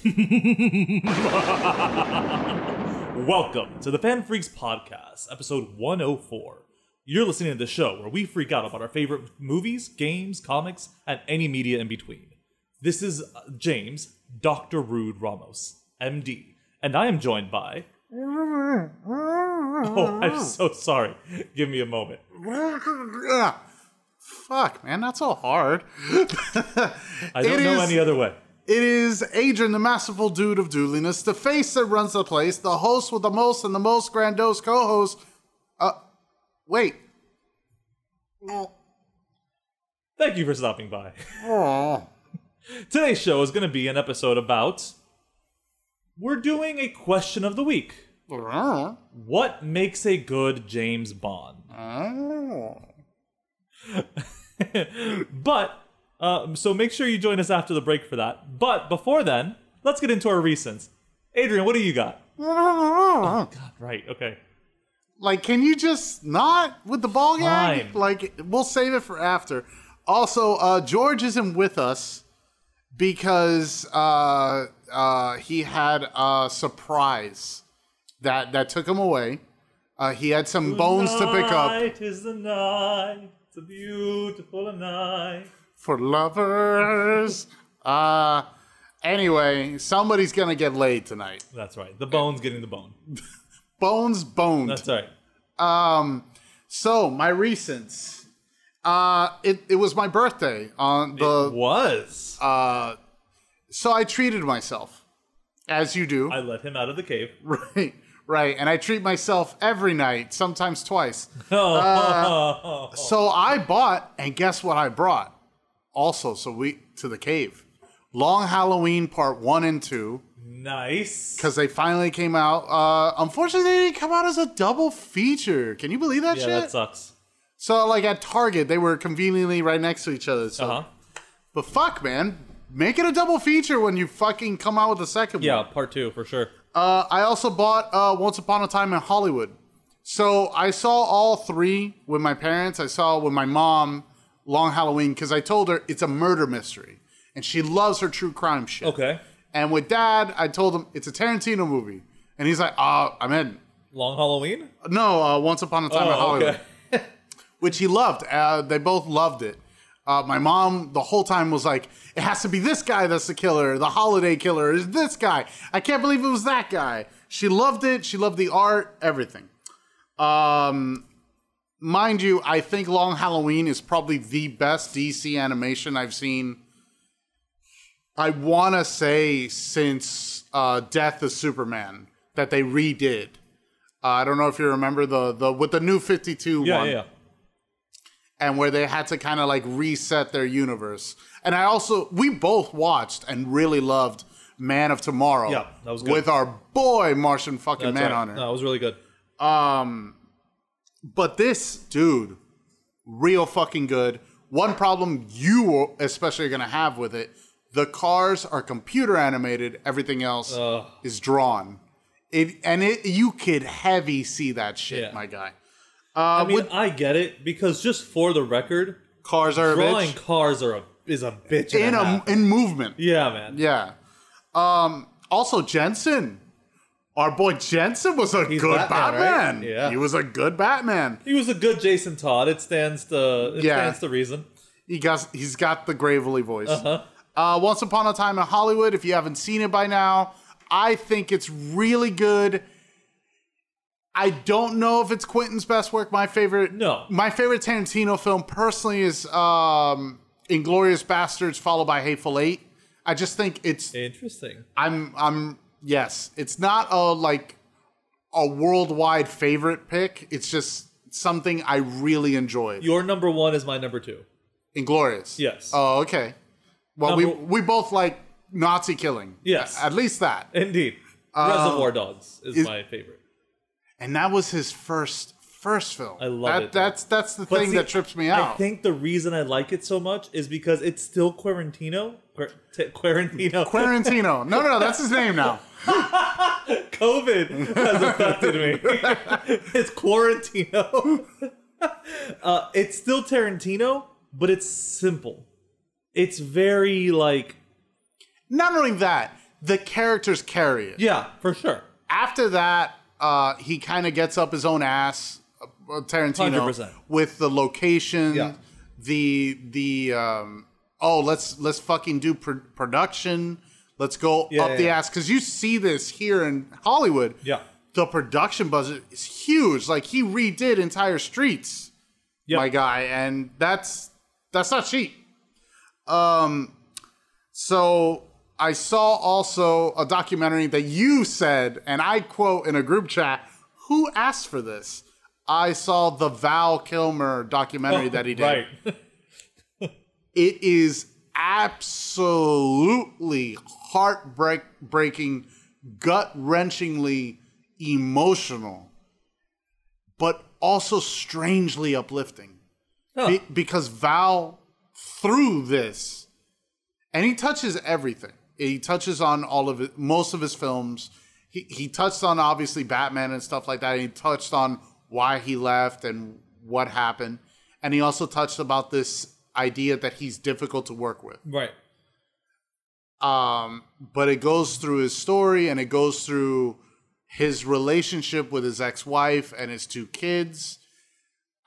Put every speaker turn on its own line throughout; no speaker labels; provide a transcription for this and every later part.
Welcome to the Fan Freaks Podcast, episode 104. You're listening to the show where we freak out about our favorite movies, games, comics, and any media in between. This is uh, James, Dr. Rude Ramos, MD, and I am joined by. Oh, I'm so sorry. Give me a moment.
Ugh. Fuck, man, that's so hard.
I don't
It
know
is-
any other way.
It is Adrian, the masterful dude of dooliness, the face that runs the place, the host with the most and the most grandiose co-host. Uh, wait.
Thank you for stopping by.
Oh.
Today's show is going to be an episode about. We're doing a question of the week.
Oh.
What makes a good James Bond? but uh, so make sure you join us after the break for that. But before then, let's get into our recents. Adrian, what do you got?
Oh.
God, right? Okay.
Like, can you just not with the ball gag?
Fine.
Like, we'll save it for after. Also, uh, George isn't with us because uh, uh, he had a surprise that that took him away. Uh, he had some bones to pick up
Night is the night. It's a beautiful night.
for lovers. Uh, anyway, somebody's gonna get laid tonight.
That's right. The bone's getting the bone.
Bones, boned.
That's right.
Um, so my recents. Uh, it, it was my birthday on the
Was
uh, so I treated myself, as you do,
I let him out of the cave?
right? Right, and I treat myself every night, sometimes twice. uh,
Oh.
So I bought, and guess what I brought? Also, so we to the cave, Long Halloween Part One and Two,
nice.
because they finally came out. Uh, unfortunately, they didn't come out as a double feature. Can you believe that
Yeah,
shit?
that sucks.
so, like at Target, they were conveniently right next to each other. So,
Uh huh.
but fuck, man, make it a double feature when you fucking come out with the second one.
Yeah, part two for sure.
Uh, I also bought uh, Once Upon a Time in Hollywood. So I saw all three with my parents. I saw with my mom Long Halloween because I told her it's a murder mystery and she loves her true crime shit.
Okay.
And with dad, I told him it's a Tarantino movie. And he's like, uh, I'm in.
Long Halloween.
No, uh, Once Upon a Time in
Oh,
Hollywood,
okay.
which he loved. Uh, they both loved it. Uh, my mom the whole time was like, it has to be this guy that's the killer. The holiday killer is this guy. I can't believe it was that guy. She loved it. She loved the art, everything. Um, mind you, I think Long Halloween is probably the best DC animation I've seen. I want to say since uh, Death of Superman that they redid. Uh, I don't know if you remember the the with the new Fifty Two
Yeah,
one
yeah, yeah.
and where they had to kind of like reset their universe. And I also we both watched and really loved Man of Tomorrow.
Yeah, that was good.
with our boy Martian fucking
That's
Man
right.
on it.
No, it was really good.
Um, but this dude, real fucking good. One problem you especially are gonna have with it: the cars are computer animated. Everything else is drawn. It and it you could heavy see that shit,
Yeah.
my guy.
I mean, I get it because just for the record,
Cars are a
drawing
bitch.
cars are a is a bitch.
in
and a,
a,
half.
in movement.
yeah, man.
Yeah. Um, also, Jensen. Our boy Jensen was a good
Batman,
Batman.
right? Yeah.
He was a good Batman.
He was a good Jason Todd. It stands to it
Yeah.
stands to reason.
He got he's got the gravelly voice. Uh-huh. Once Upon a Time in Hollywood. If you haven't seen it by now, I think it's really good. I don't know if it's Quentin's best work. My favorite,
No.
my favorite Tarantino film personally is um, Inglorious Bastards, followed by Hateful Eight. I just think it's
Interesting.
I'm I'm yes. It's not a like a worldwide favorite pick. It's just something I really enjoyed.
Your number one is my number two.
Inglorious.
Yes.
Oh, okay. Well, we
Number-
we both like Nazi killing.
Yes.
At least that.
Indeed. Reservoir Dogs is,
Uh, is-
my favorite.
And that was his first first film. I
love
that,
it, though.
That's that's the
But
thing
see,
that trips me out.
I think the reason I like it so much is because it's still Quarantino. Quar- t- Quarantino.
Tarantino. No, no, no. That's his name now.
COVID has affected me. it's Quarantino. uh, it's still Tarantino, but it's simple. It's very like
Not only that, the characters carry it.
Yeah, for sure.
After that, uh, he kind of gets up his own ass, uh, Tarantino,
100%.
with the location,
Yeah.
the the um, oh let's let's fucking do pr- production. Let's go
Yeah,
up
yeah,
the
yeah.
ass because you see this here in Hollywood.
Yeah.
the production budget is huge. Like he redid entire streets,
Yep.
my guy, and that's that's not cheap. Um, so I saw also a documentary that you said, and I quote in a group chat, "Who asked for this?" I saw the Val Kilmer documentary that he did.
Oh, Right.
It is absolutely heartbreak breaking, gut wrenchingly emotional, but also strangely uplifting.
Huh.
Be- because Val, through this, and he touches everything. He touches on all of it, most of his films. He, he touched on obviously Batman and stuff like that. He touched on why he left and what happened. And he also touched about this idea that he's difficult to work with
right.
um, but it goes through his story and it goes through his relationship with his ex-wife and his two kids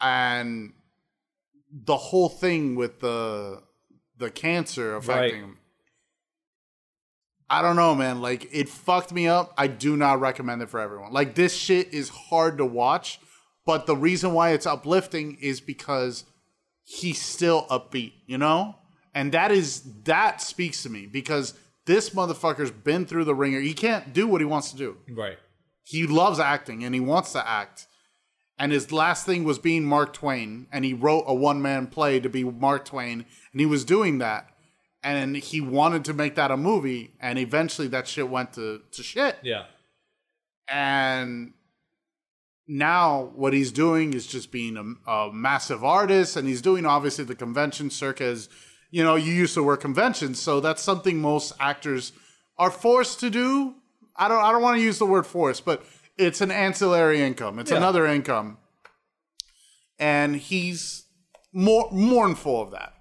and the whole thing with the the cancer affecting
Right.
him i don't know man like it fucked me up i do not recommend it for everyone like this shit is hard to watch but the reason why it's uplifting is because he's still upbeat, you know? And that is that speaks to me because this motherfucker's been through the ringer. He can't do what he wants to do.
Right.
He loves acting and he wants to act. And his last thing was being Mark Twain, and he wrote a one man play to be Mark Twain, and he was doing that. And he wanted to make that a movie, and eventually that shit went to, to shit
Yeah.
and now what he's doing is just being a, a massive artist and he's doing obviously the convention circuit is you know you used to work conventions so that's something most actors are forced to do i don't i don't want to use the word forced but it's an ancillary income it's
Yeah.
another income and he's more mournful of that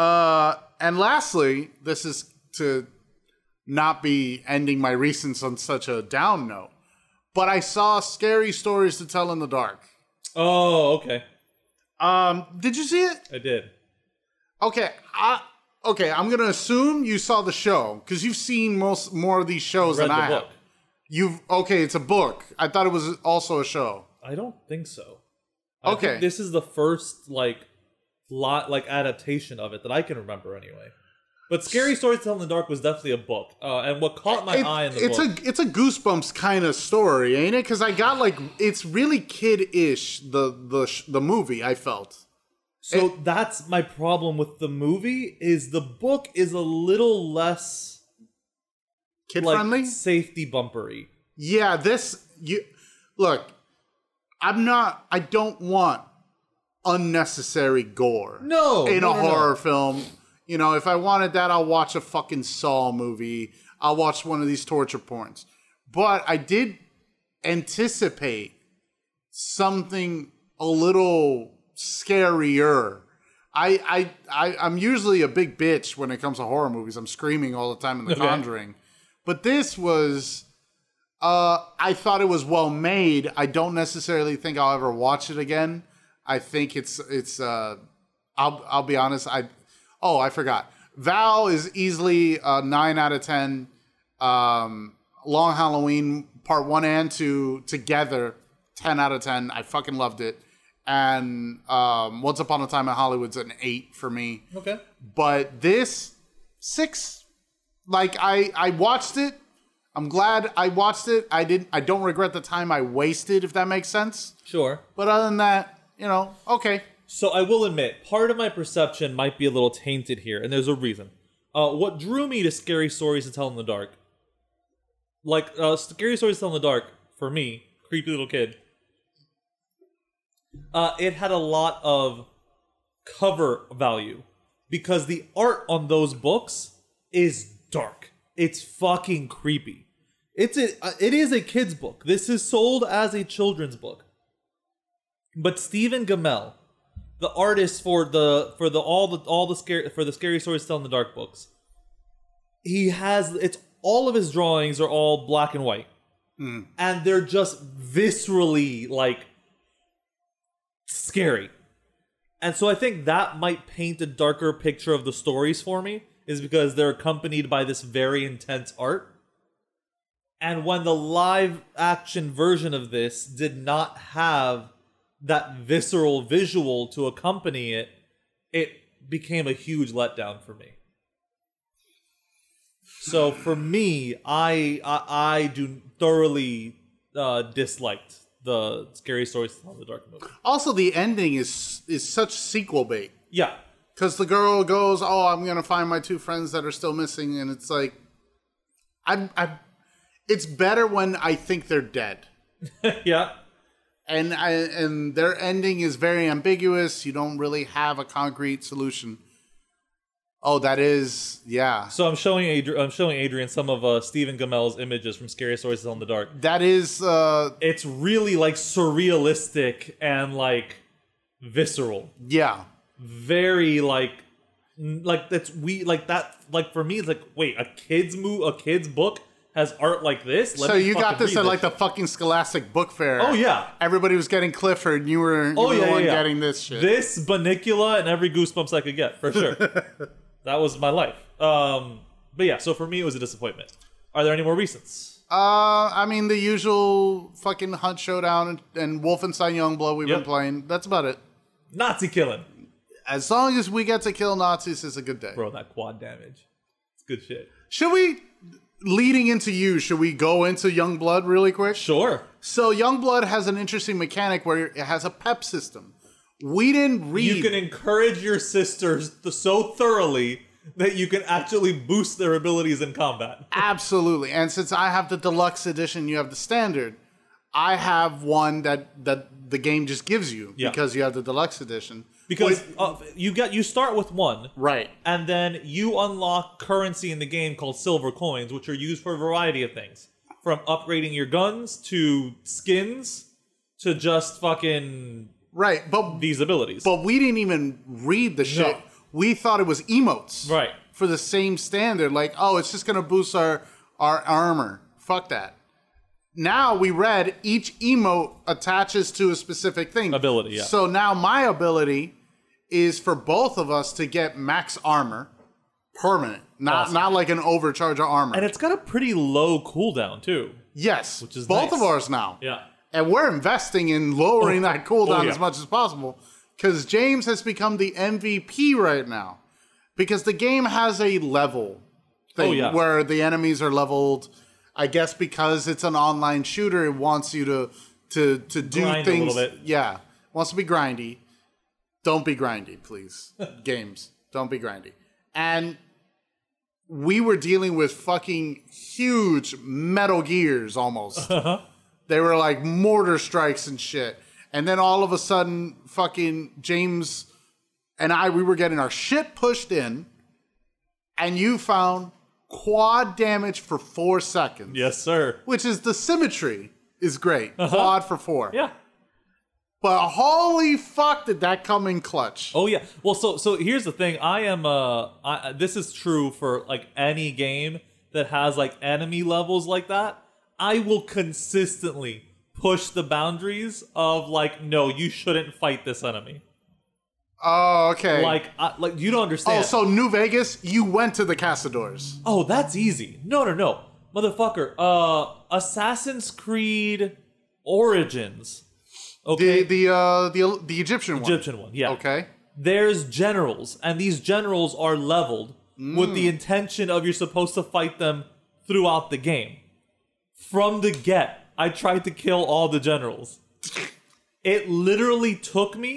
uh and lastly this is to not be ending my recents on such a down note. But I saw scary stories to tell in the dark.
Oh, okay.
Um, did you see it?
I did.
Okay, I okay. I'm gonna assume you saw the show because you've seen most more of these shows
Read
than I
the
have.
book.
You've okay. It's a book. I thought it was also a show.
I don't think so. I
Okay.
think this is the first like lot like adaptation of it that I can remember anyway. But Scary Stories to Tell in the Dark was definitely a book. Uh, and what caught my
It-
eye in the
it's
book.
a it's a goosebumps kind of story, ain't it? Because I got like it's really kid ish the the sh- the movie. I felt
so that's my problem with the movie is the book is a little less
kid
like
friendly.
safety bumpery.
Yeah, this you look. I'm not. I don't want unnecessary gore.
No,
in
no,
a
no, no.
horror film. You know, if I wanted that, I'll watch a fucking Saw movie. I'll watch one of these torture porns. But I did anticipate something a little scarier. I, I, I, I'm usually a big bitch when it comes to horror movies. I'm screaming all the time in The
Okay.
Conjuring. But this was, uh, I thought it was well made. I don't necessarily think I'll ever watch it again. I think it's, it's, uh, I'll, I'll be honest. I, oh, I forgot. Val is easily uh, nine out of 10. Um, Long Halloween part one and two together, 10 out of 10. I fucking loved it. And um, Once Upon a Time in Hollywood's an eight for me
Okay.
but this six like i i watched it i'm glad i watched it i didn't i don't regret the time i wasted if that makes sense
Sure.
but other than that you know okay
So I will admit, part of my perception might be a little tainted here, and there's a reason. Uh, what drew me to Scary Stories to Tell in the Dark, like uh, Scary Stories to Tell in the Dark, for me, creepy little kid, uh, it had a lot of cover value because the art on those books is dark. It's fucking creepy. It's a, uh, it is a kids book. This is sold as a children's book. But Stephen Gamel, the artist for the for the all the all the scary for the scary stories tell in the dark books, he has it's all of his drawings are all black and white, and they're just viscerally like scary. And so I think that might paint a darker picture of the stories for me, is because they're accompanied by this very intense art. And when the live action version of this did not have that visceral visual to accompany it, it became a huge letdown for me. So for me, I I, I do thoroughly uh, disliked the scary stories to tell in the dark movie.
Also, the ending is is such sequel bait
Yeah,
because the girl goes, "Oh, I'm gonna find my two friends that are still missing," and it's like, I'm, I'm it's better when I think they're dead,
yeah,
and I and their ending is very ambiguous. You don't really have a concrete solution. Oh, that is yeah.
So I'm showing Adri- I'm showing Adrian some of uh, Stephen Gamel's images from Scary Stories to Tell in the Dark.
That is uh
It's really like surrealistic and like visceral,
yeah.
very like n- like that's we like that like for me it's like wait a kids move a kids book has art like this. Let
So
me
you got
fucking
this
read
at like the fucking Scholastic Book Fair.
oh yeah
Everybody was getting Clifford, and you were, you
Oh,
were
yeah,
the
yeah,
one
yeah.
getting this shit.
this Banicula and every goosebumps I could get for sure. that was my life. Um, but yeah, so for me it was a disappointment. Are there any more recents?
Uh, I mean the usual fucking Hunt Showdown and, and Wolfenstein Youngblood we've been
Yep.
playing. That's about it.
Nazi killing.
As long as we get to kill Nazis, it's a good day.
Bro, that quad damage. It's good shit.
Should we, leading into you, should we go into Youngblood really quick?
Sure.
So Youngblood has an interesting mechanic where it has a pep system. We didn't read.
You can encourage your sisters th- so thoroughly that you can actually boost their abilities in combat.
Absolutely. And since I have the deluxe edition, you have the standard. I have one that that the game just gives you
Yeah.
because you have the deluxe edition.
Because
Wait,
uh, you get you start with one,
right.
and then you unlock currency in the game called silver coins, which are used for a variety of things, from upgrading your guns to skins to just fucking
Right. But
these abilities.
but we didn't even read the shit. We thought it was emotes.
Right.
For the same standard like, oh, it's just going to boost our our armor. Fuck that. Now we read each emote attaches to a specific thing.
Ability, yeah.
So now my ability is for both of us to get max armor permanent. Not
Awesome.
not like an overcharge of armor.
And it's got a pretty low cooldown too.
yes.
is nice.
both of ours now
Yeah.
and we're investing in lowering that cooldown
Oh, yeah.
as much as possible because James has become the MVP right now because the game has a level thing
Oh, yeah.
where the enemies are leveled. I guess because it's an online shooter, it wants you to to to do
Grind a
things.
little bit.
Yeah, It wants to be grindy. Don't be grindy, please. Games, don't be grindy. And we were dealing with fucking huge Metal Gears almost. They were like mortar strikes and shit. And then all of a sudden, fucking James and I, we were getting our shit pushed in, and you found quad damage for four seconds,
Yes, sir.
which is the symmetry is great. Quad for four.
Uh-huh. Yeah.
But holy fuck, did that come in clutch.
Oh yeah. Well, so so here's the thing. I am uh, I, this is true for like any game that has like enemy levels like that. I will consistently push the boundaries of like, no, you shouldn't fight this enemy.
Oh, okay.
Like, I, like you don't
oh,
understand.
so New Vegas, you went to the Casadors.
Oh, that's easy. No, no, no. Motherfucker, uh Assassin's Creed Origins.
The
Okay.
the uh the the Egyptian one.
Egyptian one. Yeah.
Okay.
there's generals, and these generals are leveled with the intention of you're supposed to fight them throughout the game. From the get, I tried to kill all the generals. It literally took me.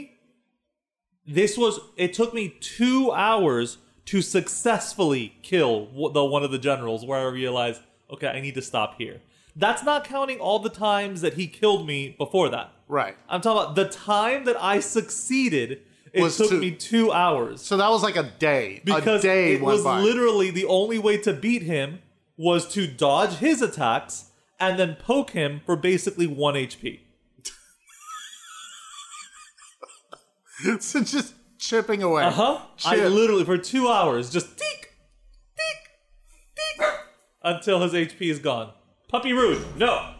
This was. It took me two hours to successfully kill w- the one of the generals. Where I realized, okay, I need to stop here. That's not counting all the times that he killed me before that.
Right.
I'm talking about the time that I succeeded. It
Was
took
two-
me two hours
So that was like a day.
because
a day
it
went
was
by.
literally the only way to beat him was to dodge his attacks and then poke him for basically one HP.
so just chipping away.
Uh huh. I
Shit.
literally for two hours just teek, teek, teek. I until his HP is gone. Puppy Rude. No.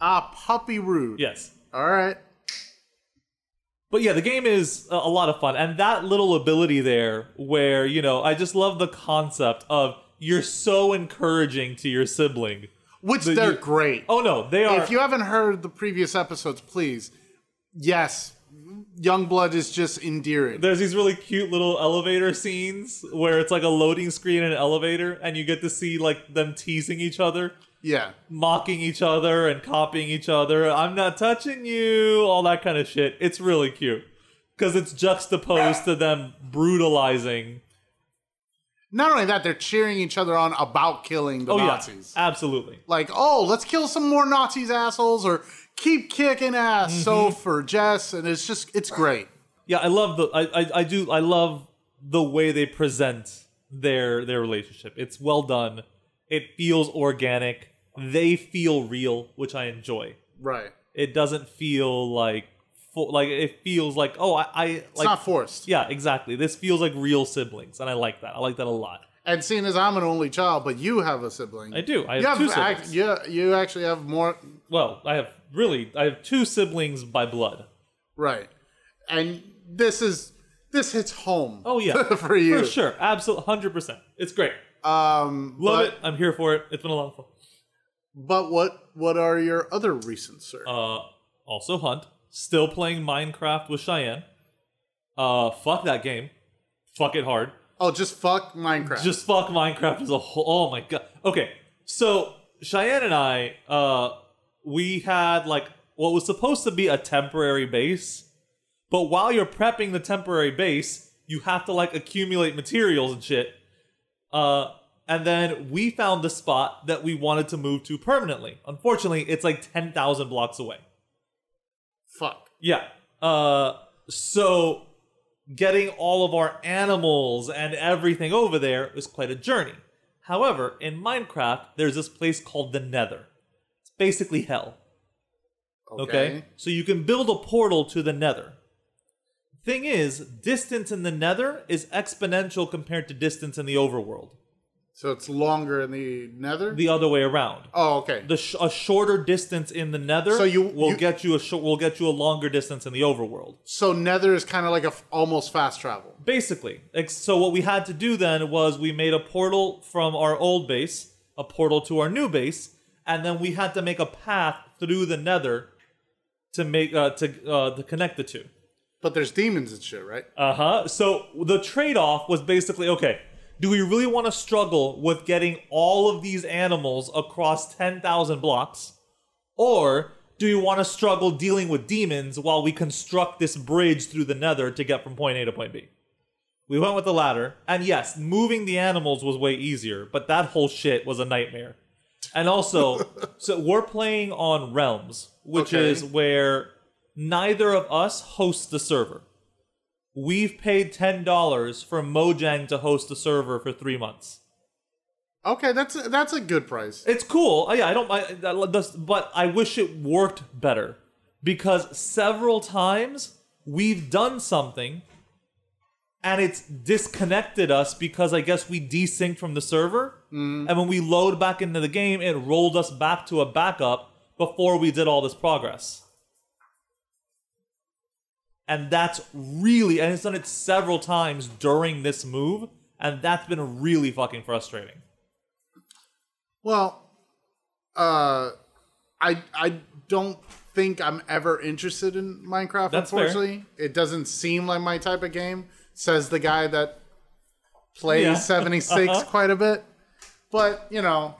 Ah, puppy rude.
Yes.
All right.
But yeah, the game is a a lot of fun. And that little ability there, where, you know, I just love the concept of you're so encouraging to your sibling.
Which
But
they're
you-
great.
Oh, no, they are.
if you haven't heard the previous episodes, please. Yes, Youngblood is just endearing.
there's these really cute little elevator scenes where it's like a loading screen in an elevator, and you get to see like them teasing each other,
yeah.
mocking each other, and copying each other. I'm not touching you, all that kind of shit. It's really cute because it's juxtaposed to them brutalizing.
Not only that, they're cheering each other on about killing the
Oh
Nazis.
yeah, absolutely.
Like, oh, let's kill some more Nazis, assholes, or keep kicking ass. So
Mm-hmm.
for Jess, and it's just, it's great.
Yeah, I love the. I, I I do. I love the way they present their their relationship. It's well done. It feels organic. They feel real, which I enjoy.
Right.
it doesn't feel like fo- like it feels like oh I, I
It's
like
not forced.
yeah exactly this feels like real siblings and I like that I like that a lot
And seeing as I'm an only child, but you have a sibling.
I do I have,
You have,
two
act-
siblings
yeah, you actually have more.
well I have really I have two siblings by blood
Right. And this is, this hits home.
oh yeah
for you.
for sure absolutely hundred percent it's great
Um,
love
but-
it I'm here for it it's been a long fun
But what what are your other recent sir?
uh also Hunt still playing Minecraft with Cheyenne uh fuck that game fuck it hard
oh, just fuck Minecraft.
Just fuck Minecraft as a whole. Oh my god. Okay, so Cheyenne and I, uh, we had like what was supposed to be a temporary base, but while you're prepping the temporary base, you have to like accumulate materials and shit. Uh, and then we found the spot that we wanted to move to permanently. Unfortunately, it's like ten thousand blocks away.
fuck.
Yeah. Uh so getting all of our animals and everything over there was quite a journey. However, in Minecraft, there's this place called the Nether. It's basically hell. Okay. So you can build a portal to the nether. Thing is, distance in the nether is exponential compared to distance in the overworld.
So it's longer in the Nether.
The other way around.
oh, okay.
The sh- a shorter distance in the nether
So you-
will
you-
get you a short will get you a longer distance in the overworld.
so Nether is kind of like a f- almost fast travel.
Basically. Ex- So what we had to do then was we made a portal from our old base, a portal to our new base, and then we had to make a path through the Nether to make uh, to uh, to connect the two.
But there's demons and shit, right?
Uh huh. So the trade off was basically okay, do we really want to struggle with getting all of these animals across 10,000 blocks? Or do you want to struggle dealing with demons while we construct this bridge through the nether to get from point A to point B? We went with the latter. And yes, moving the animals was way easier, but that whole shit was a nightmare. And also, so we're playing on Realms, which
Okay.
is where neither of us hosts the server. We've paid $10 for Mojang to host the server for three months.
okay, that's a, that's a good price.
It's cool. I- Yeah, I don't. I, that- that's- but I wish it worked better because several times we've done something and it's disconnected us because I guess we desynced from the server, and when we load back into the game, it rolled us back to a backup before we did all this progress. And that's really, and it's done it several times during this move, and that's been really fucking frustrating.
Well, uh, I I don't think I'm ever interested in Minecraft.
That's fair.
unfortunately, it doesn't seem like my type of game. Says the guy that plays
Yeah. Uh-huh.
76 quite a bit. But you know,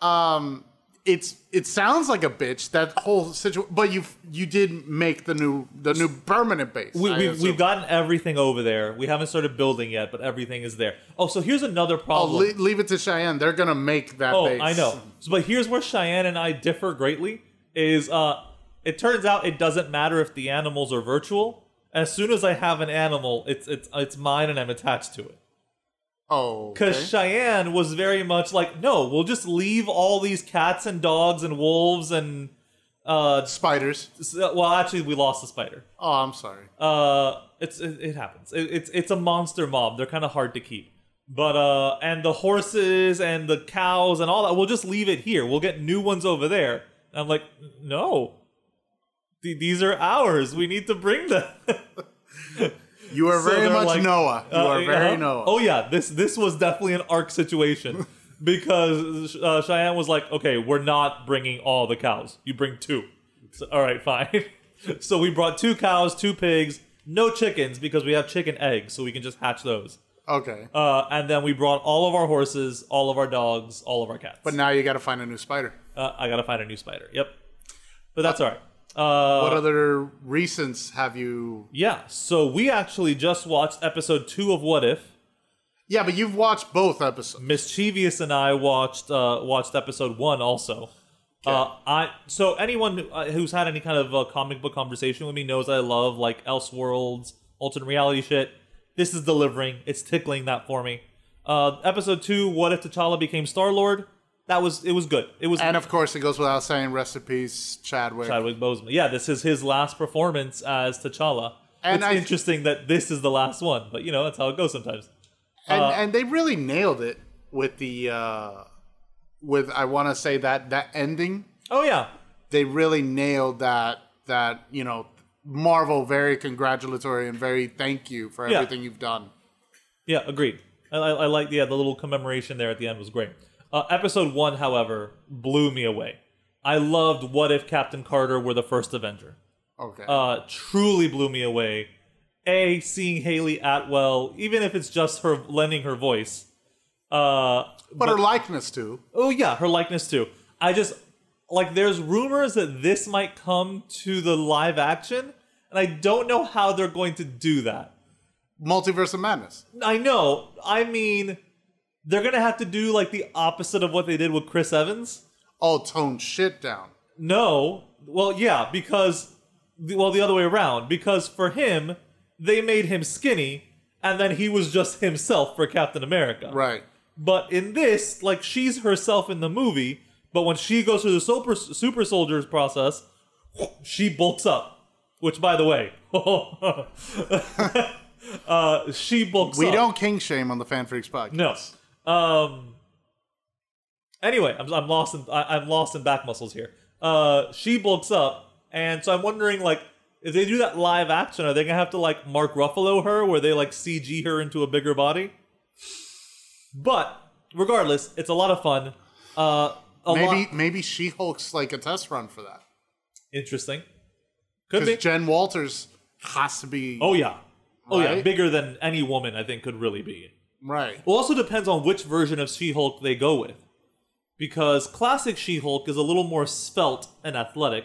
um, it's it sounds like a bitch that whole situation. But you you did make the new the new permanent base.
we,
I
we,
assume.
we've gotten everything over there. We haven't started building yet, but everything is there. Oh, so here's another
Oh,
problem.
le- leave it to Cheyenne. They're gonna make that.
Oh,
base.
I know. So, but here's where Cheyenne and I differ greatly. Is uh, it turns out it doesn't matter if the animals are virtual. As soon as I have an animal, it's it's it's mine and I'm attached to it.
Oh, okay.
Because Cheyenne was very much like, no, we'll just leave all these cats and dogs and wolves and uh,
spiders.
s- well, actually, we lost the spider.
Oh, I'm sorry.
Uh, it's it, it happens. It, it's it's a monster mob. They're kind of hard to keep. But uh, and the horses and the cows and all that, we'll just leave it here. We'll get new ones over there. And I'm like, no, Th- these are ours. We need to bring them.
You are
So
very
they're
much
like,
Noah. You
uh,
are very
uh-huh.
Noah.
Oh yeah, this this was definitely an arc situation because uh, Cheyenne was like, "Okay, we're not bringing all the cows. You bring two. So, all right, fine." so we brought two cows, two pigs, no chickens because we have chicken eggs, so we can just hatch those.
Okay.
Uh, and then we brought all of our horses, all of our dogs, all of our cats.
but now you got to find a new spider.
uh, I gotta find a new spider. Yep, but that's all right. Uh,
what other recents have you?
yeah, so we actually just watched episode two of What If.
Yeah, but you've watched both episodes.
Mischievous and I watched uh, watched episode one also. Uh, I so anyone who- uh, who's had any kind of uh, comic book conversation with me knows I love like Elseworlds, alternate reality shit. This is delivering. It's tickling that for me. Uh, episode two, what if T'Challa became Star Lord? That was it. Was good. It was
And of course, it goes without saying, rest in peace, Chadwick.
Chadwick Boseman. Yeah, this is his last performance as T'Challa.
And
it's
I-
interesting that this is the last one, but you know that's how it goes sometimes. uh,
and, and they really nailed it with the uh, with I want to say that that ending.
Oh yeah,
They really nailed that that you know Marvel very congratulatory and very thank you for
Yeah.
everything you've done.
Yeah, agreed. I, I, I like yeah the little commemoration there at the end was great. Uh, episode one, however, blew me away. I loved what if Captain Carter were the first Avenger.
Okay.
Uh, truly blew me away. A seeing Haley Atwell, even if it's just her lending her voice. Uh,
but her likeness too.
oh yeah, her likeness too. I just like there's rumors that this might come to the live action, and I don't know how they're going to do that.
Multiverse of Madness.
I know. I mean, they're gonna have to do like the opposite of what they did with Chris Evans.
All toned shit down.
No, well, yeah, because well, the other way around. Because for him, they made him skinny, and then he was just himself for Captain America.
Right.
But in this, like, she's herself in the movie. But when she goes through the super super soldiers process, she bulks up. Which, by the way, uh, she bulks
We
up.
don't king shame on the Fan Freaks podcast.
No. Um. Anyway, I'm, I'm lost in I, I'm lost in back muscles here. Uh, she bulks up, and so I'm wondering like if they do that live action, are they gonna have to like Mark Ruffalo her, where they like CG her into a bigger body? But regardless, it's a lot of fun. Uh, a
Maybe
lot
maybe She Hulk's like a test run for that
interesting. Could be.
because Jen Walters has to be
oh yeah. Oh yeah,
Right?
bigger than any woman I think could really be.
right.
Well, also depends on which version of She-Hulk they go with, because classic She-Hulk is a little more svelte and athletic,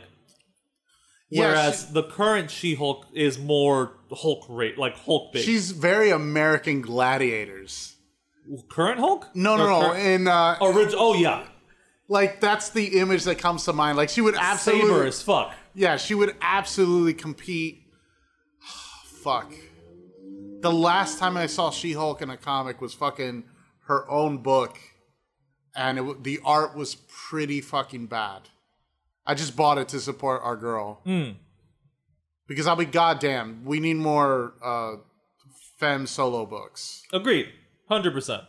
Yeah,
whereas
she-
the current She-Hulk is more Hulk rate, like Hulk big.
she's very American gladiators.
current Hulk?
No, no,
Or
no.
current-
And uh,
Orig- oh yeah,
like that's the image that comes to mind. Like she would absolutely,
saber as fuck.
yeah, she would absolutely compete. Fuck. The last time I saw She Hulk in a comic was fucking her own book, and it, w- the art was pretty fucking bad. I just bought it to support our girl. Because I'll be goddamn, we need more uh, femme solo books.
Agreed, hundred percent.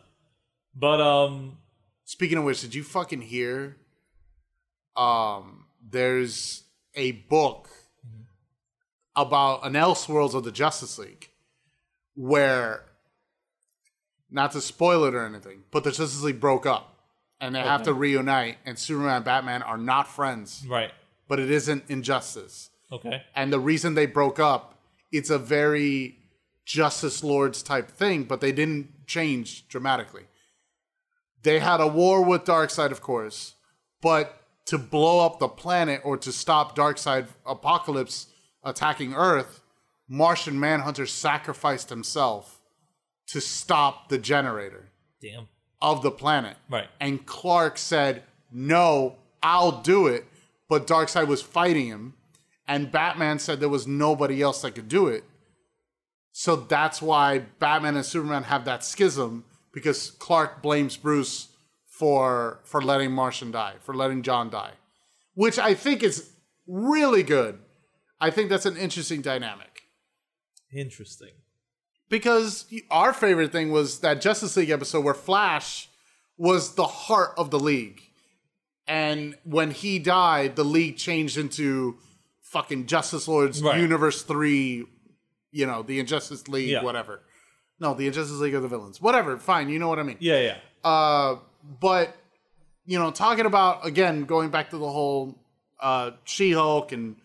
But um,
Speaking of which, did you fucking hear? Um, there's a book about an Elseworlds of the Justice League, where, not to spoil it or anything, but the Justice League broke up, and they have to reunite. And Superman and Batman are not friends,
right,
but it isn't injustice.
okay,
And the reason they broke up, it's a very Justice Lords type thing, but they didn't change dramatically. They had a war with Darkseid, of course, but to blow up the planet or to stop Darkseid apocalypse attacking Earth, Martian Manhunter sacrificed himself to stop the generator
damn,
of the planet.
Right.
And Clark said, No, I'll do it. But Darkseid was fighting him. And Batman said there was nobody else that could do it. So that's why Batman and Superman have that schism because Clark blames Bruce for for letting Martian die, for letting John die. Which I think is really good. I think that's an interesting dynamic.
interesting.
because our favorite thing was that Justice League episode where Flash was the heart of the league. And when he died, the league changed into fucking Justice Lords
Right.
Universe 3, you know, the Injustice League,
Yeah.
whatever. No, the Injustice League of the Villains. Whatever, fine, you know what I mean.
Yeah, yeah.
Uh, but you know, talking about again going back to the whole uh, She-Hulk and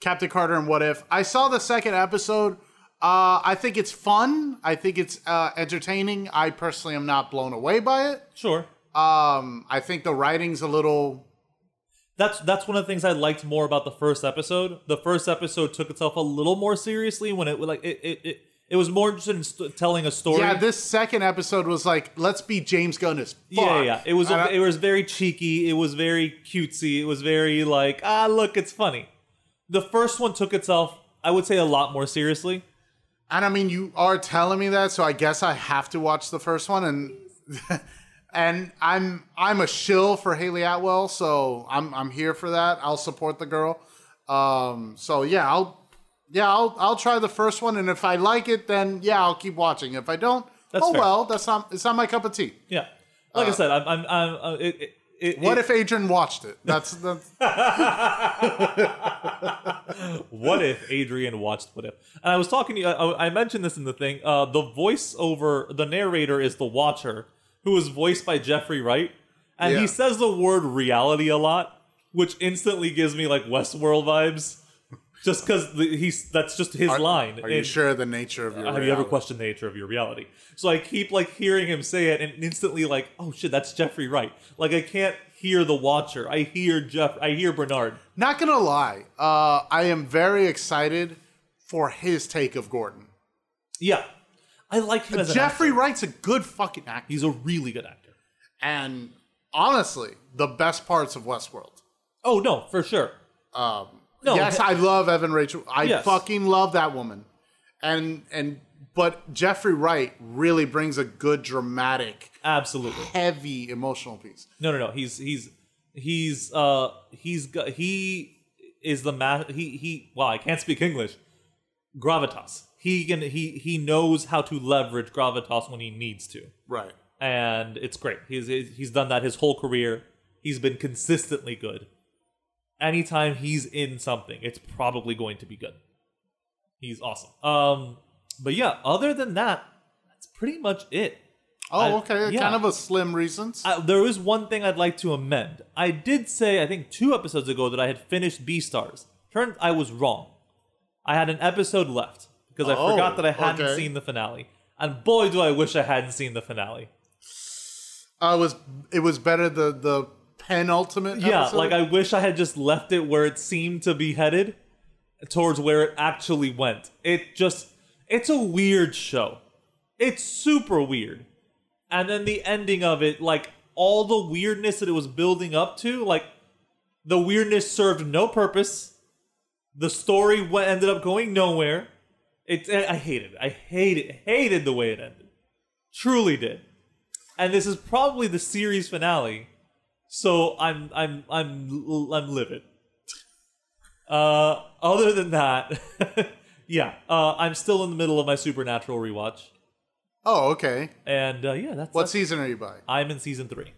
Captain Carter and What If. I saw the second episode. Uh, I think it's fun. I think it's uh, entertaining. I personally am not blown away by it.
Sure.
Um, I think the writing's a little
That's that's one of the things I liked more about the first episode. The first episode took itself a little more seriously when it like it it, it, it was more interested in st- telling a story.
yeah. This second episode was like, let's be James Gunn as fuck.
yeah, yeah. It was
And I-
it was very cheeky. It was very cutesy. It was very like ah look, it's funny. The first one took itself, I would say, a lot more seriously.
And I mean, you are telling me that, so I guess I have to watch the first one. And and I'm I'm a shill for Haley Atwell, so I'm I'm here for that. I'll support the girl. Um, so yeah, I'll yeah I'll I'll try the first one, and if I like it, then yeah, I'll keep watching. If I don't,
That's
oh
fair.
well, that's not it's not my cup of tea.
Yeah, like I said, I'm I'm, I'm uh, it, it, it,
What
it-
if Adrian watched it? That's the
what if Adrian watched What If? And I was talking to you, I, I mentioned this in the thing. Uh, the voiceover, the narrator is the Watcher, who is voiced by Jeffrey Wright. And
Yeah.
he says the word reality a lot, which instantly gives me like Westworld vibes. Just because he's that's just his line.
Are you
in-
sure of the nature of your?
Have you ever
reality?
questioned the nature of your reality? So I keep like hearing him say it, and instantly like, oh shit, that's Jeffrey Wright. Like I can't hear the Watcher. I hear Jeff. I hear Bernard.
Not gonna lie, uh, I am very excited for his take of Gordon.
Yeah, I like
Uh,
him as an actor.
Jeffrey Wright's a good fucking actor.
He's a really good actor.
And honestly, the best parts of Westworld.
Oh no, for sure.
Um,
No,
yes,
he-
I love Evan Rachel. I
Yes.
fucking love that woman. And and but Jeffrey Wright really brings a good dramatic,
Absolutely.
heavy emotional piece.
No, no, no. He's he's he's uh he's got, he is the ma- he he wow, I can't speak English. Gravitas. He can he he knows how to leverage gravitas when he needs to.
Right.
And it's great. He's he's he's done that his whole career. He's been consistently good. Anytime he's in something, it's probably going to be good. He's awesome. Um but yeah, other than that, that's pretty much it.
Oh,
I-
okay.
yeah.
Kind of a slim reasons.
I, there is one thing I'd like to amend. I did say I think two episodes ago that I had finished B Stars. Turns I was wrong. I had an episode left because I
Oh,
forgot that I hadn't
okay.
seen the finale. And boy, do I wish I hadn't seen the finale.
I Uh, was it was better the the penultimate.
Yeah,
episode?
like I wish I had just left it where it seemed to be headed towards where it actually went. It just it's a weird show. It's super weird. And then the ending of it, like all the weirdness that it was building up to, like the weirdness served no purpose. The story went, ended up going nowhere. It eh, I hated it. I hated hated the way it ended. Truly did. And this is probably the series finale. So I'm I'm I'm l- I'm livid. Uh, other than that, yeah, uh, I'm still in the middle of my Supernatural rewatch,
Oh, okay.
and uh, yeah, that's
What
that's-
season are you by?
I'm in season three.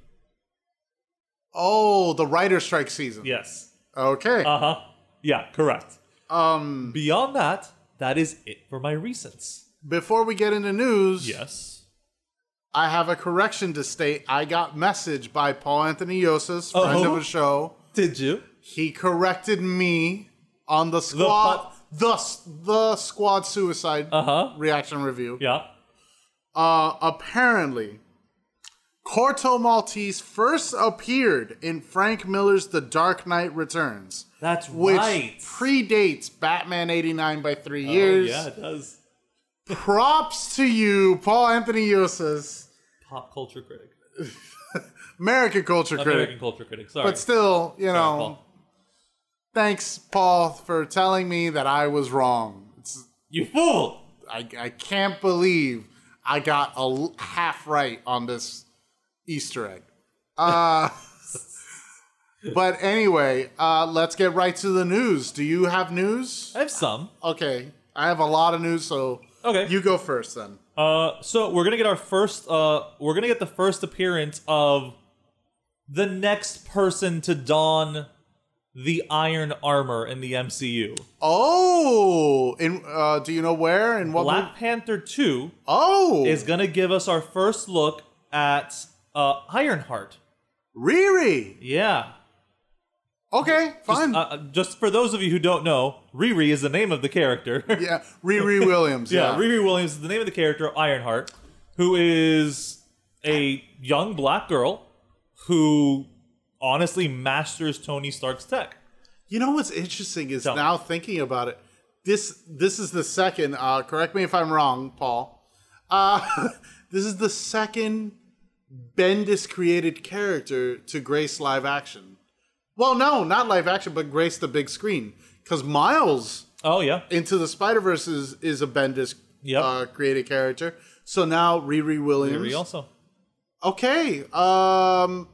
Oh, the writer strike season.
Yes.
Okay.
Uh huh. Yeah. Correct.
um
Beyond that, that is it for my recents.
Before we get into news,
Yes.
I have a correction to state. I got message by Paul Anthony Yosis, friend
Oh.
of the show.
Did you?
He corrected me on the squad, the s- the squad suicide
Uh huh.
reaction review.
Yeah.
Uh, apparently, Corto Maltese first appeared in Frank Miller's The Dark Knight Returns,
That's
which
right.
predates Batman '89 by three
Oh,
years.
yeah, it does.
Props to you, Paul Anthony Yosis,
Pop culture critic.
American culture critic.
American culture critic. Sorry.
But still, you know,
Paul.
thanks, Paul, for telling me that I was wrong. It's,
You fool.
I, I can't believe I got a l- half right on this Easter egg. Uh, but anyway, uh, let's get right to the news. Do you have news?
I have some.
Okay, I have a lot of news, so
Okay.
You go first then.
Uh, so we're gonna get our first. Uh, we're gonna get the first appearance of the next person to don the iron armor in the MCU.
Oh, in uh, do you know where and what?
Black
movie?
Panther Two
Oh,
is gonna give us our first look at uh, Ironheart.
Riri.
Yeah.
Okay, fine.
Uh, uh, just for those of you who don't know, Riri is the name of the character.
yeah, Riri Williams.
Yeah,
Yeah,
Riri Williams is the name of the character, Ironheart, who is a young black girl who honestly masters Tony Stark's tech.
You know what's interesting is
Tell me.
now thinking about it. This this is the second. Uh, correct me if I'm wrong, Paul. Uh, this is the second Bendis created character to grace live action. Well, no, not live action, but grace the big screen because Miles
Oh yeah,
into the Spider Verse is, is a Bendis
Yep.
uh, created character. So now Riri Williams.
Riri also.
Okay. Um,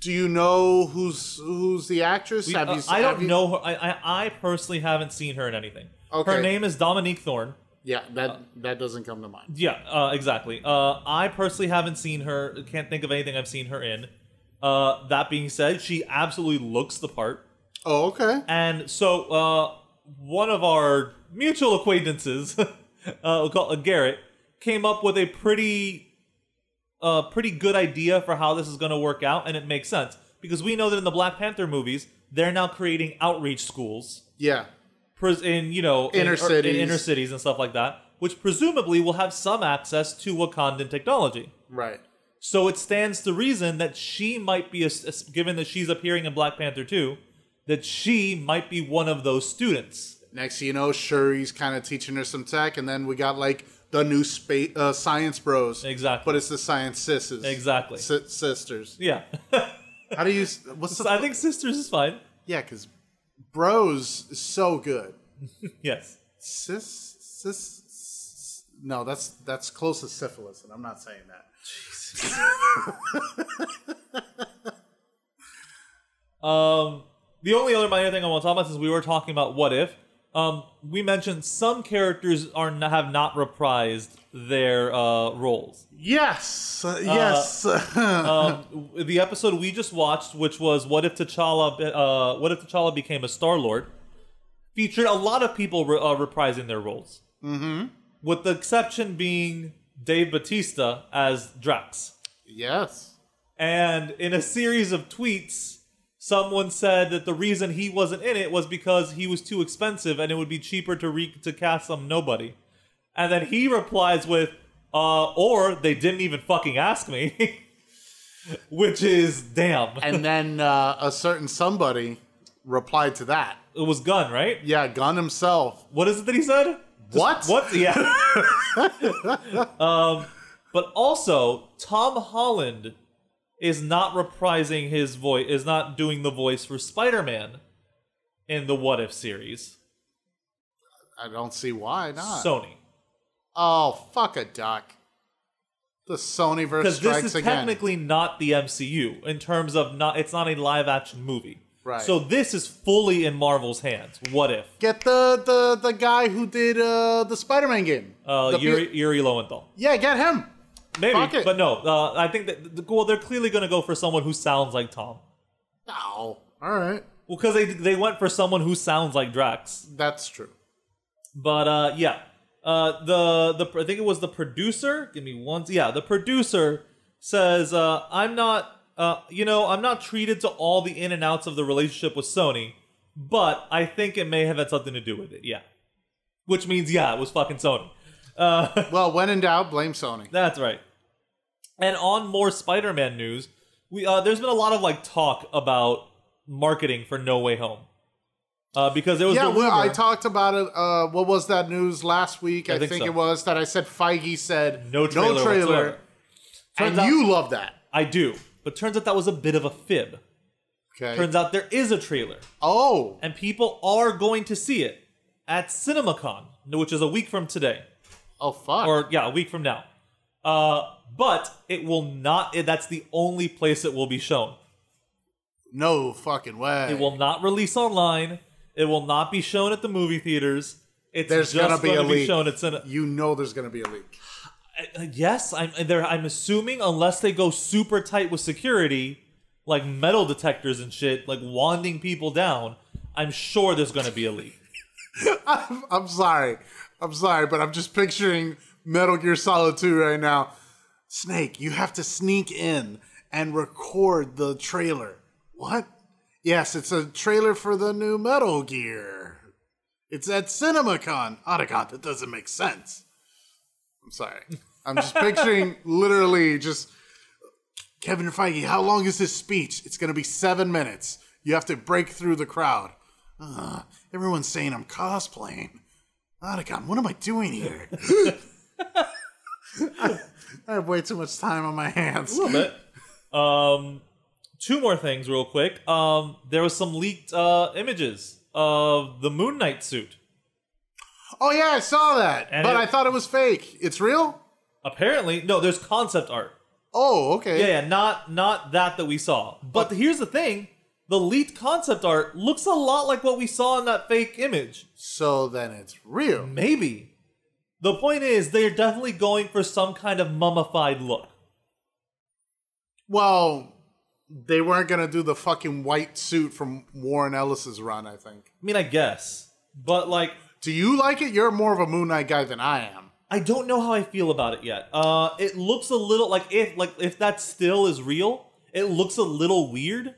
do you know who's who's the actress? have you?
Uh, I don't
have you-
know her. I, I I personally haven't seen her in anything.
Okay.
Her name is Dominique Thorne.
Yeah, that
Uh,
that doesn't come to mind.
Yeah, uh, exactly. Uh, I personally haven't seen her. Can't think of anything I've seen her in. Uh, that being said, she absolutely looks the part.
Oh, okay.
And so, uh, one of our mutual acquaintances, uh, we'll call it Garrett, came up with a pretty, uh, pretty good idea for how this is going to work out, and it makes sense because we know that in the Black Panther movies, they're now creating outreach schools
Yeah.
pres- in you know in-
Inner
or-
cities.
in inner cities and stuff like that, which presumably will have some access to Wakandan technology.
Right.
So it stands to reason that she might be, a, given that she's appearing in Black Panther 2, that she might be one of those students.
Next, thing you know, Shuri's kind of teaching her some tech, and then we got like the new space uh, science bros.
Exactly.
But it's the science sisters.
Exactly.
Si- sisters.
Yeah.
How do you? s- What's
so
the?
I think Sisters is fine.
Yeah, because bros is so good.
Yes.
Sis, sis, s- no, that's that's close to syphilis, and I'm not saying that.
Um, the only other minor thing I want to talk about, since we were talking about what if, um, we mentioned some characters are not, have not reprised their uh, roles.
Yes, uh, yes.
Um, the episode we just watched, which was "What if T'Challa? Be- Uh, what if T'Challa became a Star Lord?" featured a lot of people re- uh, reprising their roles, mm-hmm. with the exception being Dave Batista as Drax.
yes.
And in a series of tweets, someone said that the reason he wasn't in it was because he was too expensive, and it would be cheaper to re- to cast some nobody. And then he replies with, uh, "Or they didn't even fucking ask me." Which is damn.
and then uh, a certain somebody replied to that.
It was Gun, right?
Yeah, Gunn himself.
What is it that he said?
What?
What? Yeah. um, but also, Tom Holland is not reprising his voice. Is not doing the voice for Spider Man in the What If series.
I don't see why not.
Sony,
oh, fuck a duck. The Sonyverse
because
strikes
this is
again.
technically not the MCU in terms of not. It's not a live action movie.
Right.
So this is fully in Marvel's hands. What if
Get the, the the guy who did uh, the Spider-Man game.
uh,
The pu-
Yuri, Yuri Lowenthal?
yeah, get him.
Maybe,
Fuck it.
but no. Uh, I think that th- well, they're clearly going to go for someone who sounds like Tom.
Oh, all right,
Well, because they they went for someone who sounds like Drax.
that's true.
But uh, yeah, uh, the the I think it was the producer. Give me one. Yeah, the producer says uh, I'm not. Uh, you know, I'm not treated to all the in and outs of the relationship with Sony, but I think it may have had something to do with it. Yeah, which means yeah, it was fucking Sony. Uh,
Well, when in doubt, blame Sony.
That's right. And on more Spider-Man news, we uh, there's been a lot of like talk about marketing for No Way Home uh, because there was
Yeah,
the
well, I
rumor-
talked about it. Uh, what was that news last week? I,
think
think
so.
it was that I said Feige said
No trailer whatsoever. Turns
and
out-
you love that.
I do, but turns out that was a bit of a fib.
Okay.
Turns out there is a trailer,
oh,
and people are going to see it at CinemaCon, which is a week from today,
oh fuck.
or yeah, a week from now. Uh, but it will not. It, that's the only place it will be shown.
no fucking way.
It will not release online. It will not be shown at the movie theaters. It's
There's
just
gonna be
going
a
to be
leak.
shown. It's in a,
You know there's gonna be a leak.
Uh, yes, I'm there. I'm assuming unless they go super tight with security, like metal detectors and shit, like wanding people down, I'm sure there's going to be a leak.
I'm, I'm sorry. I'm sorry, but I'm just picturing Metal Gear Solid 2 right now. Snake, you have to sneak in and record the trailer. What? Yes, it's a trailer for the new Metal Gear. It's at CinemaCon. Otacon, that doesn't make sense. I'm sorry. I'm just picturing literally just Kevin Feige, how long is this speech? It's going to be seven minutes. You have to break through the crowd. Ugh, everyone's saying I'm cosplaying. Otacon, what am I doing here? I have way too much time on my hands.
A little bit. Um, two more things, real quick. Um, there was some leaked uh, images of the Moon Knight suit.
Oh, yeah, I saw that.
And
but
it-
I thought it was fake. It's real?
Apparently, no, there's concept art.
Oh, okay.
Yeah, yeah, not not that that we saw. But here's the thing: the leaked concept art looks a lot like what we saw in that fake image.
So then it's real.
Maybe. The point is, they're definitely going for some kind of mummified look.
Well, they weren't going to do the fucking white suit from Warren Ellis's run, I think.
I mean, I guess, but like,
Do you like it? You're more of a Moon Knight guy than I am.
I don't know how I feel about it yet. Uh, it looks a little like if like if that still is real, it looks a little weird.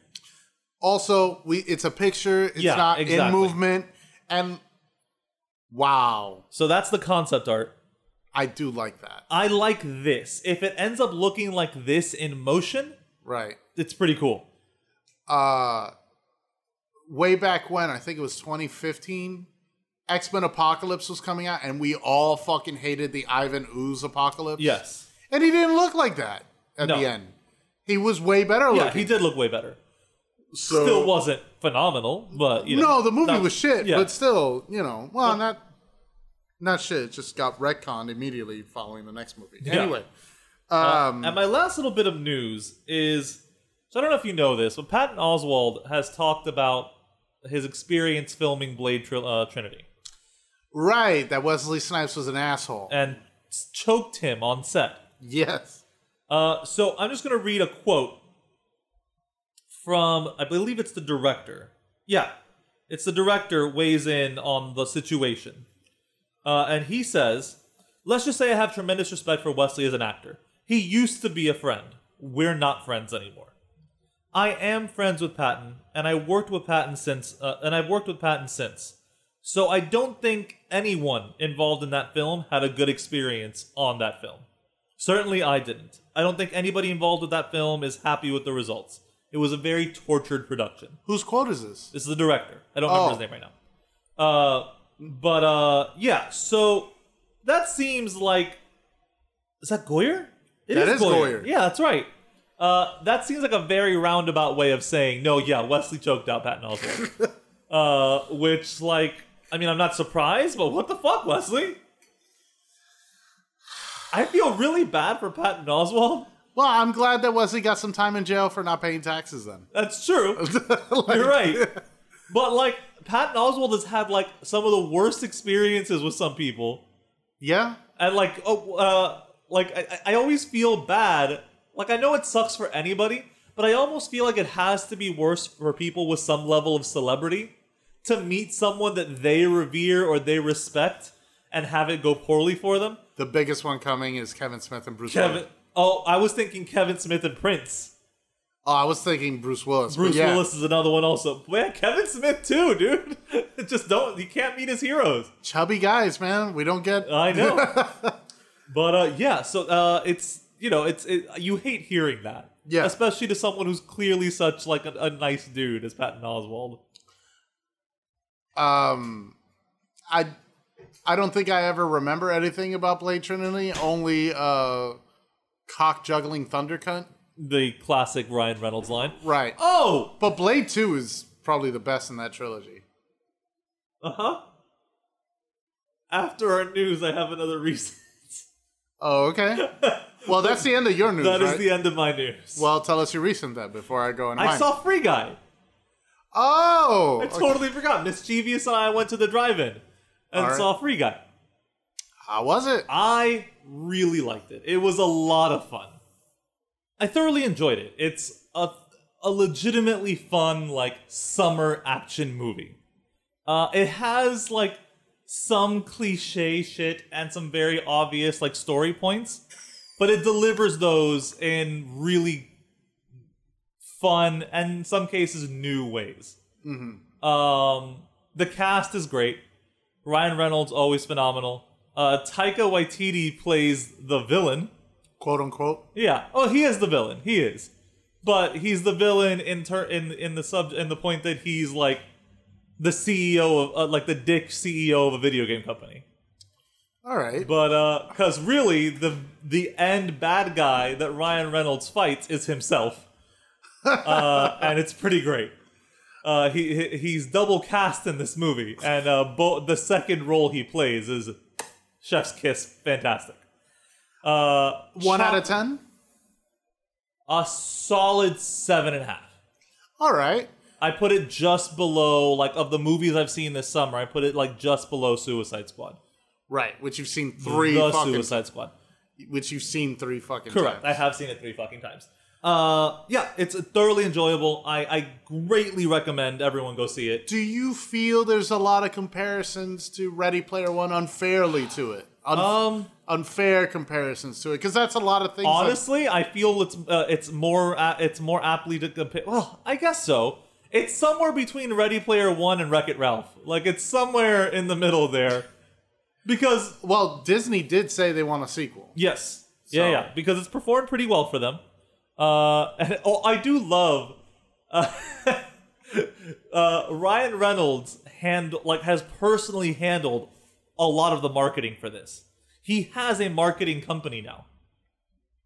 Also, we it's a picture. It's
Yeah,
not in
exactly.
movement. And wow,
So that's the concept art.
I do like that.
I like this. If it ends up looking like this in motion,
Right.
it's pretty cool.
Uh way back when, I think it was 2015, X-Men Apocalypse was coming out and we all fucking hated the Ivan Ooze Apocalypse.
Yes.
And he didn't look like that at
No.
the end. He was way better
Yeah,
looking.
he did look way better.
So-
Still wasn't phenomenal, but you know.
no, the movie
that-
was shit,
yeah.
but still, you know, well, not not shit. It just got retconned immediately following the next movie. Anyway, um,
Uh, And my last little bit of news is so I don't know if you know this, but Patton Oswald has talked about his experience filming Blade Tril- uh, Trinity
right, that Wesley Snipes was an asshole.
and s- choked him on set.
yes,
Uh, so I'm just going to read a quote from, I believe it's the director. Yeah, it's the director weighs in on the situation. Uh, and he says, Let's just say I have tremendous respect for Wesley as an actor. He used to be a friend. We're not friends anymore. I am friends with Patton, and I worked with Patton since, uh, and I've worked with Patton since. So I don't think anyone involved in that film had a good experience on that film. Certainly I didn't. I don't think anybody involved with that film is happy with the results. It was a very tortured production.
whose quote is this?
This is the director. I don't remember
Oh.
his name right now. Uh, but uh, yeah, so that seems like is that Goyer? It
That is Goyer.
Yeah, that's right. Uh, that seems like a very roundabout way of saying no. Yeah, Wesley choked out Patton Oswalt. uh, which, like, I mean, I'm not surprised, but what the fuck, Wesley? I feel really bad for Patton Oswald.
Well, I'm glad that Wesley got some time in jail for not paying taxes. Then
That's true.
Like,
You're right. But like Patton Oswald has had like some of the worst experiences with some people,
yeah,
and like oh, uh, like I, I- I always feel bad. Like I know it sucks for anybody, but I almost feel like it has to be worse for people with some level of celebrity to meet someone that they revere or they respect and have it go poorly for them.
the biggest one coming is Kevin Smith and Bruce.
Kevin.
Willis.
Oh, I was thinking Kevin Smith and Prince.
Oh, I was thinking Bruce Willis. but
Bruce
yeah.
Willis is another one also. But yeah, Kevin Smith too, dude. Just don't you can't meet his heroes.
chubby guys, man. We don't get.
I know. but uh, yeah, so uh, it's you know it's it, you hate hearing that,
Yeah.
especially to someone who's clearly such like a, a nice dude as Patton Oswald.
um i i don't think i ever remember anything about blade trinity only uh cock juggling thunder cunt
The classic Ryan Reynolds line.
right
Oh,
but blade 2 is probably the best in that trilogy
uh huh. After our news, I have another reason.
oh okay well that's the end of your news
That is
right?
the end of my news.
well tell us your recent then before i go into
I
mine
saw Free Guy.
oh
I
okay.
totally forgot. Mischievous and I went to the drive-in. and
Alright.
saw Free Guy.
How was it?
I really liked it. It was a lot of fun. I thoroughly enjoyed it. It's a a legitimately fun like summer action movie. Uh, it has like some cliche shit and some very obvious like story points, but it delivers those in really fun and in some cases new ways. Um, the cast is great. Ryan Reynolds always phenomenal. Uh, Taika Waititi plays the villain.
Quote unquote.
Yeah. Oh, he is the villain. He is, but he's the villain in ter- in in the sub in the point that he's like the CEO of uh, like the dick CEO of a video game company.
All right.
But uh, because really the the end bad guy that Ryan Reynolds fights is himself, uh, and it's pretty great. Uh, he he- he's double cast in this movie, and uh, bo- the second role he plays is Chef's Kiss, fantastic. Uh,
One
Chop-
out of ten.
a solid seven and a half.
All right.
I put it just below like of the movies I've seen this summer. I put it like just below Suicide Squad,
Right. Which you've seen three
the
fucking.
Suicide Squad.
Which you've seen three fucking.
Correct. I
times.
have seen it three fucking times. Uh, yeah, it's thoroughly enjoyable. I, I greatly recommend everyone go see it.
Do you feel there's a lot of comparisons to Ready Player One unfairly to it? Un-
Um,
unfair comparisons to it because that's a lot of things. that-
honestly, I feel it's uh, it's more uh, it's more aptly to compare. Well, I guess so. It's somewhere between Ready Player One and Wreck It Ralph. Like it's somewhere in the middle there, because
well, Disney did say they want a sequel.
Yes. Yeah, yeah, because it's performed pretty well for them. Uh, and oh, I do love uh, uh, Ryan Reynolds hand like has personally handled a lot of the marketing for this. He has a marketing company now.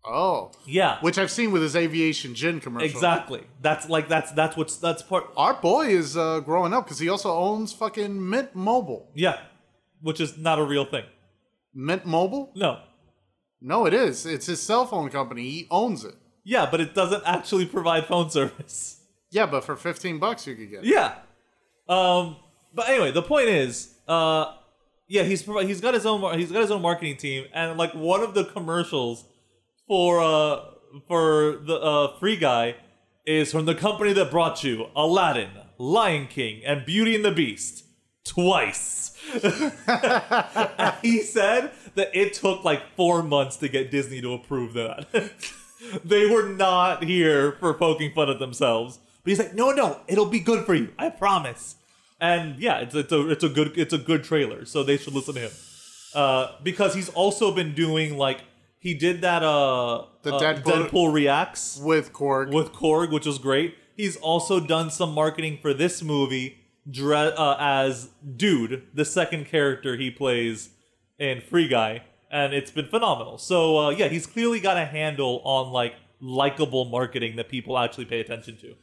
Oh,
Yeah,
which I've seen with his aviation gin commercial.
exactly. That's like that's that's what's that's part.
Our boy is uh, growing up because he also owns fucking Mint Mobile.
Yeah, which is not a real thing.
Mint Mobile?
No.
No, it is. It's his cell phone company. He owns it.
Yeah, but it doesn't actually provide phone service.
Yeah, but for fifteen bucks you could get. it.
Yeah. Um. But anyway, the point is, uh, yeah, he's provi- he's got his own mar- he's got his own marketing team, and like one of the commercials for uh for the uh free guy is from the company that brought you Aladdin, Lion King, and Beauty and the Beast twice. And he said that it took like four months to get Disney to approve that. they were not here for poking fun at themselves. But he's like, no, no, it'll be good for you. I promise. And yeah, it's, it's a it's a good it's a good trailer, so they should listen to him. Uh, because he's also been doing like he did that uh
The
uh,
Deadpool-
Deadpool reacts
With Korg.
with Korg, which was great. He's also done some marketing for this movie dre- uh, as Dude, the second character he plays in Free Guy, and it's been phenomenal. So uh, yeah, he's clearly got a handle on like likable marketing that people actually pay attention to.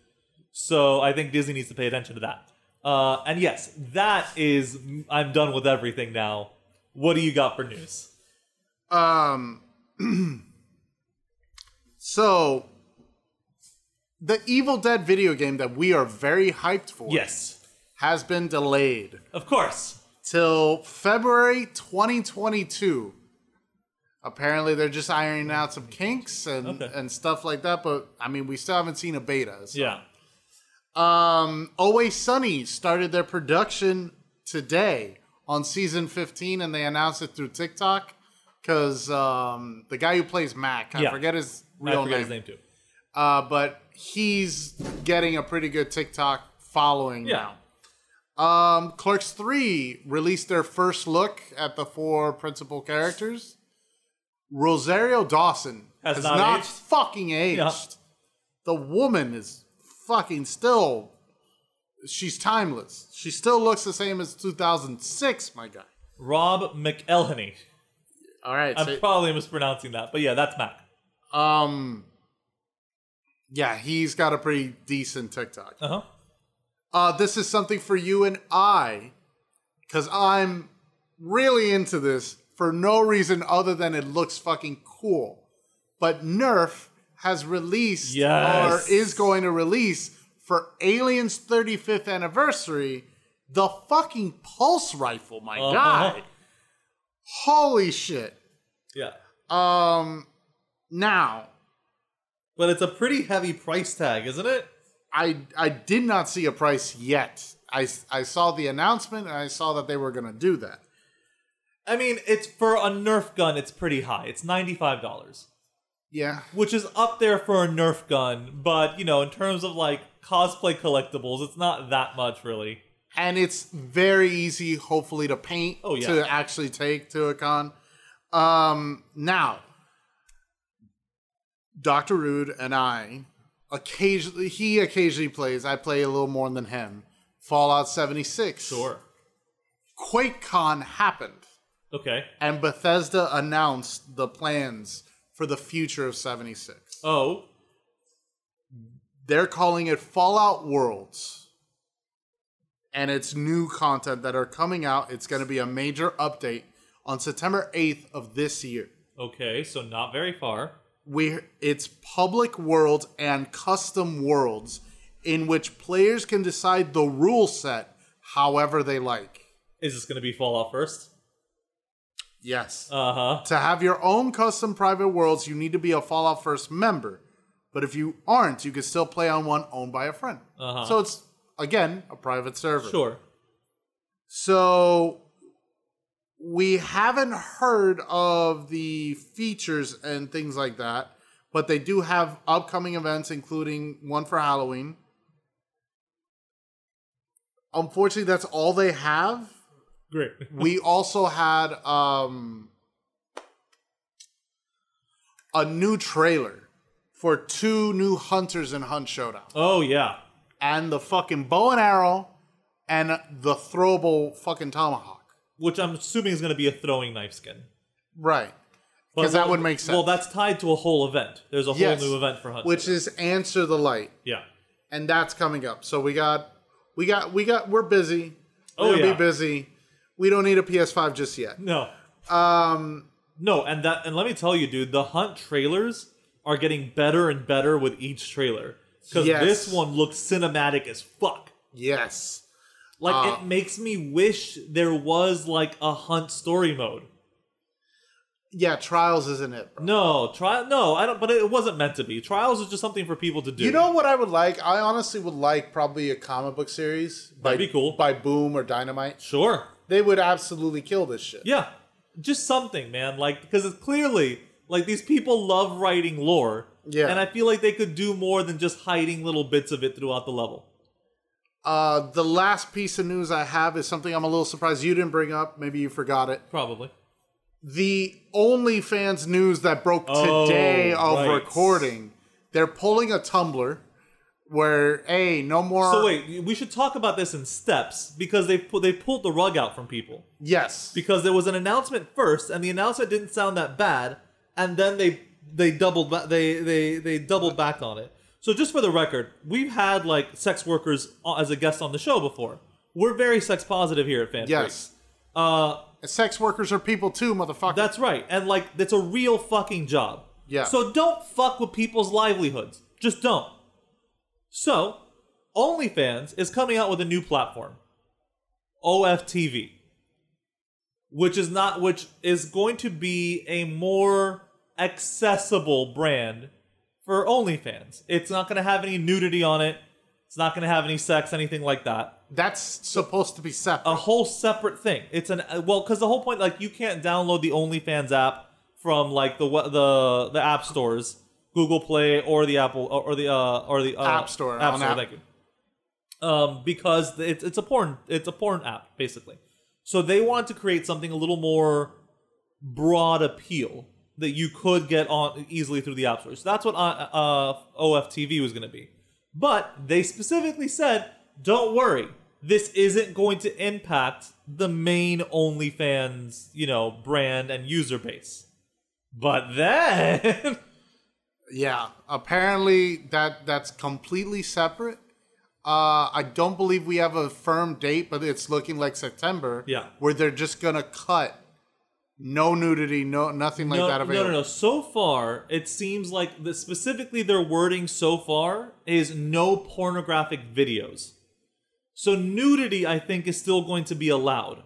So I think Disney needs to pay attention to that. Uh, and yes, that is. I'm done with everything now. What do you got for news?
Um. so, the Evil Dead video game that we are very hyped for
Yes,
has been delayed
of course.
till February 2022. Apparently, they're just ironing out some kinks and
Okay.
and stuff like that. But I mean, we still haven't seen a beta. so-
Yeah.
Um, Always Sunny started their production today on season 15, and they announced it through TikTok because um, the guy who plays Mac, I
Yeah.
forget his
I
real
forgot
name,
his name too.
Uh, but he's getting a pretty good TikTok following
Yeah.
now. Um, Clerks 3 released their first look at the four principal characters. Rosario Dawson has,
Has
not,
not aged.
fucking aged.
Yeah.
The woman is fucking still. She's timeless. She still looks the same as 2006, my guy.
Rob McElhenney.
All right.
I'm
so-
probably mispronouncing that, but yeah, that's Mac.
um, yeah, he's got a pretty decent TikTok.
Uh huh.
uh, this is something for you and I, because I'm really into this for no reason other than it looks fucking cool. But Nerf has released
Yes.
or is going to release for Aliens 35th anniversary The fucking pulse rifle, my
Uh-huh.
guy. Holy shit.
Yeah.
Um, now
But it's a pretty heavy price tag, isn't it?
I I did not see a price yet. I I saw the announcement and I saw that they were going to do that.
I mean, it's for a Nerf gun, it's pretty high. It's $95,
Yeah,
which is up there for a Nerf gun, but, you know, in terms of like cosplay collectibles, it's not that much really.
and it's very easy, hopefully, to paint
Oh, yeah.
to actually take to a con. Um, now, Doctor Rude and I occasionally he occasionally plays. I play a little more than him. Fallout seventy six. QuakeCon happened.
Okay.
and Bethesda announced the plans for the future of 76.
Oh,
They're calling it Fallout Worlds. And it's new content that are coming out. It's going to be a major update on September 8th of this year.
okay. So not very far.
We it's public worlds and custom worlds in which players can decide the rule set however they like.
Is this going to be Fallout first?
Yes.
Uh huh.
To have your own custom private worlds, you need to be a Fallout First member. But if you aren't, you can still play on one owned by a friend.
Uh-huh.
So it's, again, a private server.
Sure.
So we haven't heard of the features and things like that, but they do have upcoming events, including one for Halloween. Unfortunately, that's all they have
Great.
we also had um a new trailer for two new hunters in hunt showdown
Oh, yeah.
and the fucking bow and arrow and the throwable fucking tomahawk
Which I'm assuming is going to be a throwing knife skin.
right
But
'Cause that
well-
would make sense.
Well, that's tied to a whole event. There's a whole
Yes.
new event for Hunt.
which is answer the light
yeah.
and that's coming up so we got we got we got we're busy
Oh,
we're gonna
yeah.
be busy we don't need a ps5 just yet
No. Um. No, and that and let me tell you, dude, the Hunt trailers are getting better and better with each trailer because
Yes.
this one looks cinematic as fuck.
yes
Like
Ah.
it makes me wish there was like a Hunt story mode.
yeah trials isn't it bro.
No, trial. No, I don't. But it wasn't meant to be. Trials is just something for people to do.
You know what I would like? I honestly would like probably a comic book series.
That'd
by,
be cool.
By Boom or Dynamite.
Sure.
They would absolutely kill this shit.
Yeah. Just something, man. Like because it's clearly like these people love writing lore.
Yeah.
And I feel like they could do more than just hiding little bits of it throughout the level.
Uh, the last piece of news I have is something I'm a little surprised you didn't bring up. Maybe you forgot it.
Probably.
The OnlyFans news that broke
Oh,
today of
right.
recording. They're pulling a Tumblr where, hey, no more.
So wait, we should talk about this in steps because they pu- they pulled the rug out from people
Yes.
because there was an announcement first and the announcement didn't sound that bad and then they they doubled ba- they they they doubled back on it. So just for the record, we've had like sex workers o- as a guest on the show before. We're very sex positive here at Fan
Yes.
Freak. Uh
Sex workers are people too, motherfucker.
that's right. And like that's a real fucking job.
Yeah.
So don't fuck with people's livelihoods. Just don't. So, OnlyFans is coming out with a new platform. OFTV. Which is not which is going to be a more accessible brand for OnlyFans. It's not gonna have any nudity on it. It's not gonna have any sex, anything like that
That's supposed to be separate.
a whole separate thing. It's an uh, well, because the whole point, like, you can't download the OnlyFans app from like the we- the the app stores, Google Play or the Apple or, or the uh, or the uh,
App Store,
App
on
Store,
app-
thank you. Um, because it's it's a porn it's a porn app basically. So they wanted to create something a little more broad appeal that you could get on easily through the app store. So that's what uh, uh, OFTV was going to be. But they specifically said, "Don't worry, this isn't going to impact the main OnlyFans, you know, brand and user base." But then,
Yeah, apparently that that's completely separate. Uh, I don't believe we have a firm date, but it's looking like September.
Yeah.
where they're just gonna cut no nudity, no nothing like
no,
that
no,
available.
no, no. So far, it seems like the, specifically their wording so far is no pornographic videos. So nudity, I think, is still going to be allowed.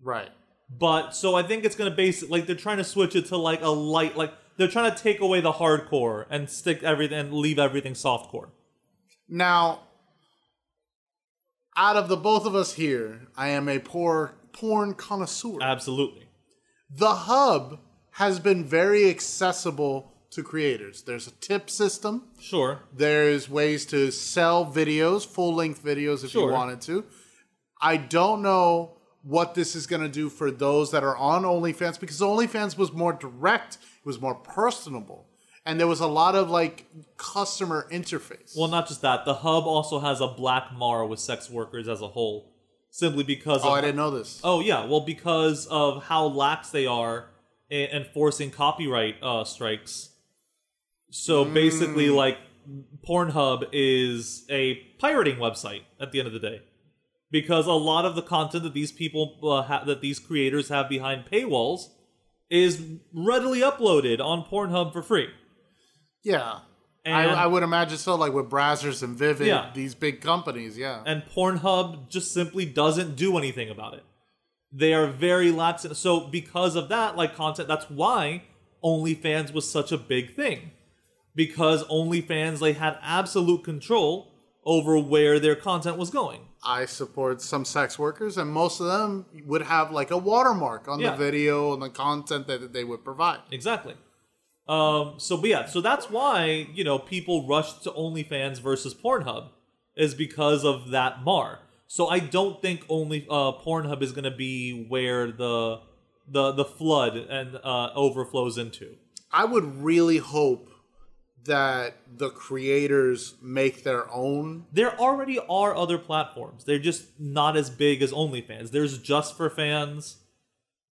Right.
But so I think it's gonna base it like they're trying to switch it to like a light like they're trying to take away the hardcore and stick everything and leave everything softcore.
Now, out of the both of us here, I am a poor porn connoisseur.
Uh, Absolutely.
the hub has been very accessible to creators. There's a tip system.
Sure.
There's ways to sell videos, full length videos if
Sure.
you wanted to. I don't know what this is going to do for those that are on OnlyFans because OnlyFans was more direct, it was more personable, and there was a lot of like customer interface.
Well, not just that. The hub also has a black mar with sex workers as a whole, simply because.
oh,
of,
I didn't know this.
Oh yeah, well because of how lax they are in enforcing copyright uh, strikes. So basically,
Hmm.
like Pornhub is a pirating website at the end of the day, because a lot of the content that these people uh, ha- that these creators have behind paywalls is readily uploaded on Pornhub for free.
Yeah. I,
And-
I would imagine so, like with Brazzers and Vivid,
Yeah.
these big companies. Yeah.
and Pornhub just simply doesn't do anything about it. They are very lax. So because of that, like content, that's why OnlyFans was such a big thing. Because OnlyFans, they had absolute control over where their content was going.
I support some sex workers, and most of them would have like a watermark on
Yeah.
the video and the content that they would provide.
Exactly. Um, so, but yeah, so that's why you know people rushed to OnlyFans versus Pornhub is because of that mar. So I don't think only uh, Pornhub is going to be where the the the flood and uh, overflows into.
I would really hope that the creators make their own.
There already are other platforms. They're just not as big as OnlyFans. There's Just for Fans.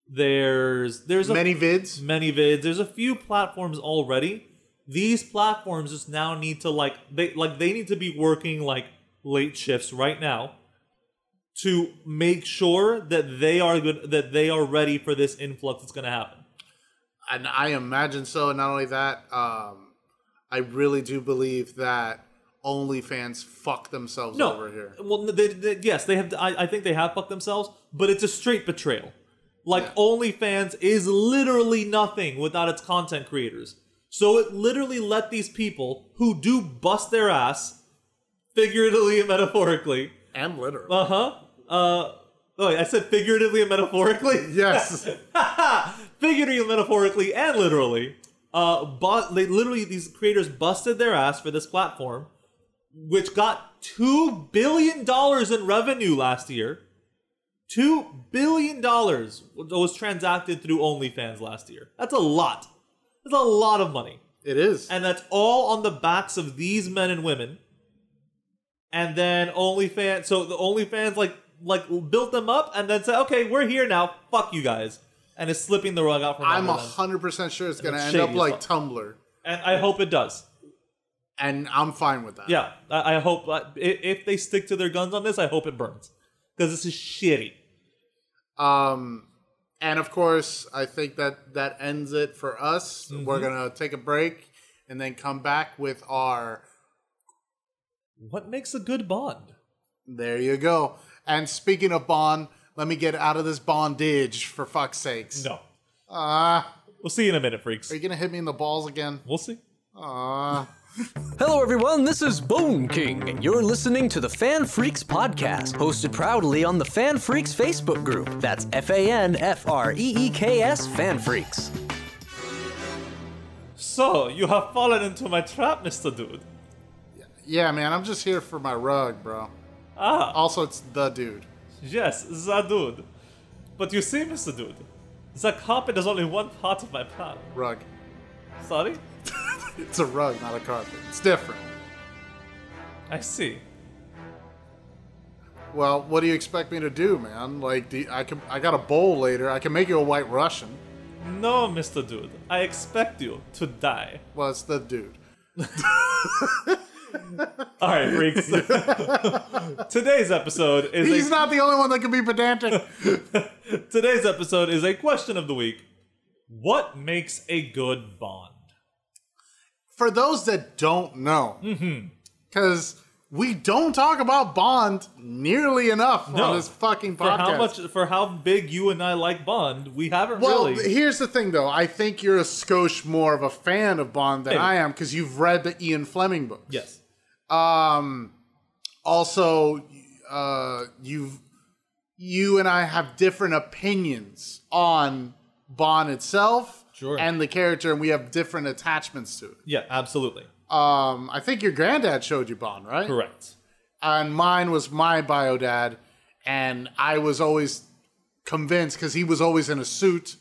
There's there's a
Many vids.
many vids. There's a few platforms already. These platforms just now need to like they like they need to be working like late shifts right now to make sure that they are good that they are ready for this influx that's going to happen.
and I imagine so. And not only that, um, I really do believe that OnlyFans fuck themselves
No,
over here.
well, they, they, yes, they have. I, I think they have fucked themselves, but it's a straight betrayal. Like
Yeah.
OnlyFans is literally nothing without its content creators. So it literally let these people who do bust their ass, figuratively and metaphorically,
And literally.
Uh huh. Uh. Oh, wait, I said figuratively and metaphorically.
yes.
figuratively, and metaphorically, and literally. Uh, but they literally these creators busted their ass for this platform, which got two billion dollars in revenue last year. Two billion dollars was transacted through OnlyFans last year. That's a lot. That's a lot of money.
it is.
And that's all on the backs of these men and women. And then OnlyFans, so the OnlyFans like like built them up and then said, "Okay, we're here now. Fuck you guys," and is slipping the rug out from
I'm
under them.
hundred percent sure it's gonna
it's
end up
shady as
like
fuck.
Tumblr,
And I hope it does.
and I'm fine with that.
Yeah, I, I hope I- i- if they stick to their guns on this, I hope it burns because this is shitty.
Um, and of course, I think that that ends it for us.
Mm-hmm.
We're gonna take a break and then come back with our.
What makes a good bond?
There you go. And speaking of Bond, let me get out of this bondage for fuck's sakes.
No,
Ah,
we'll see you in a minute, freaks.
are you gonna hit me in the balls again?
We'll see.
Ah.
Hello, everyone. This is Bone King, and you're listening to the Fan Freaks podcast, hosted proudly on the Fan Freaks Facebook group. That's F A N F R E E K S Fan Freaks.
So you have fallen into my trap, Mister Dude.
Yeah, man, I'm just here for my rug, bro.
Ah.
Also, it's the dude.
Yes, the dude. But you see, Mr. Dude, the carpet is only one part of my plan.
Rug.
Sorry?
It's a rug, not a carpet. It's different.
I see.
Well, what do you expect me to do, man? Like, do I can I got a bowl later. I can make you a white Russian.
No, Mr. Dude, I expect you to die.
Well, it's the dude.
Alright, freaks. today's episode is
He's
a,
not the only one that can be pedantic.
today's episode is a question of the week. What makes a good bond? Mm-hmm.
For those that don't know, because We don't talk about Bond nearly enough
No.
on this fucking
For
podcast.
how much? For how big you and I like Bond, we haven't
well,
really.
here's the thing, though. I think you're a skosh more of a fan of Bond than
Maybe.
I am because you've read the Ian Fleming books.
yes.
Um, also uh, you've you and I have different opinions on Bond itself
Sure.
and the character, and we have different attachments to it.
Yeah. Absolutely.
Um, I think your granddad showed you Bond, right?
Correct.
And mine was my bio dad, and I was always convinced because he was always in a suit,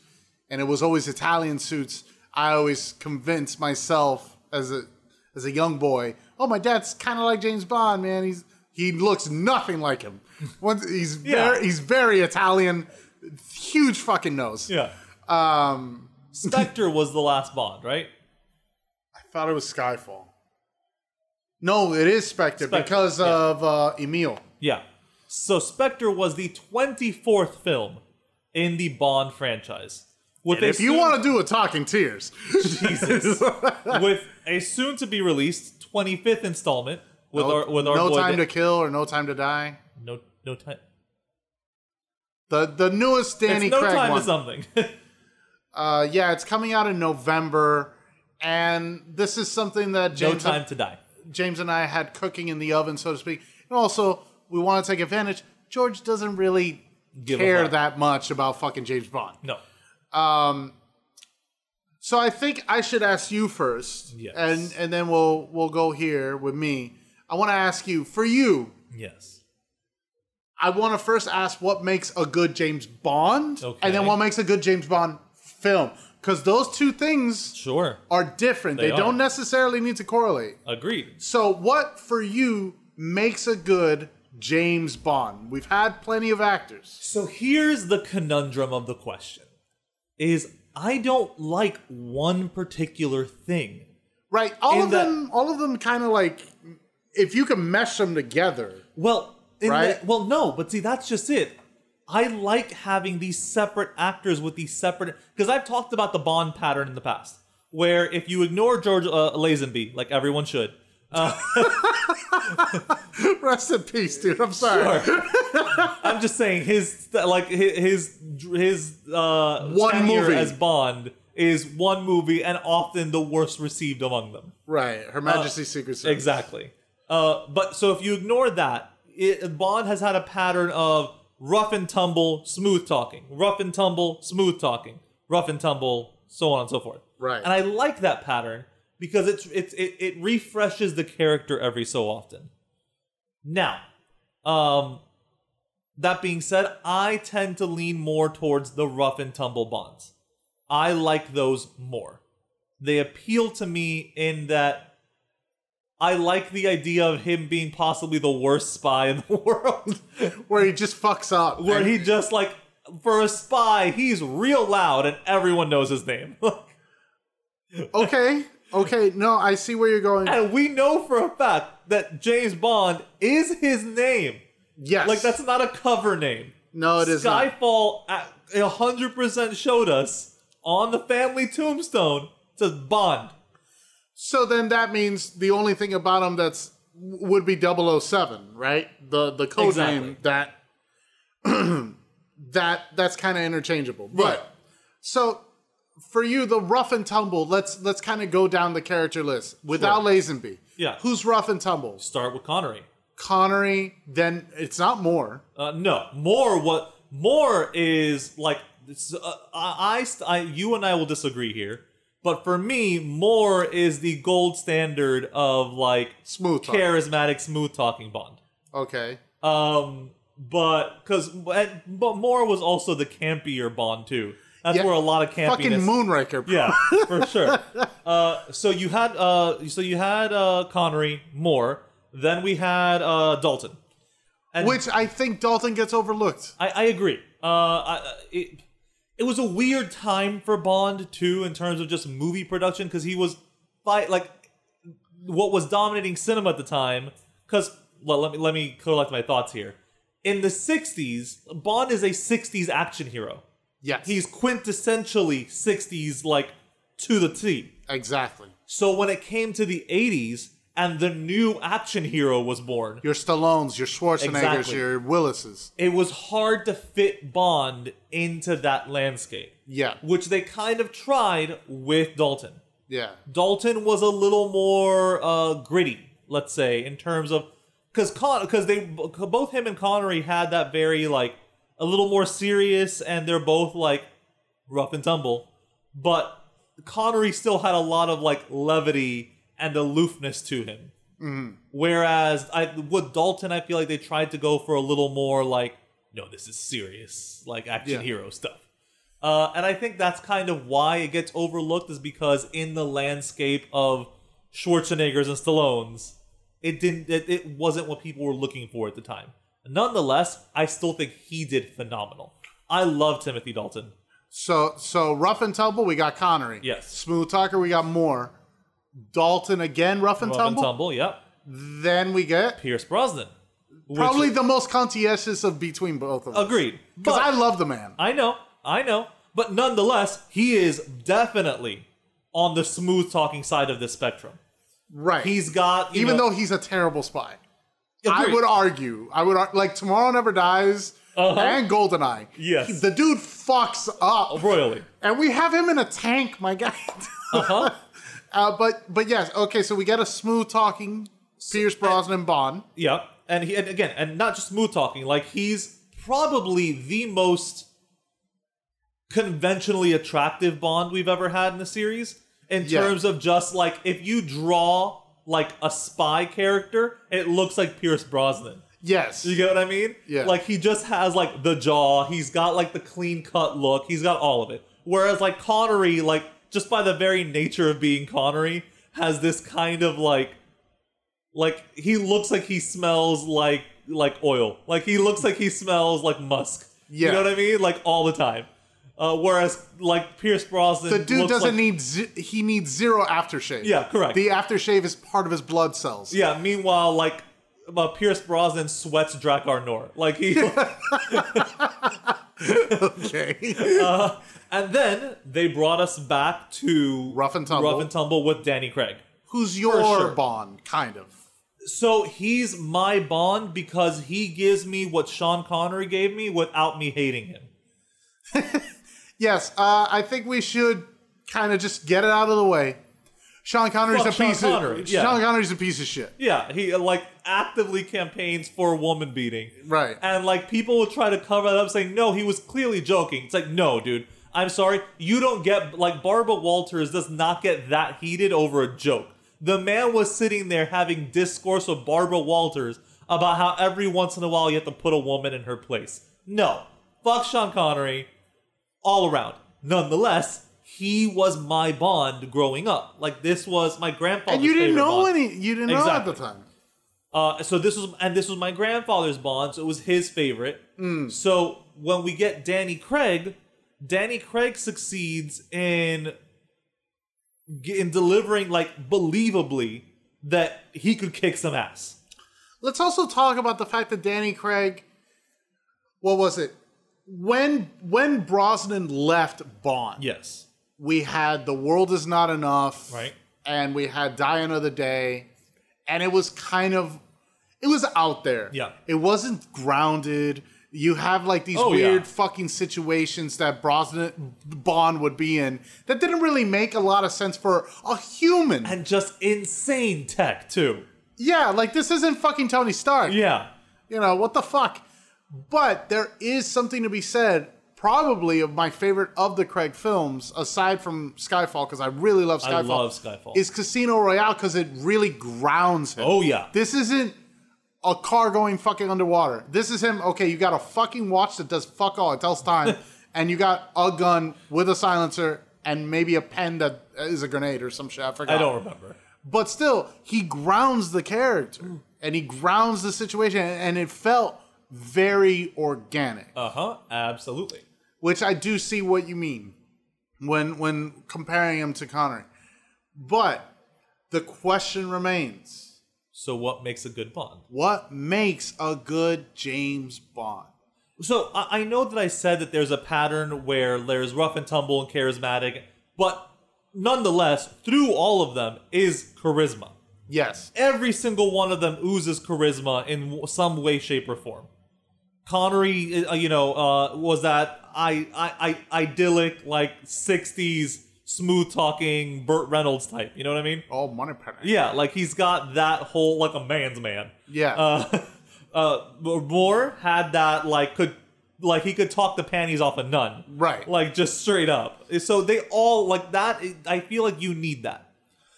and it was always Italian suits. I always convinced myself as a as a young boy, oh, my dad's kind of like James Bond, man. He's he looks nothing like him. Once he's
Yeah.
very he's very Italian, huge fucking nose.
Yeah.
Um,
Spectre was the last Bond, right?
I thought it was Skyfall. No, it is Spectre,
Spectre,
because
yeah.
of uh, Emil.
Yeah. So Spectre was the 24th film in the Bond franchise. With
If you want to do a talking tears,
Jesus. with a soon to be released 25th installment with our with our
no
boy
time
Dan-
to kill or no time to die.
no no time
The the newest Danny
it's no
Craig
time
one.
to something.
Uh, yeah, it's coming out in November, and this is something that
no
James
time to die.
James and I had cooking in the oven, so to speak. And also, we want to take advantage. George doesn't really
Give a
care
fuck.
that much about fucking James Bond.
No.
So I think I should ask you first,
Yes.
and and then we'll we'll go here with me. I want to ask you for you.
Yes.
I want to first ask what makes a good James Bond,
Okay.
and then what makes a good James Bond film, because those two things
Sure.
are different. They,
They are.
don't necessarily need to correlate.
Agreed.
So, what for you makes a good James Bond? We've had plenty of actors.
So here's the conundrum of the question. Is I don't like one particular thing.
Right, all
In
of
the-
them all of them kind of like if you can mesh them together.
Well, in
Right?
the, well, no, but see, that's just it. I like having these separate actors with these separate because I've talked about the Bond pattern in the past, where if you ignore George uh, Lazenby, like everyone should,
Rest in peace, dude. I'm sorry.
I'm just saying his like his his uh,
One
tenure
movie.
as Bond is one movie and often the worst received among them.
Right, Her Majesty's Secret Service.
Uh, Exactly. Uh, but so if you ignore that, it, Bond has had a pattern of rough and tumble, smooth talking, rough and tumble, smooth talking, rough and tumble, so on and so forth.
Right.
And I like that pattern because it's it's it, it refreshes the character every so often. Now, um, that being said, I tend to lean more towards the rough and tumble Bonds. I like those more. They appeal to me in that I like the idea of him being possibly the worst spy in the world,
Where he just fucks up.
where
and-
he just like for a spy, he's real loud and everyone knows his name.
Okay. Okay, no, I see where you're going.
and we know for a fact that James Bond is his name.
Yes.
Like that's not a cover name.
No, it is not.
Skyfall at- a hundred percent showed us on the family tombstone it says Bond.
So then that means the only thing about him that's would be 007, right? The the code
Exactly.
name that that that's kind of interchangeable. But so for you the rough and tumble, let's let's kind of go down the character list without Lazenby.
Yeah.
Who's rough and tumble?
Start with Connery.
Connery, then it's not Moore.
Uh, no, more what more is like s- uh, I, I st- I you and I will disagree here, but for me, more is the gold standard of like
Smooth talk.
charismatic, smooth talking Bond.
Okay.
Um, but because but more was also the campier Bond too. That's
Yeah.
where a lot of campiness.
Fucking Moonraker. bro.
Yeah, for sure. Uh, so you had uh, so you had uh, Connery, Moore. Then we had uh, Dalton. And
Which I think Dalton gets overlooked.
I, I agree. Uh, I, it it was a weird time for Bond too in terms of just movie production because he was fight like what was dominating cinema at the time. Because well, let me let me collect my thoughts here. In the '60s, Bond is a '60s action hero.
Yes.
He's quintessentially '60s, like to the T.
exactly.
So when it came to the 80s and the new action hero was born.
Your Stallones, your Schwarzeneggers,
Exactly.
your Willises.
It was hard to fit Bond into that landscape.
Yeah.
Which they kind of tried with Dalton.
Yeah.
Dalton was a little more uh, gritty, let's say, in terms of because Con because they both him and Connery had that very like a little more serious, and they're both like rough and tumble, but Connery still had a lot of like levity and aloofness to him. Whereas I with Dalton, I feel like they tried to go for a little more like no, this is serious, like action
Yeah.
hero stuff. Uh, and I think that's kind of why it gets overlooked is because in the landscape of Schwarzeneggers and Stallones, it didn't it, it wasn't what people were looking for at the time. Nonetheless, I still think he did phenomenal. I love Timothy Dalton.
So so rough and tumble, we got Connery.
Yes.
Smooth talker, we got Moore. Dalton again, rough and,
Rough
tumble.
and tumble, yep.
Then we get
Pierce Brosnan. Which-
probably the most conscientious of between both of us.
agreed.
Because
But-
I love the man.
I know, I know. But nonetheless, he is definitely on the smooth talking side of the spectrum.
Right.
He's got you
even
know,
though he's a terrible spy. I
Agreed.
would argue. I would ar- like Tomorrow Never Dies
Uh-huh.
and Goldeneye.
Yes.
He- the dude fucks up,
royally.
and we have him in a tank, my guy.
Uh-huh.
uh, but but yes, okay. So we get a smooth talking Pierce Brosnan Bond.
Yeah, and he and again, and not just smooth talking. Like he's probably the most conventionally attractive Bond we've ever had in the series in
Yeah.
terms of just like if you draw like a spy character, it looks like Pierce Brosnan.
Yes.
You get what I mean?
Yeah.
Like he just has like the jaw. He's got like the clean cut look. He's got all of it. Whereas like Connery, like just by the very nature of being Connery, has this kind of like, like he looks like he smells like like oil. Like he looks like he smells like musk.
Yeah.
You know what I mean? Like all the time. Uh, whereas like Pierce Brosnan,
the dude
looks
doesn't
like-
need ze- he needs zero aftershave.
Yeah, correct.
The aftershave is part of his blood cells.
Yeah. Meanwhile, like uh, Pierce Brosnan sweats Drakkar Nor. Like he.
Okay.
And then they brought us back to
Rough and Tumble.
Rough and Tumble with Danny Craig.
Who's your
sure.
Bond? Kind of.
So he's my Bond because he gives me what Sean Connery gave me without me hating him.
Yes, uh, I think we should kind of just get it out of the way. Sean Connery's
Fuck
a
Sean
piece
Connery,
of
yeah.
Sean Connery's a piece of shit.
Yeah, he uh, like actively campaigns for woman beating.
Right.
And like people would try to cover that up saying, no, he was clearly joking. It's like, no, dude, I'm sorry. You don't get, like, Barbara Walters does not get that heated over a joke. The man was sitting there having discourse with Barbara Walters about how every once in a while you have to put a woman in her place. No. Fuck Sean Connery all around. Nonetheless, he was my bond growing up. Like, this was my grandfather's
And you didn't
favorite
know
Bond.
any you didn't know
Exactly.
at the time.
Uh, so this was and this was my grandfather's bond, so it was his favorite. So when we get Danny Craig, Danny Craig succeeds in ge- in delivering like believably that he could kick some ass.
Let's also talk about the fact that Danny Craig what was it? When when Brosnan left Bond,
Yes,
we had The World Is Not Enough.
Right.
And we had Die Another Day. And it was kind of it was out there.
Yeah.
It wasn't grounded. You have like these
Oh,
weird
yeah.
fucking situations that Brosnan Bond would be in that didn't really make a lot of sense for a human.
and just insane tech too.
yeah, like this isn't fucking Tony Stark.
Yeah,
You know, what the fuck? But there is something to be said, probably of my favorite of the Craig films, aside from Skyfall, because I really love Skyfall.
I love Skyfall.
Is Casino Royale because it really grounds him.
Oh, yeah.
This isn't a car going fucking underwater. This is him, okay, you got a fucking watch that does fuck all, it tells time, and you got a gun with a silencer and maybe a pen that is a grenade or some shit. I forgot.
I don't remember.
But still, he grounds the character and he grounds the situation, and it felt very organic,
Uh huh. Absolutely.
which I do see what you mean when when comparing him to Connery. But the question remains:
So what makes a good bond?
What makes a good James Bond?
So I, I know that I said that there's a pattern where there's rough and tumble and charismatic, but nonetheless, through all of them is charisma.
Yes.
Every single one of them oozes charisma in w- some way, shape, or form. Connery, uh, you know, uh, was that I, I, I, idyllic, like 60s smooth talking Burt Reynolds type. You know what I mean?
All Oh, money penny.
Yeah, like he's got that whole, like a man's man.
Yeah.
Uh, uh, Moore had that, like, could. Like he could talk the panties off a nun,
Right.
Like just straight up. So they all like that. I feel like you need that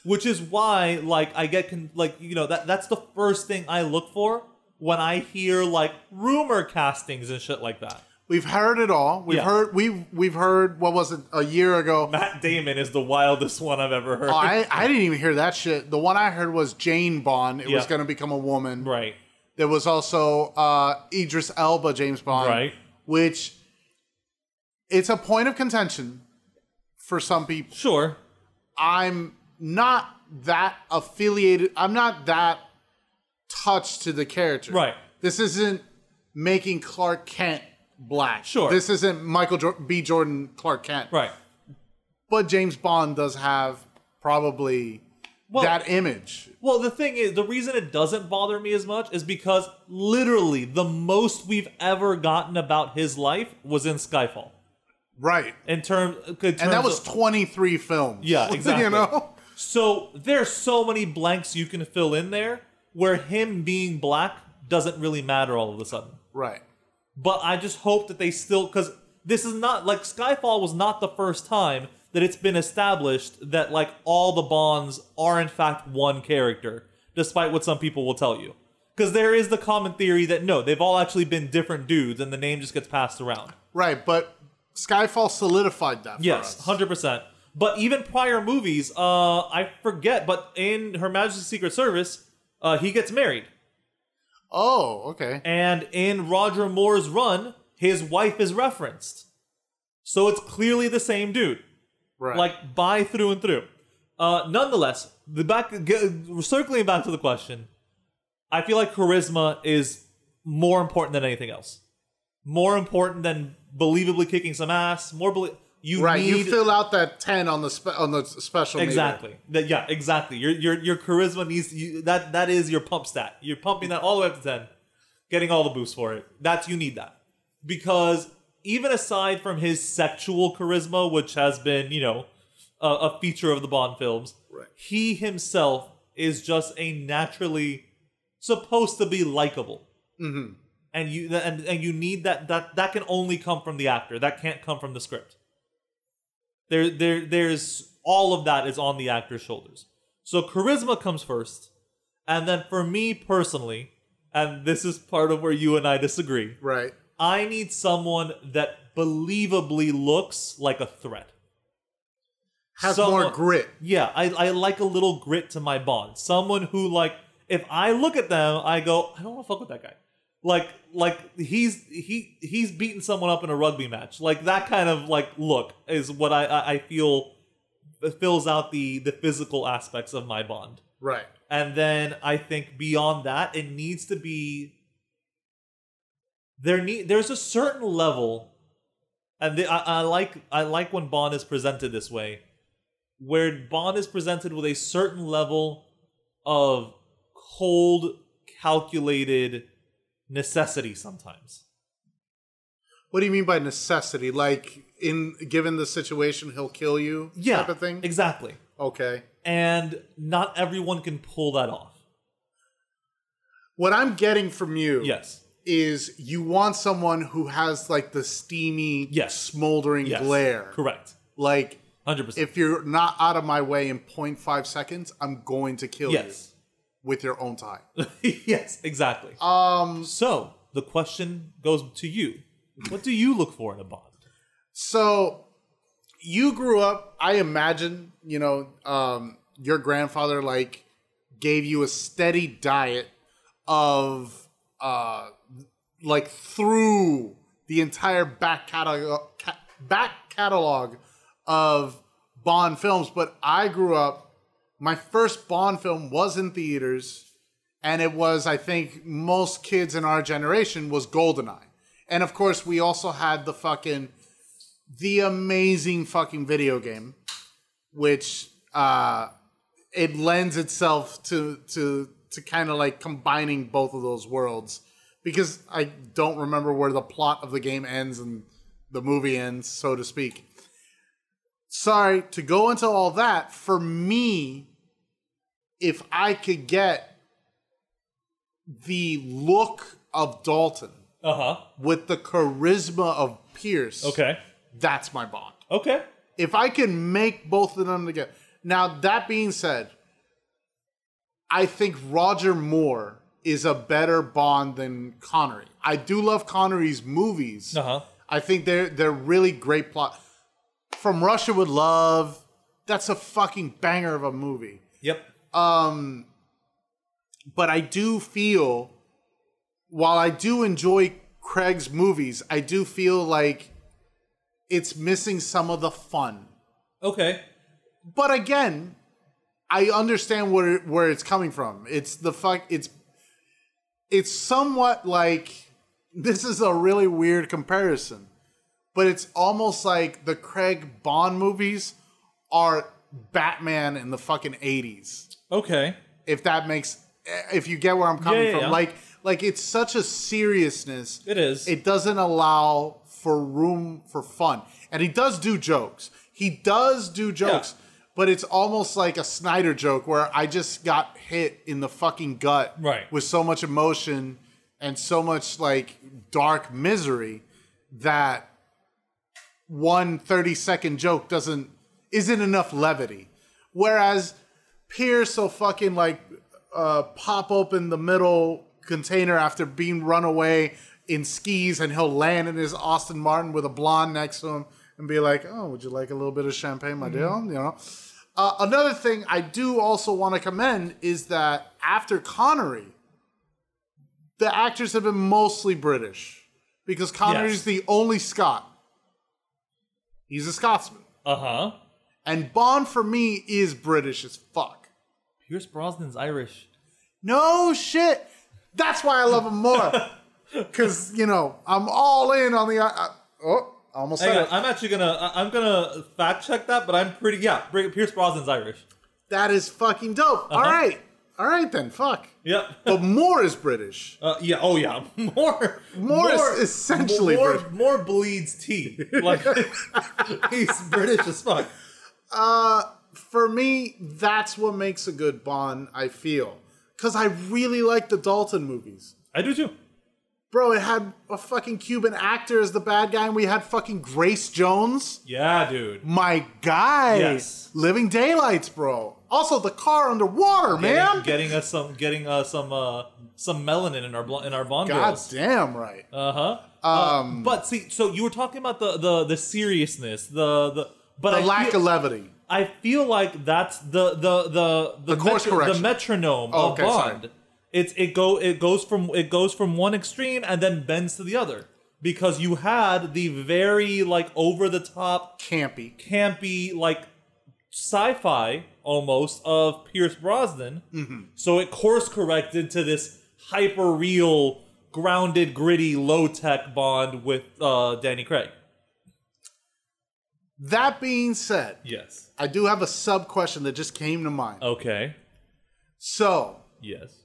which is why like i get con- like you know that that's the first thing i look for when i hear like rumor castings and shit like that
We've heard it all. We've
Yeah.
heard we've we've heard what was it a year ago?
matt damon is the wildest one i've ever heard
Oh, I, I didn't even hear that shit. The one I heard was Jane Bond. It was
Yeah.
going to become a woman.
right
There was also uh, Idris Elba James Bond.
Right.
Which it's a point of contention for some people.
sure
I'm not that affiliated. I'm not that touched to the character.
Right.
This isn't making Clark Kent black.
Sure.
This isn't Michael Jor- B. Jordan Clark Kent.
right
But James Bond does have probably
Well-
that image.
well the thing is the reason it doesn't bother me as much is because literally the most we've ever gotten about his life was in skyfall
Right.
in terms
And that was 23 films.
Yeah, exactly.
you know?
So there's so many blanks you can fill in there where him being black doesn't really matter all of a sudden.
Right.
But I just hope that they still because this is not like Skyfall was not the first time that it's been established that like all the Bonds are in fact one character, despite what some people will tell you. Because there is the common theory that no, they've all actually been different dudes, and the name just gets passed around.
Right. But Skyfall solidified that. for
Yes,
us.
hundred percent. But even prior movies, uh, I forget. But in Her Majesty's Secret Service, uh, he gets married,
Oh, okay.
and in Roger Moore's run, his wife is referenced. So it's clearly the same dude,
Right.
like by through and through. Uh, nonetheless, the back g- circling back to the question, I feel like charisma is more important than anything else. More important than believably kicking some ass. More belie- you
right.
need
You fill out that 10 on the, spe- on the special. meter.
Exactly. That yeah, exactly. Your your your charisma needs you, that that is your pump stat. You're pumping that all the way up to 10, getting all the boosts for it. That's you need that. Because even aside from his sexual charisma, which has been, you know, a, a feature of the Bond films,
Right.
he himself is just a naturally supposed to be likable. Mm-hmm. And you and, and you need that that that can only come from the actor. That can't come from the script. There, there, there's all of that is on the actor's shoulders. So charisma comes first, and then for me personally, and this is part of where you and I disagree.
Right.
I need someone that believably looks like a threat.
Has
Someone-
more grit.
Yeah, I, I like a little grit to my bond. Someone who like if I look at them, I go, I don't want to fuck with that guy. Like like he's he he's beating someone up in a rugby match. Like that kind of like look is what I I, I feel fills out the the physical aspects of my bond.
Right.
And then I think beyond that, it needs to be there. Need there's a certain level, and the, I, I like I like when Bond is presented this way, where Bond is presented with a certain level of cold, calculated necessity sometimes.
What do you mean by necessity? Like in given the situation, he'll kill you.
Yeah,
Type of thing.
exactly.
okay.
And not everyone can pull that off.
What I'm getting from you
Yes,
is you want someone who has like the steamy,
Yes.
smoldering
yes,
glare.
correct,
Like
hundred percent.
if you're not out of my way in 0.5 seconds, I'm going to kill
Yes.
you with your own tie.
yes, exactly.
Um.
So the question goes to you: What do you look for in a bond?
So you grew up. I imagine you know um, your grandfather like gave you a steady diet of uh, like through the entire back catalog ca- back catalog of Bond films. But I grew up. My first Bond film was in theaters and it was i think most kids in our generation was goldeneye and of course we also had the fucking the amazing fucking video game which uh it lends itself to to to kind of like combining both of those worlds because I don't remember where the plot of the game ends and the movie ends, so to speak. Sorry to go into all that. For me, if I could get the look of Dalton
Uh huh.
with the charisma of Pierce,
Okay.
that's my bond
Okay.
if I can make both of them together. Now, that being said, I think Roger Moore is a better Bond than Connery. I do love Connery's movies.
Uh huh.
I think they're they're really great plot. From Russia with Love, that's a fucking banger of a movie.
Yep.
Um, but I do feel, while I do enjoy Craig's movies, I do feel like it's missing some of the fun
Okay.
but again, I understand where where it's coming from. It's the fuck. It's it's somewhat like this is a really weird comparison, but it's almost like the Craig Bond movies are Batman in the fucking eighties.
Okay.
If that makes eh, if you get where I'm coming
Yeah, yeah,
from,
yeah.
like like it's such a seriousness
It is.
it doesn't allow for room for fun. And he does do jokes. He does do jokes, but it's almost like a Snyder joke where I just got hit in the fucking gut
Right.
with so much emotion and so much like dark misery that one 30 second joke doesn't isn't enough levity. Whereas Pierce will fucking like uh, pop open the middle container after being run away in skis and he'll land in his Austin Martin with a blonde next to him and be like, oh, would you like a little bit of champagne, my dear? You know. Uh, another thing I do also want to commend is that after Connery, the actors have been mostly British because Connery's
Yes.
the only Scot. He's a Scotsman.
Uh huh.
And Bond for me is British as fuck.
Pierce Brosnan's Irish.
No shit. That's why I love him more. Cause you know I'm all in on the. Uh, oh, I almost
Hang
said
on,
it.
I'm actually gonna I- I'm gonna fact check that, but I'm pretty yeah. Bri- Pierce Brosnan's Irish.
That is fucking dope.
Uh-huh.
All right, all right then. Fuck.
Yep.
But Moore is British.
Uh, yeah. Oh yeah. More.
More is essentially
more,
British.
more bleeds tea. Like he's British as fuck.
For me, that's what makes a good Bond. I feel because I really like the Dalton movies.
I do too.
Bro, it had a fucking Cuban actor as the bad guy, and we had fucking Grace Jones.
Yeah, dude.
My guy.
Yes.
Living Daylights, bro. Also, the car underwater, man.
Getting, getting us some getting us some uh some melanin in our bl- in our bond
God
girls.
damn Um, right.
Uh-huh. Uh, but see, so you were talking about the the the seriousness, the the but
the
I
lack
feel,
of levity.
I feel like that's the the the the,
course
the
correction.
metronome
Oh,
of
okay, sorry.
Bond. It's it go it goes from it goes from one extreme and then bends to the other because you had the very like over the top
Campy.
campy like sci-fi almost of Pierce Brosnan.
Mm-hmm.
So it course corrected to this hyper real, grounded, gritty, low tech Bond with uh, Danny Craig.
That being said,
Yes.
I do have a sub question that just came to mind.
Okay.
So,
Yes.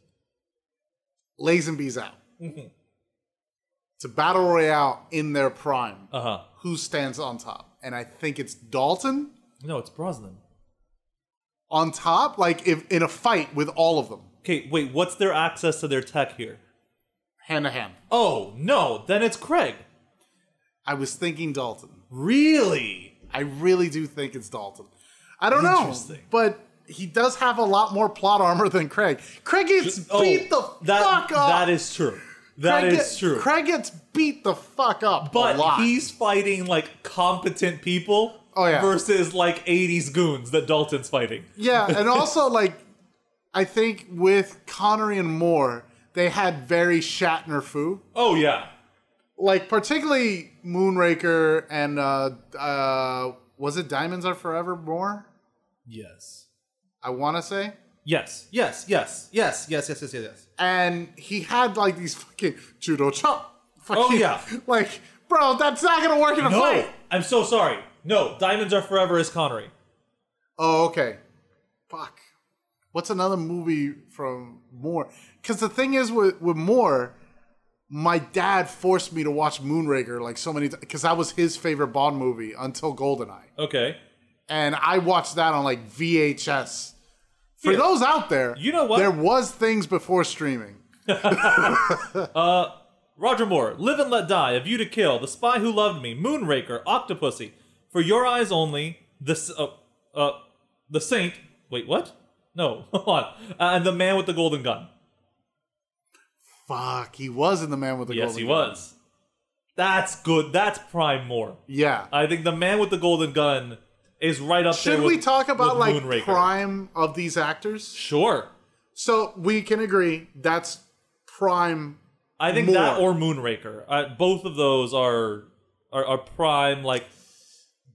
Lazenby's out. It's a battle royale in their prime.
Uh huh.
Who stands on top? And I think it's Dalton
No, it's Brosnan.
on top, like if in a fight with all of them,
Okay, wait, what's their access to their tech here?
hand to hand.
Oh, no, then it's Craig.
I was thinking Dalton.
Really?
I really do think it's Dalton. I don't know,
Interesting.
but he does have a lot more plot armor than Craig. Craig gets beat the
Oh, that,
fuck up.
That is true. That is
Craig get-
true.
Craig gets beat the fuck up. a
but
lot.
he's fighting like competent people
Oh, yeah.
versus like 80s goons that Dalton's fighting.
yeah, and also like I think with Connery and Moore, they had very Shatner foo.
Oh, yeah.
Like particularly Moonraker and uh uh was it Diamonds Are Forever Moore?
Yes.
I want to say.
Yes, yes, yes, yes, yes, yes, yes, yes, yes.
and he had like these fucking judo chop. Fucking,
Oh, yeah.
like bro, that's not gonna work in a
No,
fight.
I'm so sorry. No, Diamonds Are Forever is Connery.
Oh, okay. Fuck. What's another movie from Moore? Because the thing is with with Moore, my dad forced me to watch Moonraker like so many times because that was his favorite Bond movie until Goldeneye,
Okay.
and I watched that on like VHS. For
Yeah.
those out there,
You know what?
There was things before streaming.
Roger Moore, Live and Let Die, A View to Kill, The Spy Who Loved Me, Moonraker, Octopussy, For Your Eyes Only, The S- uh, uh, The Saint. Wait, what? No, hold on. Uh, and The Man with the Golden Gun.
Fuck, he was in the Man with the
Yes,
Golden
he
Gun.
was. That's good. That's prime Moore.
Yeah.
I think The Man with the Golden Gun is right up there.
Should
Uh, with-
we talk about
with
like
Moonraker.
prime of these actors?
Sure.
So we can agree that's prime.
I think
Moore.
that or Moonraker. Uh, both of those are, are are prime, like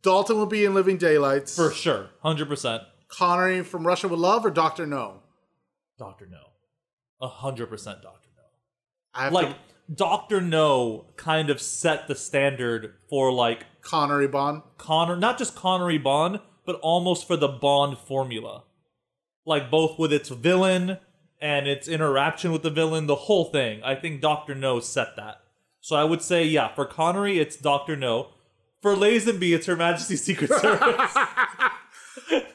Dalton will be in Living Daylights.
for sure, hundred percent.
Connery from Russia with Love or Doctor No.
Doctor No, hundred percent Doctor No.
I have
like
to-
Doctor No kind of set the standard for like
Connery Bond.
Connor, not just Connery Bond, but almost for the Bond formula, like both with its villain and its interaction with the villain, the whole thing. I think Doctor No set that. So I would say, yeah, for Connery, it's Doctor No. For Lazenby, it's Her Majesty's Secret Service.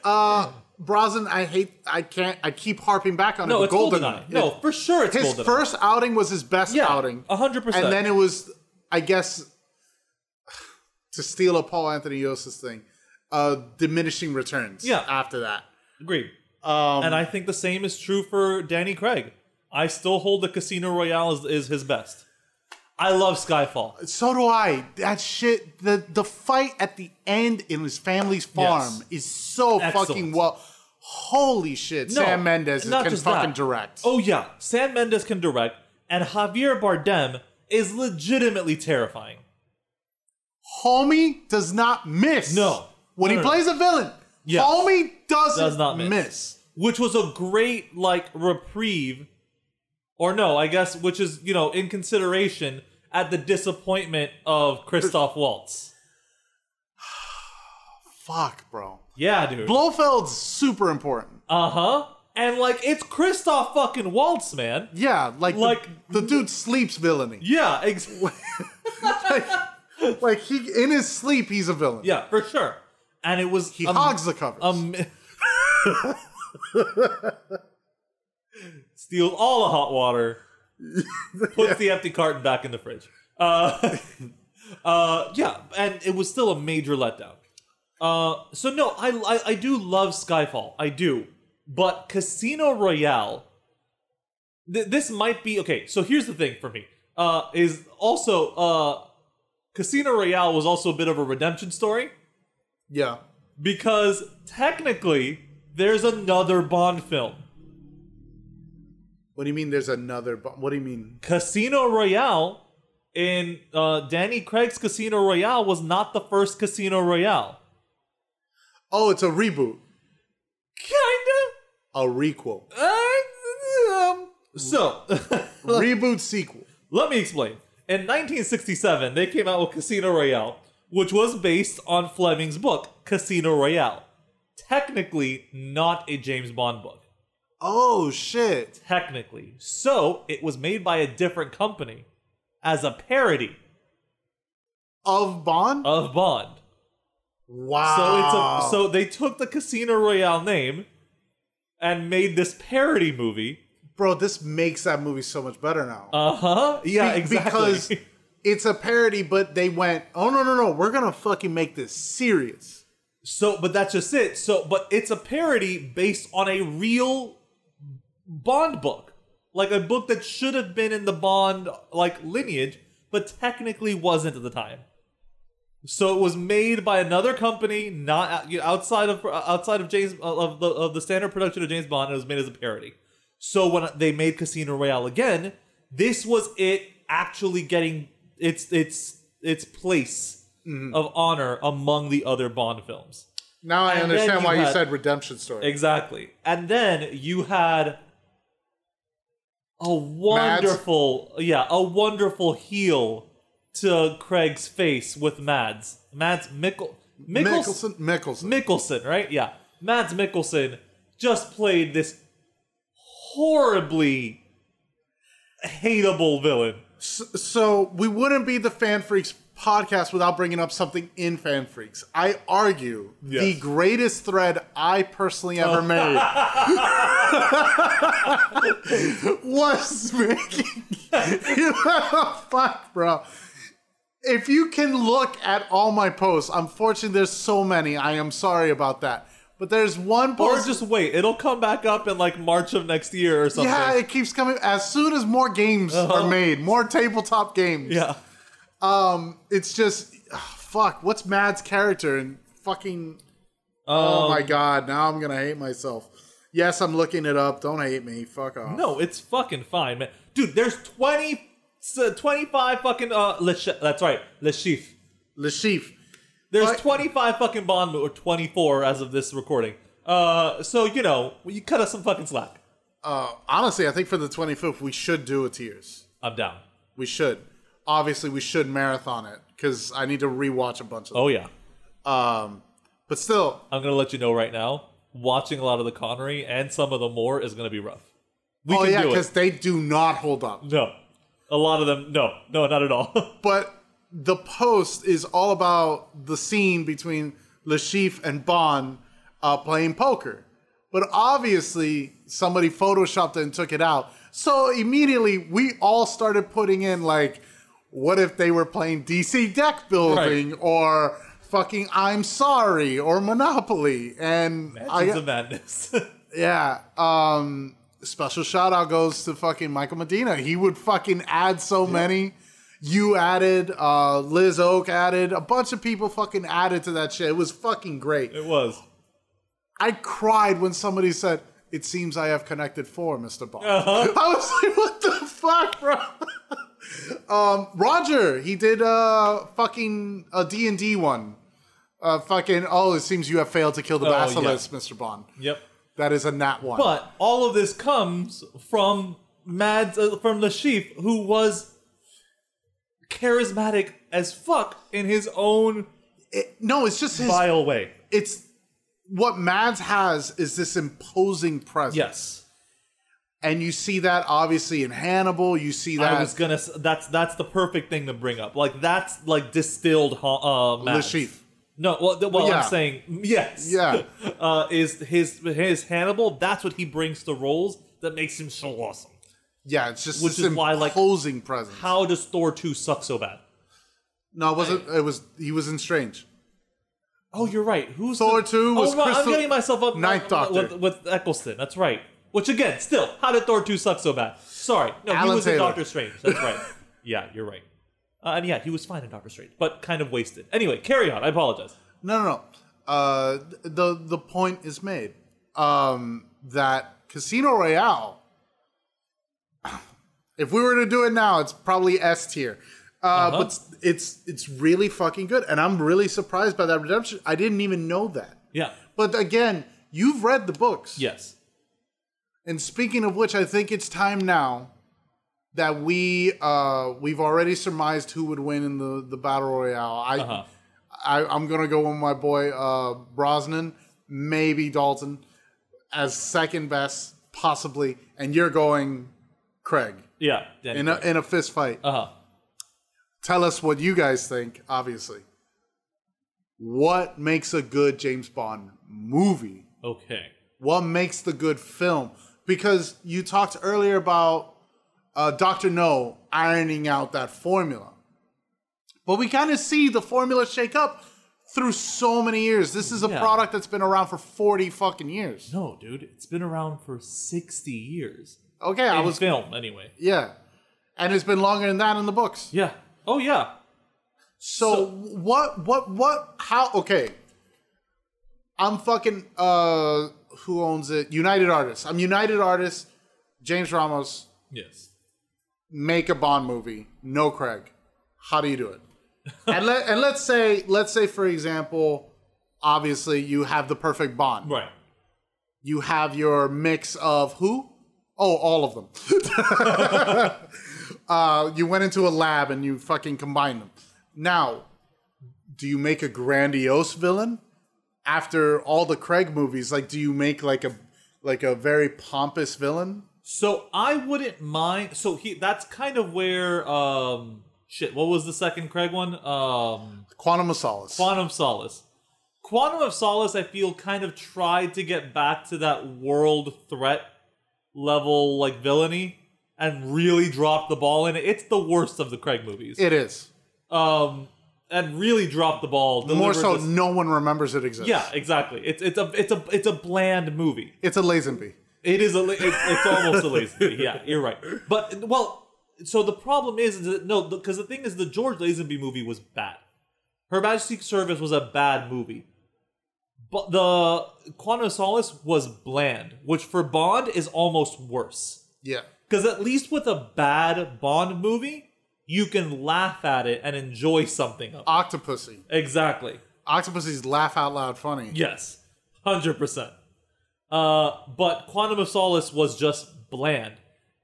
Brosnan, I hate. I can't. I keep harping back on
no,
it.
it's
but Goldeneye.
Goldeneye. No,
It-
for sure, it's
his
Goldeneye.
first outing was his best
yeah,
outing,
hundred percent.
and then it was, I guess, to steal a Paul Anthony Yosis thing, uh, diminishing returns.
Yeah.
After that,
Agreed.
um,
and I think the same is true for Danny Craig. I still hold the Casino Royale is, is his best. I love Skyfall.
So do I. That shit. The the fight at the end in his family's farm
Yes.
is so
Excellent.
fucking well. Holy shit! Sam Mendes
not
can
just
fucking
that.
direct.
Oh yeah, Sam Mendes can direct, and Javier Bardem is legitimately terrifying.
homie does not miss.
No.
when
No, no,
he
no.
plays a villain,
Yes.
homie doesn't
Does not miss.
miss.
which was a great like reprieve, or no, I guess which is you know in consideration at the disappointment of Christoph Waltz.
Fuck, bro.
Yeah, dude.
Blofeld's super important.
Uh huh. And like it's Christoph fucking Waltz, man.
Yeah, like the-
Like-
the, dude sleeps villainy.
Yeah, ex-
like he in his sleep, he's a villain.
yeah, Um, for sure. And it was
he
am-
hogs the covers.
am- steals all the hot water, puts the empty carton back in the fridge. Uh, uh, yeah, and it was still a major letdown. Uh, so no, I, I I do love Skyfall, I do, but Casino Royale. Th- this might be okay. So here's the thing for me uh, is also uh, Casino Royale was also a bit of a redemption story
yeah,
because technically there's another Bond film.
what do you mean? There's another. bo- What do you mean?
Casino Royale in uh, Danny Craig's Casino Royale was not the first Casino Royale.
Oh, it's a reboot,
Kinda.
a requel,
Uh, um, so
reboot sequel.
let me explain. In 1967, they came out with Casino Royale, which was based on Fleming's book Casino Royale. Technically, not a James Bond book.
Oh shit!
technically. So it was made by a different company as a parody
Of Bond.
of Bond.
wow.
Uh, So it's a, so they took the Casino Royale name and made this parody movie.
bro, this makes that movie so much better now.
Uh huh. Yeah,
Be-
exactly.
Because it's a parody, but they went, oh no no no, we're gonna fucking make this serious.
so, but that's just it. So, but it's a parody based on a real Bond book, like a book that should have been in the Bond like lineage, but technically wasn't at the time. So it was made by another company, not out- you know, outside of outside of James of the of the standard production of James Bond. and It was made as a parody. So when they made Casino Royale again, this was it actually getting its its its place of honor among the other Bond films.
Now I
And then
understand
you
why you
had-
said redemption story.
Exactly. And then you had a wonderful, yeah, a wonderful heel to Craig's face with Mads. Mads Mickel, Mickelson,
Mickelson, Mickelson.
Mickelson, right? Yeah. Mads Mickelson just played this horribly hateable villain.
So we wouldn't be the Fan Freaks podcast without bringing up something in Fan Freaks. I argue
Yes.
the greatest thread I personally ever made was making you fuck, bro. If you can look at all my posts, unfortunately, there's so many. I am sorry about that. But there's one
Or
post.
just wait, it'll come back up in like March of next year or something. Uh-huh.
yeah, it keeps coming. As soon as more games are made, more tabletop games.
yeah.
it's just ugh, fuck what's mad's character and fucking oh
Um,
my god now i'm gonna hate myself yes i'm looking it up don't hate me fuck off
No, it's fucking fine, man. Dude, there's 20, s- 25 fucking, uh, Le Ch- that's right, Le Chiffre.
le chief
There's
But-
25 fucking Bond, mo- or 24 as of this recording. Uh, so, you know, you cut us some fucking slack.
uh, honestly i think for the 25th we should do a tears
I'm down.
we should obviously we should marathon it because i need to rewatch a bunch of
Oh, yeah.
um but still
I'm gonna let you know right now, watching a lot of the Connery and some of the more is gonna be rough. We
oh
can
yeah
do
because
it.
they do not hold up
No. A lot of them, no. No, not at all.
but the post is all about the scene between Lashif and Bond uh, playing poker. But obviously, somebody photoshopped it and took it out. So immediately, we all started putting in like, what if they were playing DC deck building or fucking I'm sorry or Monopoly? And I,
It's a madness.
yeah. Um special shout out goes to fucking Michael Medina. He would fucking add so many. You added, uh Liz Oak added, a bunch of people fucking added to that shit. It was fucking great.
it was.
I cried when somebody said, It seems I have connected four, Mr. Bond.
Uh-huh.
I was like, what the fuck, bro? um, Roger, he did uh fucking a D&D one. Uh, fucking, oh, it seems you have failed to kill the
Oh, yeah.
basilisk, Mr. Bond.
Yep.
That is a nat one.
But all of this comes from Mads, uh, from the sheep, who was charismatic as fuck in his own
It- no, it's just his.
vile way.
It's what Mads has is this imposing presence.
Yes.
and you see that obviously in Hannibal. You see that
I was gonna. s- That's that's the perfect thing to bring up. Like that's like distilled. ha- Uh, Mads.
Chiffre.
No, well, th- well
yeah.
I'm saying yes.
Yeah.
uh, is his his Hannibal? That's what he brings to roles that makes him so awesome.
yeah, it's just
which
this
is why, like,
imposing presence.
How does Thor two suck so bad?
no, it wasn't. It was he was in Strange.
Oh, you're right. Who's
Thor
the-
2 was
oh, right, I'm
Crystal-
getting myself up
Ninth
uh,
Doctor.
with, with Eccleston. That's right. Which again, still, how did Thor two suck so bad? Sorry, no, he
Alan
was in
Taylor.
Doctor Strange. That's right. yeah, you're right. Uh, and yeah, he was fine in Doctor Strange, but kind of wasted. Anyway, carry on. I apologize.
No, no, no. Uh, th- the the point is made um, that Casino Royale. If we were to do it now, it's probably S tier, uh, but s- it's it's really fucking good, and I'm really surprised by that redemption. I didn't even know that.
Yeah.
But again, you've read the books.
Yes.
And speaking of which, I think it's time now that we uh, we've already surmised who would win in the, the battle royale. I, I I'm gonna go with my boy uh, Brosnan, maybe Dalton, as second best possibly, and you're going Craig
Yeah.
in a in a fist fight.
uh huh.
Tell us what you guys think. Obviously, what makes a good James Bond movie?
Okay.
what makes the good film because you talked earlier about uh, dr no ironing out that formula but we kind of see the formula shake up through so many years this is a
Yeah.
product that's been around for 40 fucking years
No, dude, it's been around for sixty years.
okay i
In
was
film anyway.
yeah and it's been longer than that in the books
Yeah. Oh yeah.
So,
So-
what what what how okay. I'm fucking uh who owns it? United Artists. I'm United Artists. James Ramos
Yes.
make a Bond movie. No Craig. How do you do it? and let and let's say let's say for example, obviously you have the perfect Bond.
Right.
You have your mix of who? Oh, all of them. uh, you went into a lab and you fucking combined them. Now, do you make a grandiose villain after all the Craig movies? Like, do you make like a like a very pompous villain?
So I wouldn't mind. So he that's kind of where um shit. What was the second Craig one? Um,
Quantum of Solace.
Quantum of Solace. Quantum of Solace. I feel kind of tried to get back to that world threat level like villainy and really dropped the ball in it. It's the worst of the Craig movies.
it is.
um, and really dropped the ball.
More
delivered
so,
this-
no one remembers it exists.
yeah, exactly. It's it's a it's a it's a bland movie.
It's a Lazenby.
It is a. la- It's, it's almost a Lazenby. Yeah, you're right. But well, so the problem is, is that, no, because the, thing is, the George Lazenby movie was bad. Her Majesty's Service was a bad movie. But the Quantum of Solace was bland, which for Bond is almost worse.
Yeah.
Because at least with a bad Bond movie, you can laugh at it and enjoy something. Of it.
Octopussy.
Exactly.
Octopussy's laugh out loud funny.
Yes, hundred percent. Uh, but Quantum of Solace was just bland.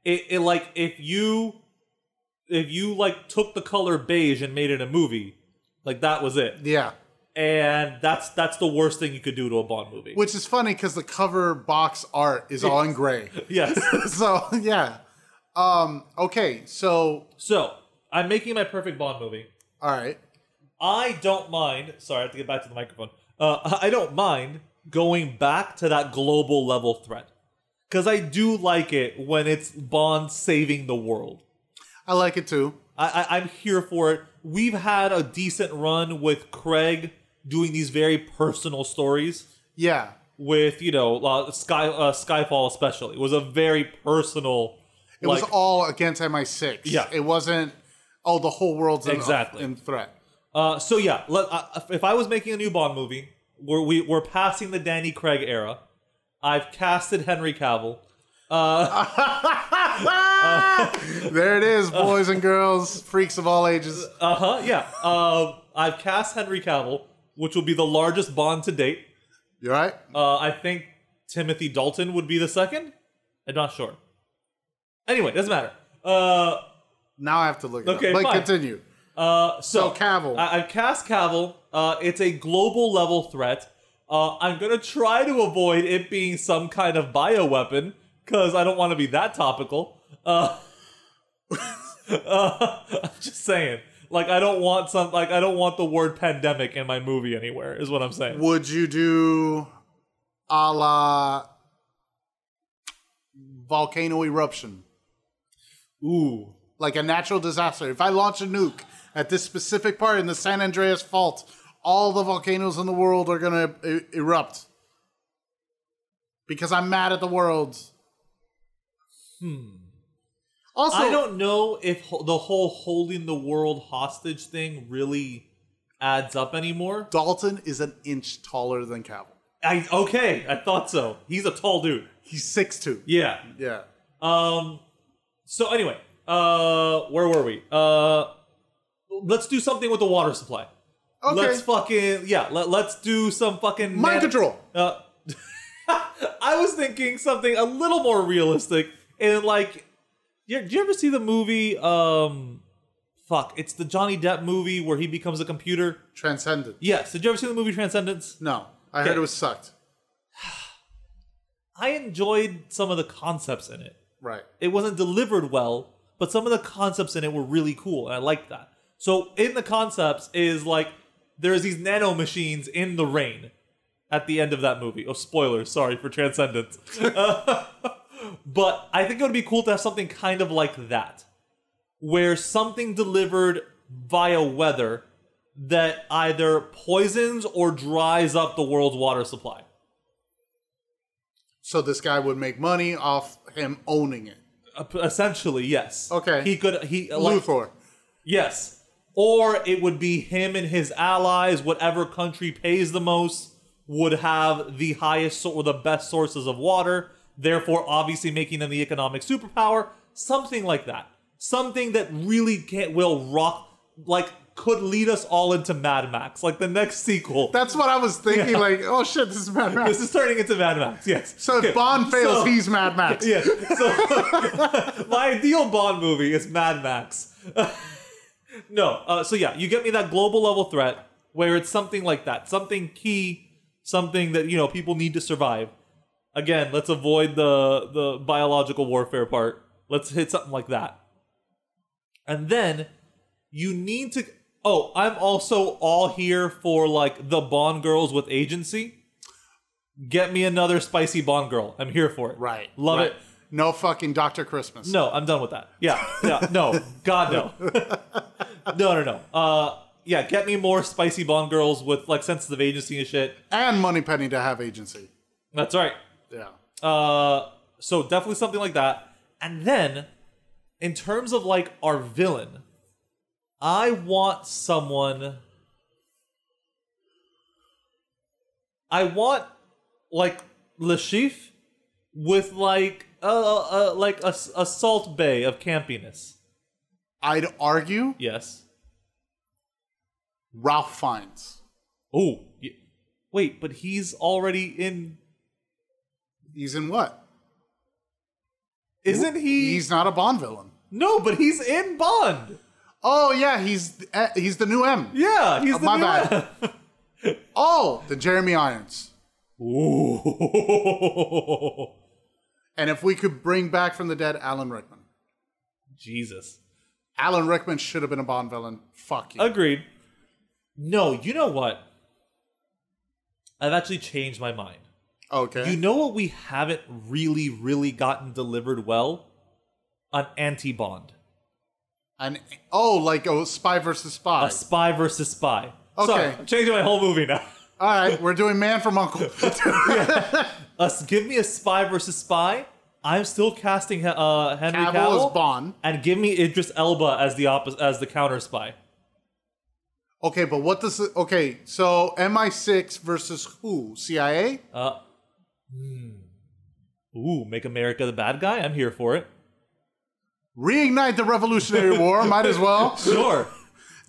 It, it like if you if you like took the color beige and made it a movie, like that was it.
Yeah.
And that's that's the worst thing you could do to a Bond movie.
Which is funny because the cover box art is all in gray.
yes.
so yeah. Um. Okay. So
so I'm making my perfect Bond movie.
all right.
I don't mind. Sorry, I have to get back to the microphone. Uh, I don't mind going back to that global level threat because I do like it when it's Bond saving the world.
I like it too.
I, I, I'm here for it. We've had a decent run with Craig doing these very personal stories.
Yeah.
With you know uh, Sky uh, Skyfall especially it was a very personal.
It
like,
was all against MI6.
Yeah.
It wasn't. Oh, the whole world's in,
Exactly.
in threat.
Uh, so yeah, let, uh, if I was making a new Bond movie, we're we, we're passing the Danny Craig era. I've casted Henry Cavill. Ah!
There it is, boys and girls, freaks of all ages.
Uh huh. Yeah. Um, I've cast Henry Cavill, which will be the largest Bond to date.
You all right?
Uh, I think Timothy Dalton would be the second. I'm not sure. Anyway, doesn't matter. Uh,
Now I have to look. It
Okay,
up. But
fine.
continue.
uh, so,
So Cavill.
I, I've cast Cavill. Uh, it's a global level threat. Uh, I'm gonna try to avoid it being some kind of bioweapon because I don't want to be that topical. Uh, uh, I'm just saying, like I don't want some, like I don't want the word pandemic in my movie anywhere. Is what I'm saying.
Would you do a la volcano eruption?
Ooh,
Like a natural disaster. If I launch a nuke at this specific part in the San Andreas Fault, all the volcanoes in the world are going to e- erupt. Because I'm mad at the world. Hmm. Also,
Hmm. I don't know if ho- the whole holding the world hostage thing really adds up anymore.
Dalton is an inch taller than Cavill.
I okay, I thought so. He's a tall dude.
He's 6'2.
Yeah.
Yeah.
Um. So anyway, uh, where were we? Uh, let's do something with the water supply.
Okay.
Let's fucking yeah. Let, let's do some fucking
Mind
man-
control.
Uh, I was thinking something a little more realistic and like, yeah, did you ever see the movie? Um, fuck, it's the Johnny Depp movie where he becomes a computer.
Transcendent.
Yes, did you ever see the movie Transcendence?
No, I
Okay.
heard it was sucked.
I enjoyed some of the concepts in it.
Right.
It wasn't delivered well, but some of the concepts in it were really cool, and I liked that. So in the concepts is like there's these nano machines in the rain at the end of that movie. Oh, spoilers! Sorry for Transcendence. Uh, but I think it would be cool to have something kind of like that, where something delivered via weather that either poisons or dries up the world's water supply.
So this guy would make money off him owning it.
Essentially, yes.
Okay.
He could he like,
Luthor.
Yes. Or it would be him and his allies, whatever country pays the most would have the highest or the best sources of water, therefore obviously making them the economic superpower, something like that. Something that really can't will rock like could lead us all into Mad Max, like the next sequel.
That's what I was thinking. Like, oh shit, this is Mad Max.
this is turning into Mad Max, yes.
so if Bond fails,
So-
he's Mad Max.
Yeah. So my ideal Bond movie is Mad Max. no. Uh, so yeah, you get me that global level threat where it's something like that, something key, something that you know people need to survive, Again, let's avoid the the biological warfare part. Let's hit something like that. And then you need to Oh, I'm also all here for like the Bond girls with agency. Get me another spicy Bond girl. I'm here for it.
Right.
Love
right.
it.
No fucking Dr. Christmas.
No, I'm done with that. Yeah, yeah, no, God no, no, no, no. Uh, yeah, get me more spicy Bond girls with like sensitive agency and shit.
And Moneypenny to have agency.
That's right.
Yeah.
Uh, so definitely something like that. And then, in terms of like our villain, I want someone. I want like Le Chiffre with like a uh, like a, s- a salt bay of campiness.
I'd argue
Yes.
Ralph Fiennes.
Oh, y- wait, but he's already in.
He's in what?
Isn't he?
He's not a Bond villain.
no, but he's in Bond.
Oh yeah, he's eh, he's the new M.
Yeah, he's
Oh,
the
my
new
bad. Oh, the Jeremy Irons.
Ooh.
And if we could bring back from the dead Alan Rickman.
Jesus.
Alan Rickman should have been a Bond villain. Fuck you.
Agreed. No, you know what? I've actually changed my mind.
Okay.
You know what we haven't really, really gotten delivered well? An anti Bond.
and oh, like oh, spy versus spy.
A spy versus spy.
Okay.
Sorry, I'm changing my whole movie now.
All right, we're doing Man from Uncle.
Us, give me a spy versus spy. I'm still casting uh, Henry Cavill,
Cavill is Bond.
and give me Idris Elba as the opposite, as the counter spy.
Okay, but what does it, okay? So MI6 versus who? CIA?
Uh, Ooh, make America the bad guy. I'm here for it.
Reignite the Revolutionary War. Might as well.
Sure.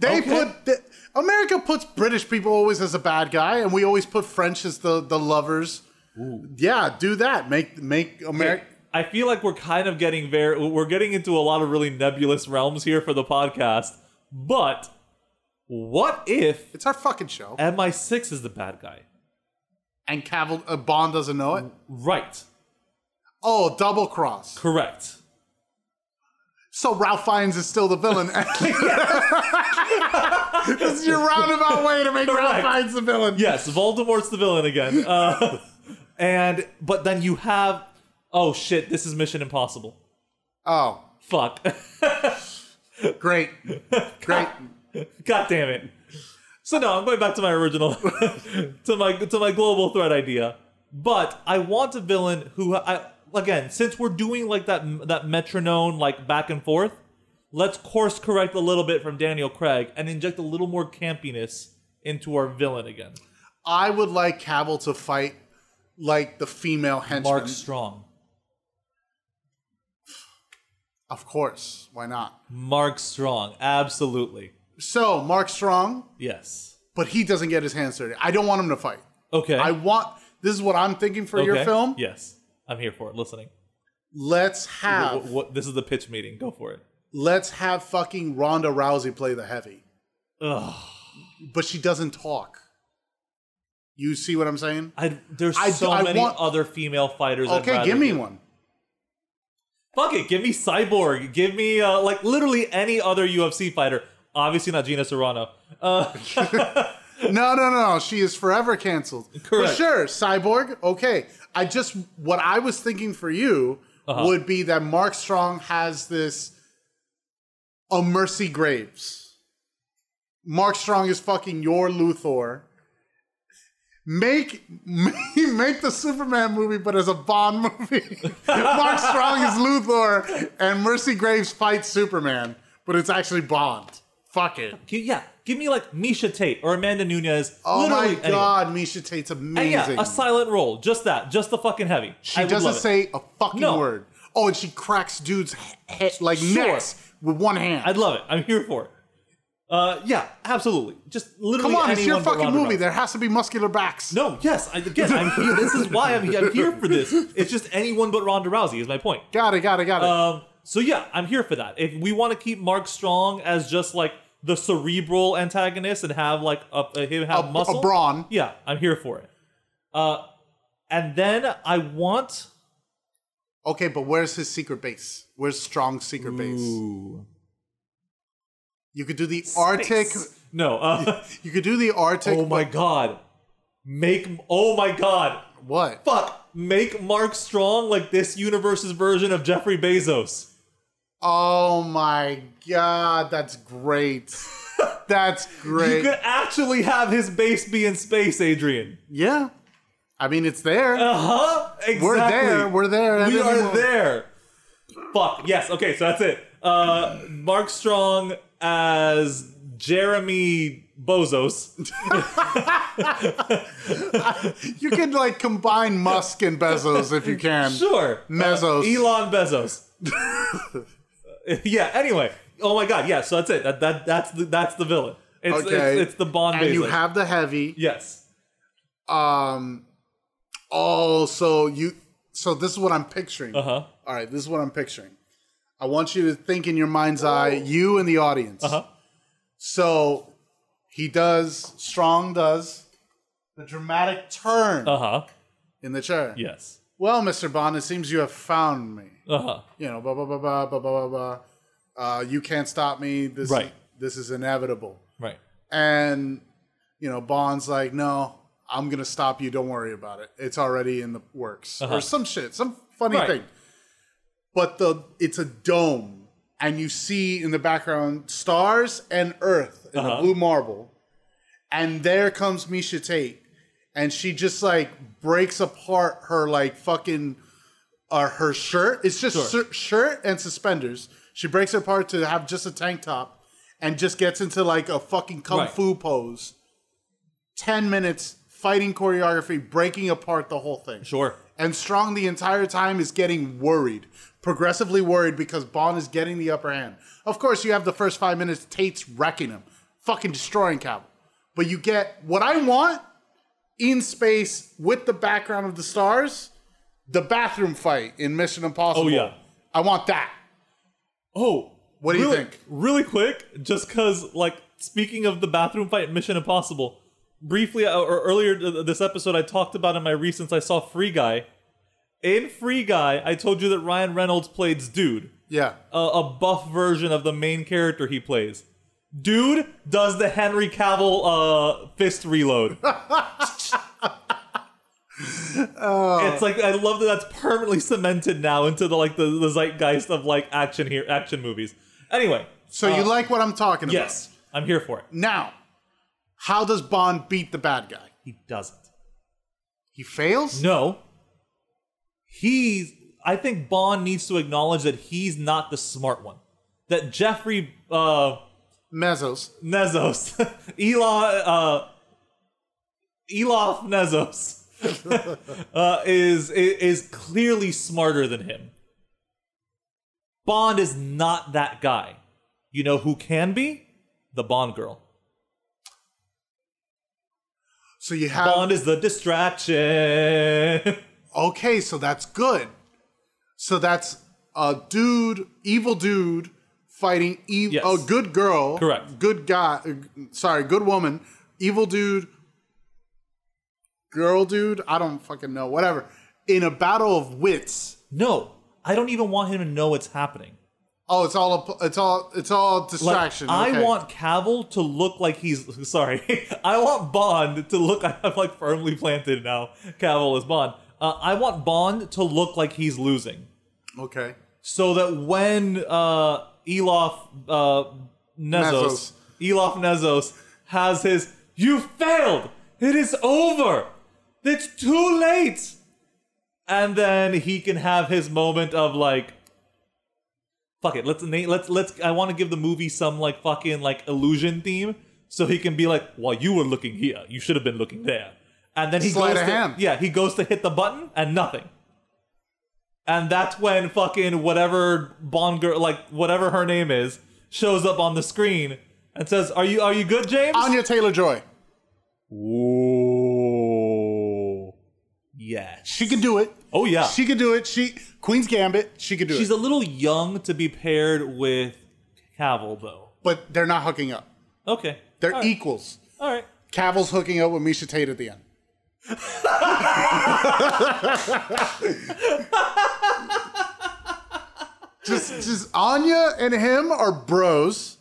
They
Okay.
put the, America puts British people always as a bad guy, and we always put French as the the lovers. Yeah, do that. Make make America.
I feel like we're kind of getting very we're getting into a lot of really nebulous realms here for the podcast. But what if
It's our fucking show.
MI6 is the bad guy?
And Cavill uh, Bond doesn't know it.
Right.
Oh, double cross.
Correct.
So Ralph Fiennes is still the villain. this is your roundabout way to make Ralph
Correct.
Fiennes the villain.
Yes, Voldemort's the villain again. Uh, and but then you have oh shit, this is Mission Impossible.
Oh,
Fuck.
great, great.
God damn it. So no, I'm going back to my original, to my to my global threat idea. But I want a villain who I again, since we're doing like that that metronome like back and forth, let's course correct a little bit from Daniel Craig and inject a little more campiness into our villain again.
I would like Cavill to fight like the female henchman.
Mark Strong.
Of course, why not?
Mark Strong. Absolutely.
So Mark Strong,
Yes.
but he doesn't get his hands dirty. I don't want him to fight.
Okay.
I want. This is what I'm thinking for your
Okay.
film.
Yes. I'm here for it. Listening.
Let's have
What, what, this is the pitch meeting. Go for it.
let's have fucking Ronda Rousey play the heavy,
Ugh.
but she doesn't talk. You see what I'm saying?
I, there's
I-
so
I
many
want-
other female fighters. I'd
Okay,
rather
give me
do.
one.
Fuck it, give me Cyborg. Give me uh, like literally any other UFC fighter. Obviously not Gina Serrano. Uh,
No, no, no, no. She is forever canceled.
Correct.
For sure, Cyborg. Okay. I just what I was thinking for you would be that Mark Strong has this a Mercy Graves. Mark Strong is fucking your Luthor. Make make the Superman movie, but as a Bond movie. Mark Strong is Luthor, and Mercy Graves fights Superman, but it's actually Bond. Fuck it.
gi- yeah, give me like Misha Tate or Amanda Nunez.
Oh
literally
my
anyone.
god, Misha Tate's
And
amazing.
yeah, a silent roll. Just that. Just the fucking heavy. I
she
would
doesn't
love it.
say a fucking
No. Eh,
word. Oh, and she cracks dudes' head like
Sure.
necks with one hand.
I'd love it. I'm here for it. Uh, yeah, absolutely. Just literally.
Come on, it's
anyone
your
but
fucking
Ronda
movie.
Rousey.
There has to be muscular backs.
No, yes. I, again, I'm here. This is why I'm, I'm here for this. It's just anyone but Ronda Rousey is my point.
Got it, got it, got it.
Um, so yeah, I'm here for that. If we want to keep Mark Strong as just like the cerebral antagonist and have like a, a- him have
A- a
muscle,
brawn.
yeah, I'm here for it. Uh, And then I want
Okay, but where's his secret base? Where's Strong's secret base?
Ooh.
You could do the Arctic.
Space. No. Uh,
You could do the Arctic.
oh my
but-
god. Make. Oh my god.
What?
Fuck. Make Mark Strong like this universe's version of Jeffrey Bezos.
Oh my god, that's great. that's
You
great.
could actually have his base be in space, Adrian.
yeah. I mean, it's there.
Uh huh. Exactly.
We're there. We're there.
We
Everything
are
will-
there. Fuck. Yes. Okay. So that's it. Uh, Mark Strong as Jeremy Bozos.
You could like combine Musk and Bezos if you can.
Sure.
Mezos.
Uh, Elon Bezos. yeah. Anyway. Oh my God. Yeah. So that's it. That, that that's the that's the villain. It's
Okay.
it's, it's the Bond.
And you
Bezos.
have the heavy.
yes.
Um. Oh, so you. So this is what I'm picturing.
Uh huh.
All right, this is what I'm picturing. I want you to think in your mind's eye, you and the audience.
Oh. Uh-huh.
So he does, Strong does the dramatic turn
Uh huh.
in the chair.
Yes.
Well, Mr. Bond, it seems you have found me.
Uh huh.
You know, blah, blah, blah, blah, blah, blah, blah, blah. Uh, you can't stop me. This,
Right.
this is inevitable.
Right.
And, you know, Bond's like, no, I'm going to stop you. Don't worry about it. It's already in the works or some shit, some funny
Uh-huh. Right.
thing. But the it's a dome. And you see in the background stars and Earth in
Uh-huh.
the blue marble. And there comes Misha Tate. And she just like breaks apart her like fucking uh, her shirt. It's just
Sure.
shir- shirt and suspenders. She breaks it apart to have just a tank top and just gets into like a fucking kung
Right.
fu pose. 10 minutes fighting choreography, breaking apart the whole thing.
Sure.
And Strong the entire time is getting worried, progressively worried because Bond is getting the upper hand. Of course, you have the first five minutes, Tate's wrecking him, fucking destroying Cabo. But you get what I want in space with the background of the stars, the bathroom fight in Mission Impossible.
Oh yeah.
I want that.
Oh,
What do you
really,
think?
Really quick, just because, like, speaking of the bathroom fight, in Mission Impossible. Briefly, uh, or earlier th- this episode, I talked about in my recents. I saw Free Guy. In Free Guy, I told you that Ryan Reynolds plays Dude,
Yeah.
a, a buff version of the main character he plays. Dude does the Henry Cavill uh, fist reload. It's like I love that that's permanently cemented now into the like the, the zeitgeist of like action here action movies. Anyway,
So you like what I'm talking about?
Uh, Yes, I'm here for it.
Now, how does Bond beat the bad guy?
He doesn't.
He fails?
No. He's. I think Bond needs to acknowledge that he's not the smart one. That Jeffrey uh,
Mezzos.
Nezos, Elon, uh, Elof Nezos, uh, is i- is clearly smarter than him. Bond is not that guy. You know who can be? The Bond girl.
So you have
Bond is the distraction.
okay, so that's good. So that's a dude, evil dude, fighting evil,
Yes.
a good girl,
Correct.
Good guy, uh, sorry, good woman, evil dude, girl dude. I don't fucking know. Whatever. In a battle of wits.
No, I don't even want him to know what's happening.
Oh, it's all a, it's all it's all
Like,
distraction.
I
okay.
want Cavill to look like he's sorry. I want Bond to look. I'm like firmly planted now. Cavill is Bond. Uh, I want Bond to look like he's losing,
okay.
so that when uh, Elof uh, Nezos,
Nezos.
Elof Nezos has his "You failed. It is over. It's too late," and then he can have his moment of like fuck it let's na- let's let's i want to give the movie some like fucking like illusion theme so he can be like well you were looking here you should have been looking there and then he
Sleight
goes
of
to,
hand.
yeah he goes to hit the button and nothing and that's when fucking whatever bond girl like whatever her name is shows up on the screen and says are you are you good james
Anya Taylor Joy.
Ooh. yes
She can do it.
oh yeah
She could do it. She Queen's Gambit. She could do
she's
it.
a little young to be paired with cavill though
but they're not hooking up.
okay
They're e-
All right.
equals.
All right.
Cavill's hooking up with Misha Tate at the end. just just Anya and him are bros.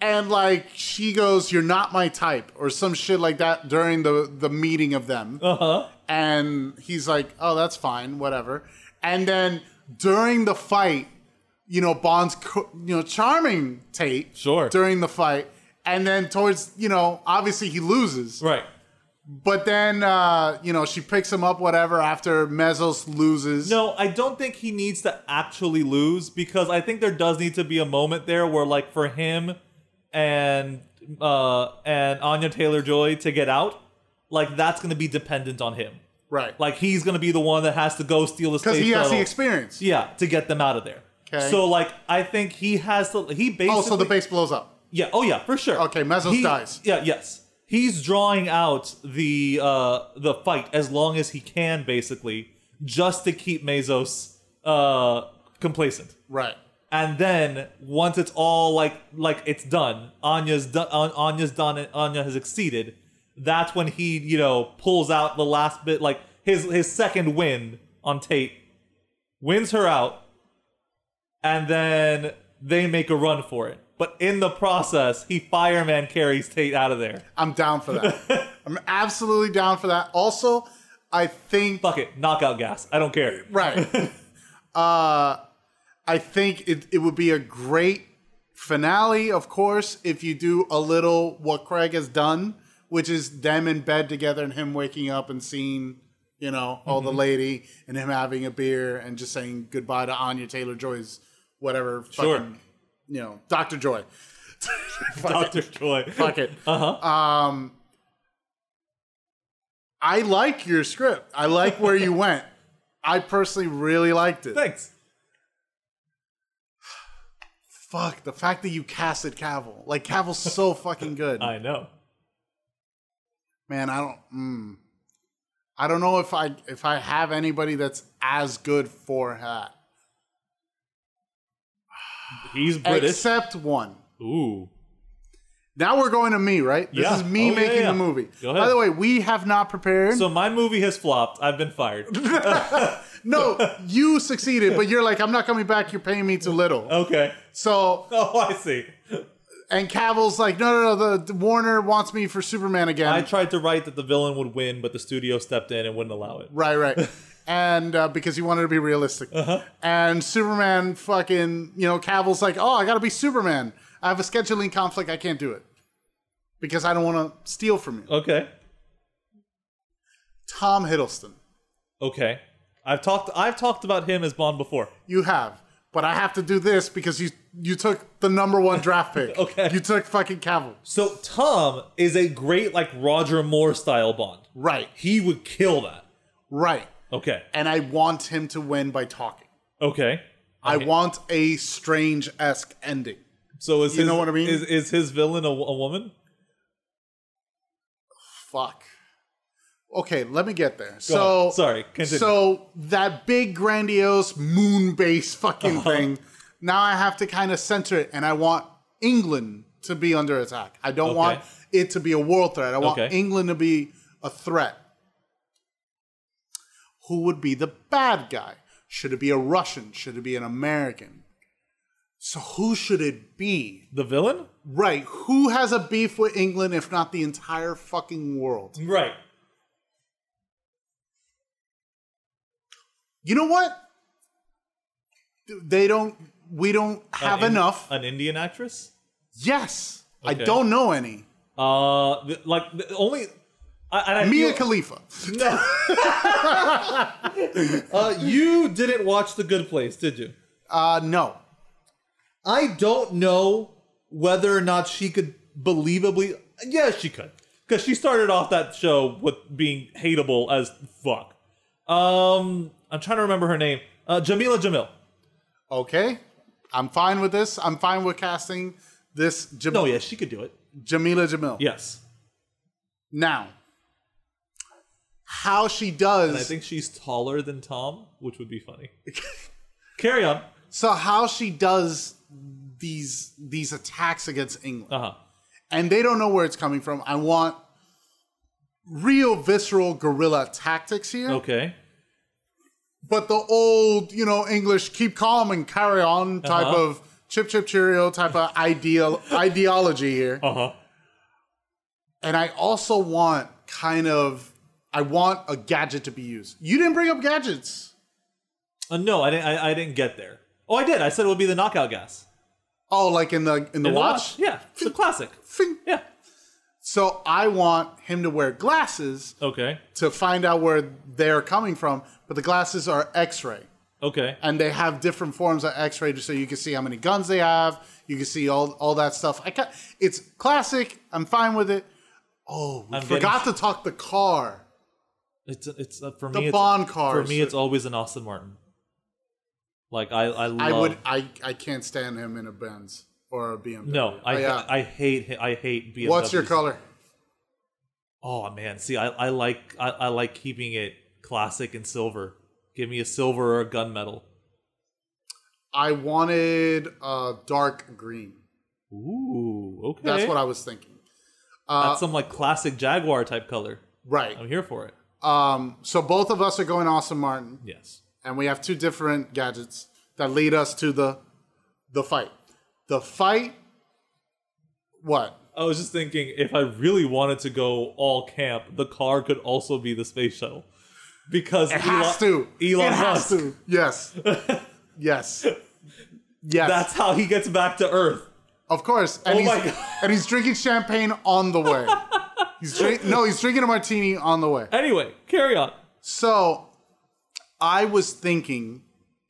And like she goes, "You're not my type," or some shit like that during the the meeting of them. Uh huh. And he's like, "Oh, that's fine, whatever." And then during the fight, you know, Bond's co- you know charming Tate
Sure.
during the fight, and then towards you know obviously he loses,
Right.
but then uh, you know she picks him up whatever after Mezos loses.
No, I don't think he needs to actually lose because I think there does need to be a moment there where, like, for him and uh and Anya Taylor Joy to get out, like that's going to be dependent on him.
right?
Like he's going to be the one that has to go steal the
because
space
he has the
shuttle.
experience.
yeah, to get them out of there.
'Kay.
So like I think he has to he basically
Oh, so the base blows up.
Yeah. Oh, yeah. For sure.
Okay, Mezos
He-
dies.
Yeah. Yes. He's drawing out the uh, the fight as long as he can, basically, just to keep Mezos uh, complacent.
Right.
And then once it's all like like it's done, Anya's done. Anya's done. And Anya has exceeded. That's when he you know pulls out the last bit, like his his second win on Tate, wins her out, and then they make a run for it. But in the process, he fireman carries Tate out of there.
I'm down for that. I'm absolutely down for that. Also, I think
Fuck it, knockout gas. I don't care.
right. uh, I think it, it would be a great finale, of course, if you do a little what Craig has done, which is them in bed together and him waking up and seeing, you know, all
Mm-hmm.
the lady and him having a beer and just saying goodbye to Anya Taylor Joy's whatever fucking,
Sure.
you know, Dr. Joy.
Doctor Troy.
Fuck it. Uh-huh. Um I like your script. I like where you went. I personally really liked it.
Thanks.
Fuck, the fact that you casted Cavill. Like Cavill's so fucking good.
I know.
Man, I don't mm, I don't know if I if I have anybody that's as good for that.
He's British.
Except one.
Ooh.
Now we're going to me, right? This
Yeah.
is me
Oh, yeah,
making
yeah.
the movie.
Go
By
ahead.
the way, we have not prepared.
So my movie has flopped. I've been fired.
no, you succeeded, but you're like, I'm not coming back. You're paying me too little.
Okay.
So
Oh, I see.
and Cavill's like, no, no, no. The, the Warner wants me for Superman again.
I tried to write that the villain would win, but the studio stepped in and wouldn't allow it.
right, right. and uh, because he wanted to be realistic.
Uh-huh.
And Superman, fucking, you know, Cavill's like, oh, I got to be Superman. I have a scheduling conflict. I can't do it because I don't want to steal from you.
Okay.
Tom Hiddleston,
Okay. I've talked I've talked about him as Bond before.
you have. But I have to do this because you you took the number one draft pick.
Okay.
You took fucking Cavill.
So Tom is a great like Roger Moore style Bond.
Right.
He would kill that.
Right.
Okay.
and I want him to win by talking.
Okay.
I want a strange esque ending.
So is
You
his,
know what I mean?
Is, is his villain a, a woman?
Fuck. Okay, let me get there. so
ahead. Sorry, continue.
So that big grandiose moon base fucking
Uh-huh.
thing. Now I have to kind of center it, and I want England to be under attack. I don't
Okay.
want it to be a world threat. I want
Okay.
England to be a threat. Who would be the bad guy? Should it be a Russian? Should it be an American? So who should it be?
The villain?
Right. Who has a beef with England if not the entire fucking world?
Right.
You know what? They don't. We don't have
An Ind-
enough.
An Indian actress?
yes. I
Okay.
don't know any.
Uh th- like the only I, and I
Mia
feel-
Khalifa.
uh, you didn't watch The Good Place, did you?
Uh, no.
I don't know whether or not she could believably. Yeah, she could, because she started off that show with being hateable as fuck. Um, I'm trying to remember her name. Uh, Jamila Jamil.
Okay. I'm fine with this. I'm fine with casting this Jam-
No, yeah, she could do it.
Jamila Jamil.
Yes,
Now, how she does.
and I think she's taller than Tom, which would be funny. Carry on.
so how she does these these attacks against England.
Uh huh.
and they don't know where it's coming from. I want real visceral guerrilla tactics here.
Okay.
but the old, you know, English keep calm and carry on type
Uh-huh.
of chip chip cheerio type of ideal ideology here.
Uh huh.
And I also want kind of I want a gadget to be used. You didn't bring up gadgets.
Uh, no, I didn't. I, I didn't get there. Oh, I did. I said it would be the knockout gas.
Oh, like in the in the
In
watch?
Yeah, it's a classic.
Fing.
Yeah.
So I want him to wear glasses
Okay.
to find out where they're coming from, but the glasses are x-ray.
Okay.
and they have different forms of x-ray just so you can see how many guns they have you can see all all that stuff i ca it's classic i'm fine with it oh we
I'm
forgot to talk the car
It's it's uh, for
The
me.
Bond
it's, For
cars.
me, it's always an Austin Martin. Like I, I love.
i would i i can't stand him in a benz or a bmw
no, I,
Oh, yeah.
I hate hi- I hate BMWs.
what's your color
Oh man, see, I, I like I, I like keeping it classic and silver. Give me a silver or a gunmetal.
i wanted uh dark green
Ooh, okay.
that's what i was thinking
That's some like classic Jaguar type color.
right
I'm here for it.
um so both of us are going austin martin
Yes.
and we have two different gadgets that lead us to the the fight. The fight what?
I was just thinking if I really wanted to go all camp, the car could also be the space shuttle. Because
It has to.
Elon
it
Musk.
has to. Yes. yes. Yes.
That's how he gets back to Earth.
of course. And
Oh my
he's
God.
and he's drinking champagne on the way. he's drink no, he's drinking a martini on the way.
Anyway, carry on.
So I was thinking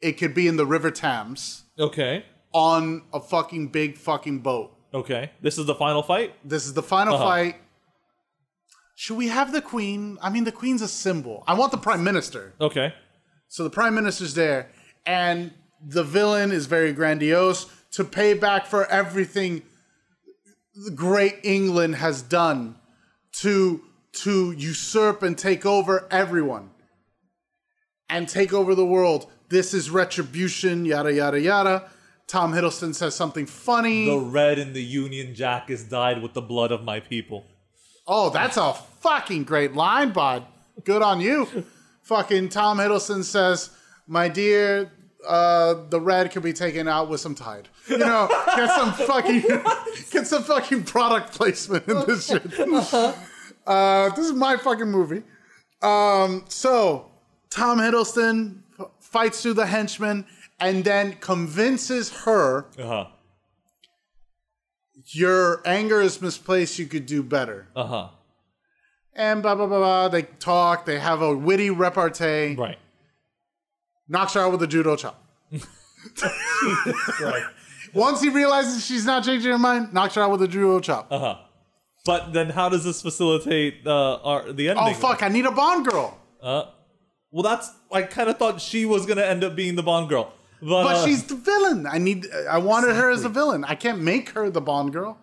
it could be in the River Thames
Okay.
on a fucking big fucking boat.
Okay. This is the final fight?
This is the final
Uh-huh.
fight. Should we have the queen? I mean, the queen's a symbol. I want the prime minister.
Okay.
So the prime minister's there, and the villain is very grandiose to pay back for everything the great England has done to to usurp and take over everyone and take over the world. This is retribution, yada yada yada. Tom Hiddleston says something funny.
The red in the Union Jack is dyed with the blood of my people.
Oh, that's a fucking great line, bud. Good on you. fucking Tom Hiddleston says, "My dear, uh, the red can be taken out with some Tide." You know, get some fucking get some fucking product placement in this shit. Uh, this is my fucking movie. Um, so Tom Hiddleston f- fights through the henchman and then convinces her
Uh huh.
your anger is misplaced. You could do better.
Uh huh.
and blah blah blah blah. They talk. They have a witty repartee.
Right.
Knocks her out with a judo chop.
Right.
Once he realizes she's not changing her mind, knocks her out with a judo chop.
Uh huh. But then how does this facilitate uh, our, the ending?
oh fuck! I need a Bond girl,
Uh, well, that's. I kind of thought she was going to end up being the Bond girl. But,
but
uh,
she's the villain. I need. I wanted her as a villain. I can't make her the Bond girl.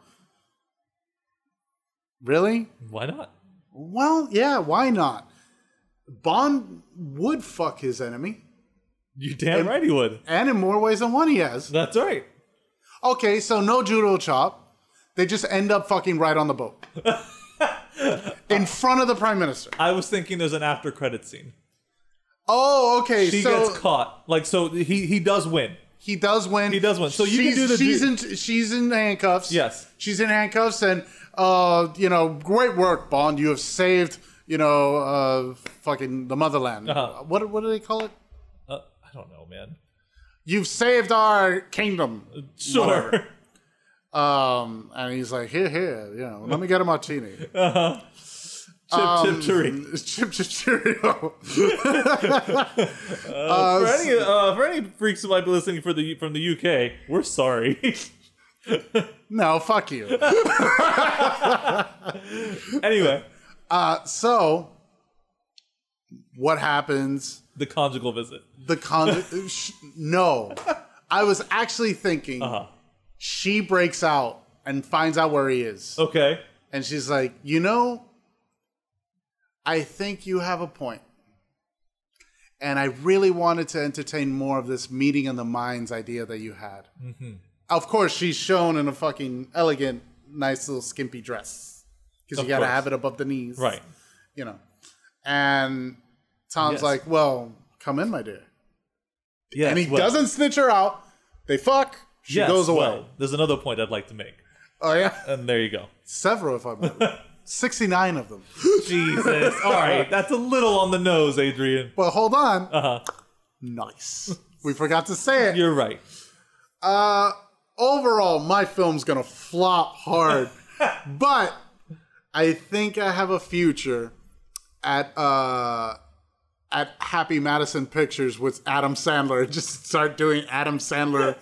Really?
Why not?
Well, yeah. Why not? Bond would fuck his enemy,
You damn right he would.
and in more ways than one he has.
That's right.
Okay, so no judo chop. They just end up fucking right on the boat. In front of the prime minister.
I was thinking there's an after credit scene.
Oh, okay.
She
so
gets caught. Like so he he does win.
he does win.
He does win. So you can
she's,
do the
She's
ju-
in. She's in handcuffs.
Yes.
She's in handcuffs, and uh, you know, great work, Bond. You have saved, you know, uh, fucking the motherland.
Uh-huh.
What what do they call it?
Uh, I don't know, man.
You've saved our kingdom.
Sure.
Whatever. Um, and he's like, here, here, you know, let me get a martini.
Chip
Um,
chip chiri.
Chip, chip, cheerio.
for any uh, for any freaks who might be listening for the from the UK, we're sorry.
No, fuck you.
anyway,
So, what happens?
the conjugal visit.
The con. sh- no, I was actually thinking
Uh-huh.
she breaks out and finds out where he is,
Okay.
and she's like, you know, I think you have a point, and I really wanted to entertain more of this meeting in the minds idea that you had.
Mm-hmm.
Of course, she's shown in a fucking elegant, nice little skimpy dress because
Of
you got to
course.
have it above the knees,
Right.
you know. And Tom's
Yes.
like, well, come in, my dear.
Yes,
and he
well-
doesn't snitch her out. They fuck. She
yes,
goes away.
well, there's another point I'd like to make,
oh yeah,
and there you go.
several if I'm not sixty-nine of them.
Jesus. All right, that's a little on the nose, Adrian.
But hold on. Uh-huh. Nice. We forgot to say it.
You're right.
Overall, my film's gonna flop hard, but I think I have a future at uh at Happy Madison Pictures with Adam Sandler. Just start doing Adam Sandler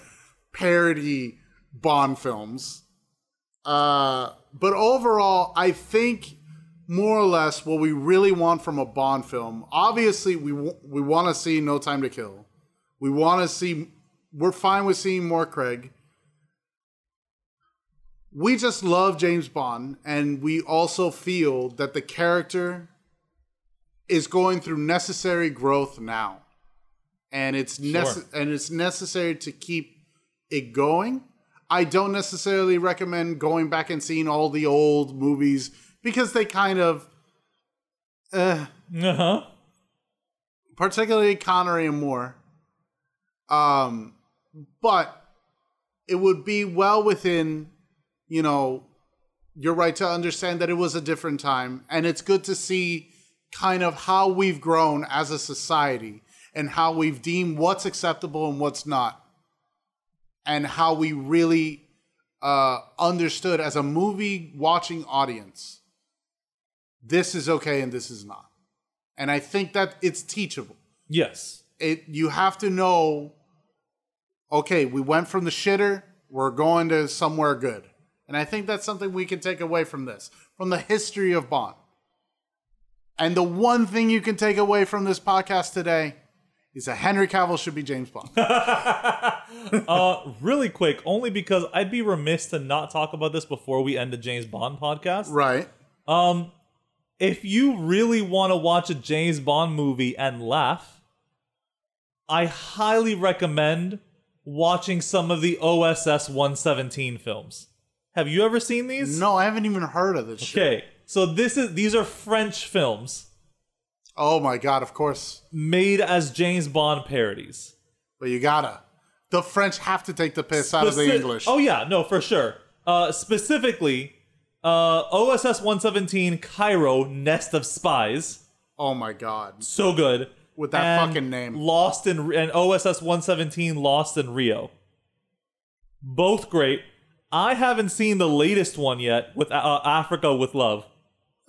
parody Bond films. Uh, but overall, I think more or less what we really want from a Bond film. Obviously, we w- we want to see No Time to Kill. We want to see. We're fine with seeing more Craig. We just love James Bond, and we also feel that the character is going through necessary growth now, and it's
Sure.
nece- and it's necessary to keep it going. I don't necessarily recommend going back and seeing all the old movies because they kind of, uh,
Uh huh.
particularly Connery and Moore. Um, but it would be well within, you know, your right to understand that it was a different time, and it's good to see kind of how we've grown as a society and how we've deemed what's acceptable and what's not, and how we really uh, understood as a movie watching audience. This is okay and this is not and I think that it's teachable.
Yes.
It you have to know. Okay, we went from the shitter. We're going to somewhere good, and I think that's something we can take away from this, from the history of Bond. And the one thing you can take away from this podcast today is that Henry Cavill should be James Bond.
Uh, really quick, only because I'd be remiss to not talk about this before we end the James Bond podcast.
right.
Um, if you really want to watch a James Bond movie and laugh, I highly recommend watching some of the OSS 117 films. Have you ever seen these?
No, I haven't even heard of this shit.
Okay, so this is these are French films
Oh my god, of course.
made as James Bond parodies.
But you gotta. The French have to take the piss out of the
Speci-
English.
Oh yeah, no, for sure. Uh, specifically, uh, OSS 117 Cairo Nest of Spies.
oh my god.
So good.
With that
And
fucking name.
Lost in and OSS 117 Lost in Rio. Both great. I haven't seen the latest one yet with uh, Africa with Love.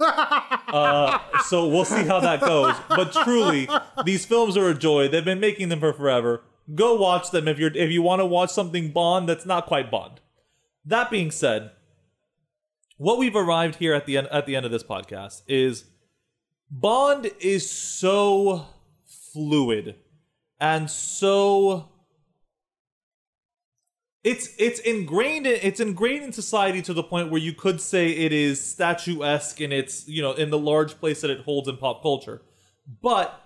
Uh, so we'll see how that goes. But truly, these films are a joy. They've been making them for forever. Go watch them if you're if you want to watch something Bond that's not quite Bond. That being said, what we've arrived here at the end at the end of this podcast is Bond is so fluid and so it's it's ingrained in, it's ingrained in society to the point where you could say it is statuesque in its you know in the large place that it holds in pop culture but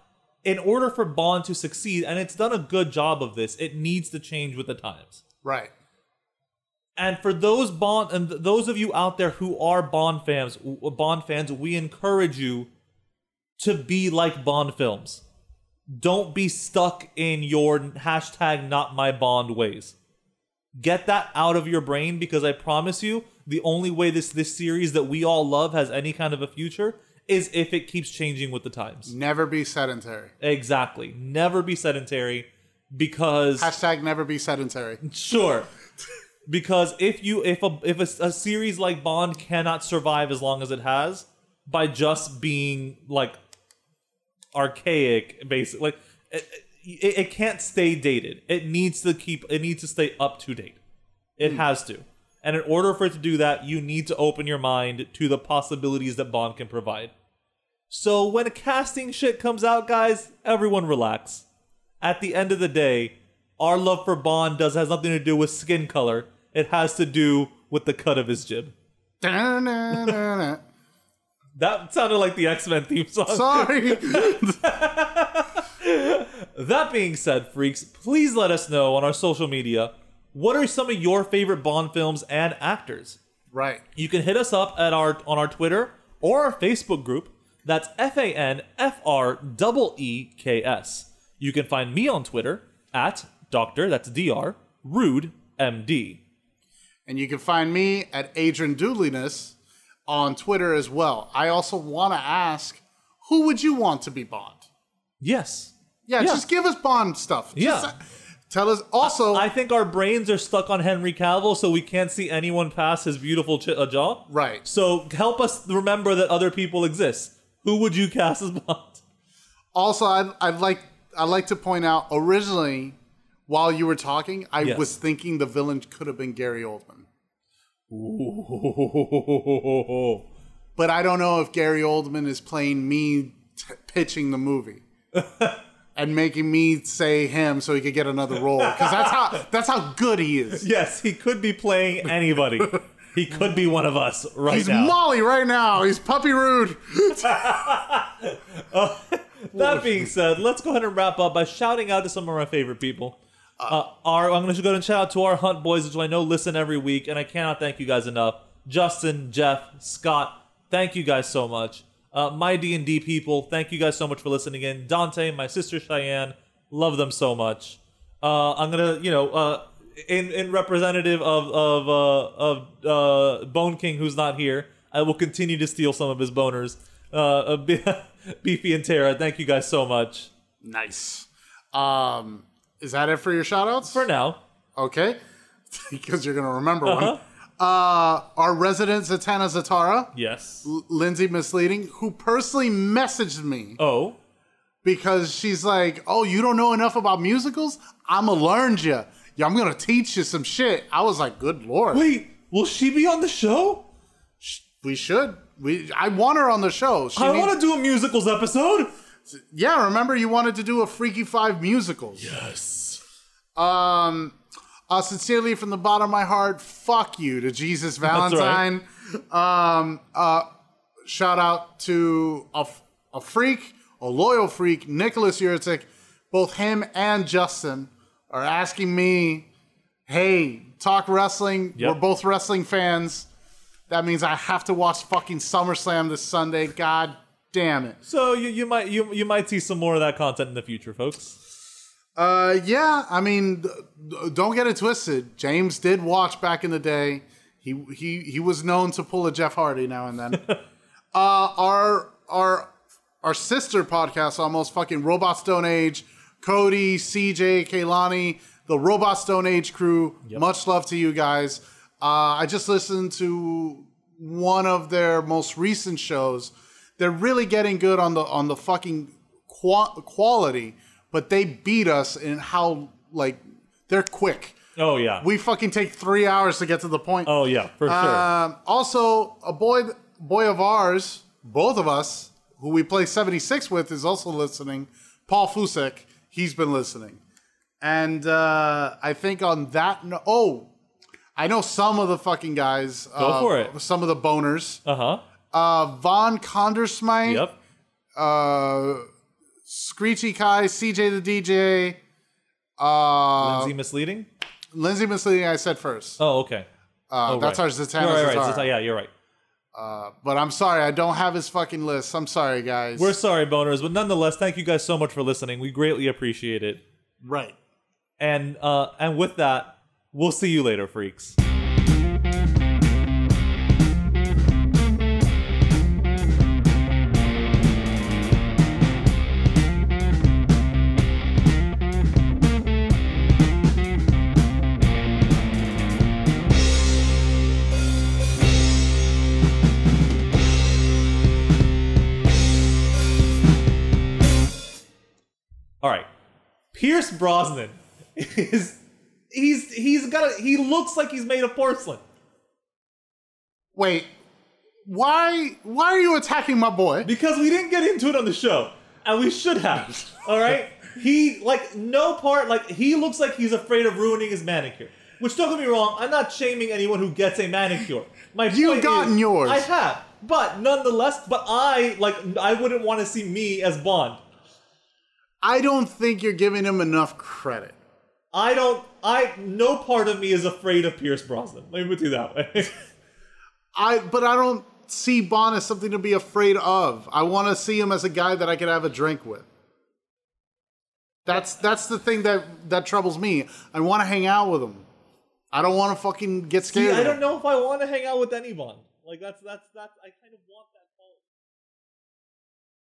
in order for bond to succeed and it's done a good job of this it needs to change with the times
Right.
and for those Bond and th- those of you out there who are Bond fans, Bond fans, we encourage you to be like Bond films. Don't be stuck in your hashtag not my Bond ways. Get that out of your brain because I promise you, the only way this this series that we all love has any kind of a future is if it keeps changing with the times.
Never be sedentary.
Exactly. Never be sedentary because
Hashtag never be sedentary.
Sure. Because if you if a if a, a series like Bond cannot survive as long as it has by just being like archaic, basic like it, it, it can't stay dated. It needs to keep it needs to stay up to date. It has to. And in order for it to do that, you need to open your mind to the possibilities that Bond can provide. So when casting shit comes out, guys, everyone relax at the end of the day, our love for Bond does has nothing to do with skin color. It has to do with the cut of his jib.
Da-na-na-na-na.
That sounded like the X Men theme song.
Sorry.
that being said, freaks, please let us know on our social media what are some of your favorite Bond films and actors.
right.
You can hit us up at our on our Twitter or our Facebook group. That's F A N F R double E K S. You can find me on Twitter at Dr. That's Dr. Rude MD.
And you can find me at Adrian Doodliness on Twitter as well. I also want to ask who would you want to be Bond?
Yes.
Yeah,
Yeah.
just give us Bond stuff. Just
Yeah.
tell us. Also,
I think our brains are stuck on Henry Cavill, so we can't see anyone pass his beautiful ch- uh, jaw.
Right.
So help us remember that other people exist. Who would you cast as Bond?
also, I'd, I'd like I'd like to point out originally, while you were talking, I
Yes.
was thinking the villain could have been Gary Oldman, but I don't know if Gary Oldman is playing me t- pitching the movie. And making me say him so he could get another role because that's how that's how good he is.
Yes, he could be playing anybody. he could be one of us right
He's
now.
Molly right now. He's puppy rude.
that being said, let's go ahead and wrap up by shouting out to some of our favorite people. Uh, our, I'm going to go ahead and shout out to our Hunt boys, which I know listen every week, and I cannot thank you guys enough. Justin, Jeff, Scott, thank you guys so much. Uh, my D and D people, thank you guys so much for listening in. Dante, my sister Cheyenne, love them so much. Uh, I'm gonna, you know, uh, in in representative of of uh, of uh, Bone King, who's not here, I will continue to steal some of his boners. Uh, uh, Be- Beefy and Tara, thank you guys so much
Nice. Um, is that it for your shout outs?
for now.
Okay. because you're going to remember one. Uh, our resident Zatanna Zatara,
Yes.
Lindsay Misleading, who personally messaged me
Oh,
because she's like, Oh, you don't know enough about musicals? I'm going to learn you. Yeah, I'm going to teach you some shit. I was like, Good Lord.
wait, will she be on the show?
We should. We, I want her on the show. She
I
needs-
want to do a musicals episode.
Yeah, remember you wanted to do a Freaky Five musicals.
Yes.
Um, uh, sincerely from the bottom of my heart, fuck you to Jesus Valentine. Um, uh, shout out to a, f- a freak, a loyal freak, Nicholas Uritic. Both him and Justin are asking me, "Hey, talk wrestling.
Yep.
We're both wrestling fans. That means I have to watch fucking SummerSlam this Sunday. God damn it."
So you, you might you you might see some more of that content in the future, folks.
Uh, yeah. I mean, th- th- don't get it twisted. James did watch back in the day. He he he was known to pull a Jeff Hardy now and then. uh, our our our sister podcast, almost fucking Robot Stone Age. Cody, CJ, Kaylani, the Robot Stone Age crew. Much love to you guys. Uh, I just listened to one of their most recent shows. They're really getting good on the on the fucking qua- quality, but they beat us in how like they're quick.
Oh yeah.
We fucking take three hours to get to the point.
oh yeah, for sure.
Um, also, a boy boy of ours, both of us, who we play 76 with, is also listening. Paul Fusek, he's been listening. And uh, I think on that no- oh, I know some of the fucking guys. Go
for it.
Some of the boners.
Uh huh.
Uh, Von Condersmite,
Yep.
uh, Screechy Kai, CJ the DJ, uh,
Lindsay misleading.
Lindsay Misleading, I said first.
Oh okay.
Uh,
Oh,
that's
right.
our Zatanna
You're right,
Zatara.
right, Zata- yeah, you're right.
But I'm sorry, I don't have his fucking list. I'm sorry, guys.
We're sorry, boners, but nonetheless, thank you guys so much for listening. We greatly appreciate it.
right.
And uh, and with that, we'll see you later, freaks. All right. Pierce Brosnan is he's he's got a he looks like he's made of porcelain.
Wait. Why why are you attacking my boy?
Because we didn't get into it on the show. And we should have. Alright? He like no part like he looks like he's afraid of ruining his manicure. Which don't get me wrong, I'm not shaming anyone who gets a manicure. My
You've
point
gotten
is,
yours.
I have. But nonetheless, but I like I wouldn't want to see me as Bond.
I don't think you're giving him enough credit.
I don't I no part of me is afraid of Pierce Brosnan. Let me put it that way.
I but I don't see Bond as something to be afraid of. I want to see him as a guy that I could have a drink with. That's that's the thing that that troubles me. I want to hang out with him. I don't want to fucking get
See,
scared.
I don't know if I want to hang out with anyone. Like that's that's that's I kind of want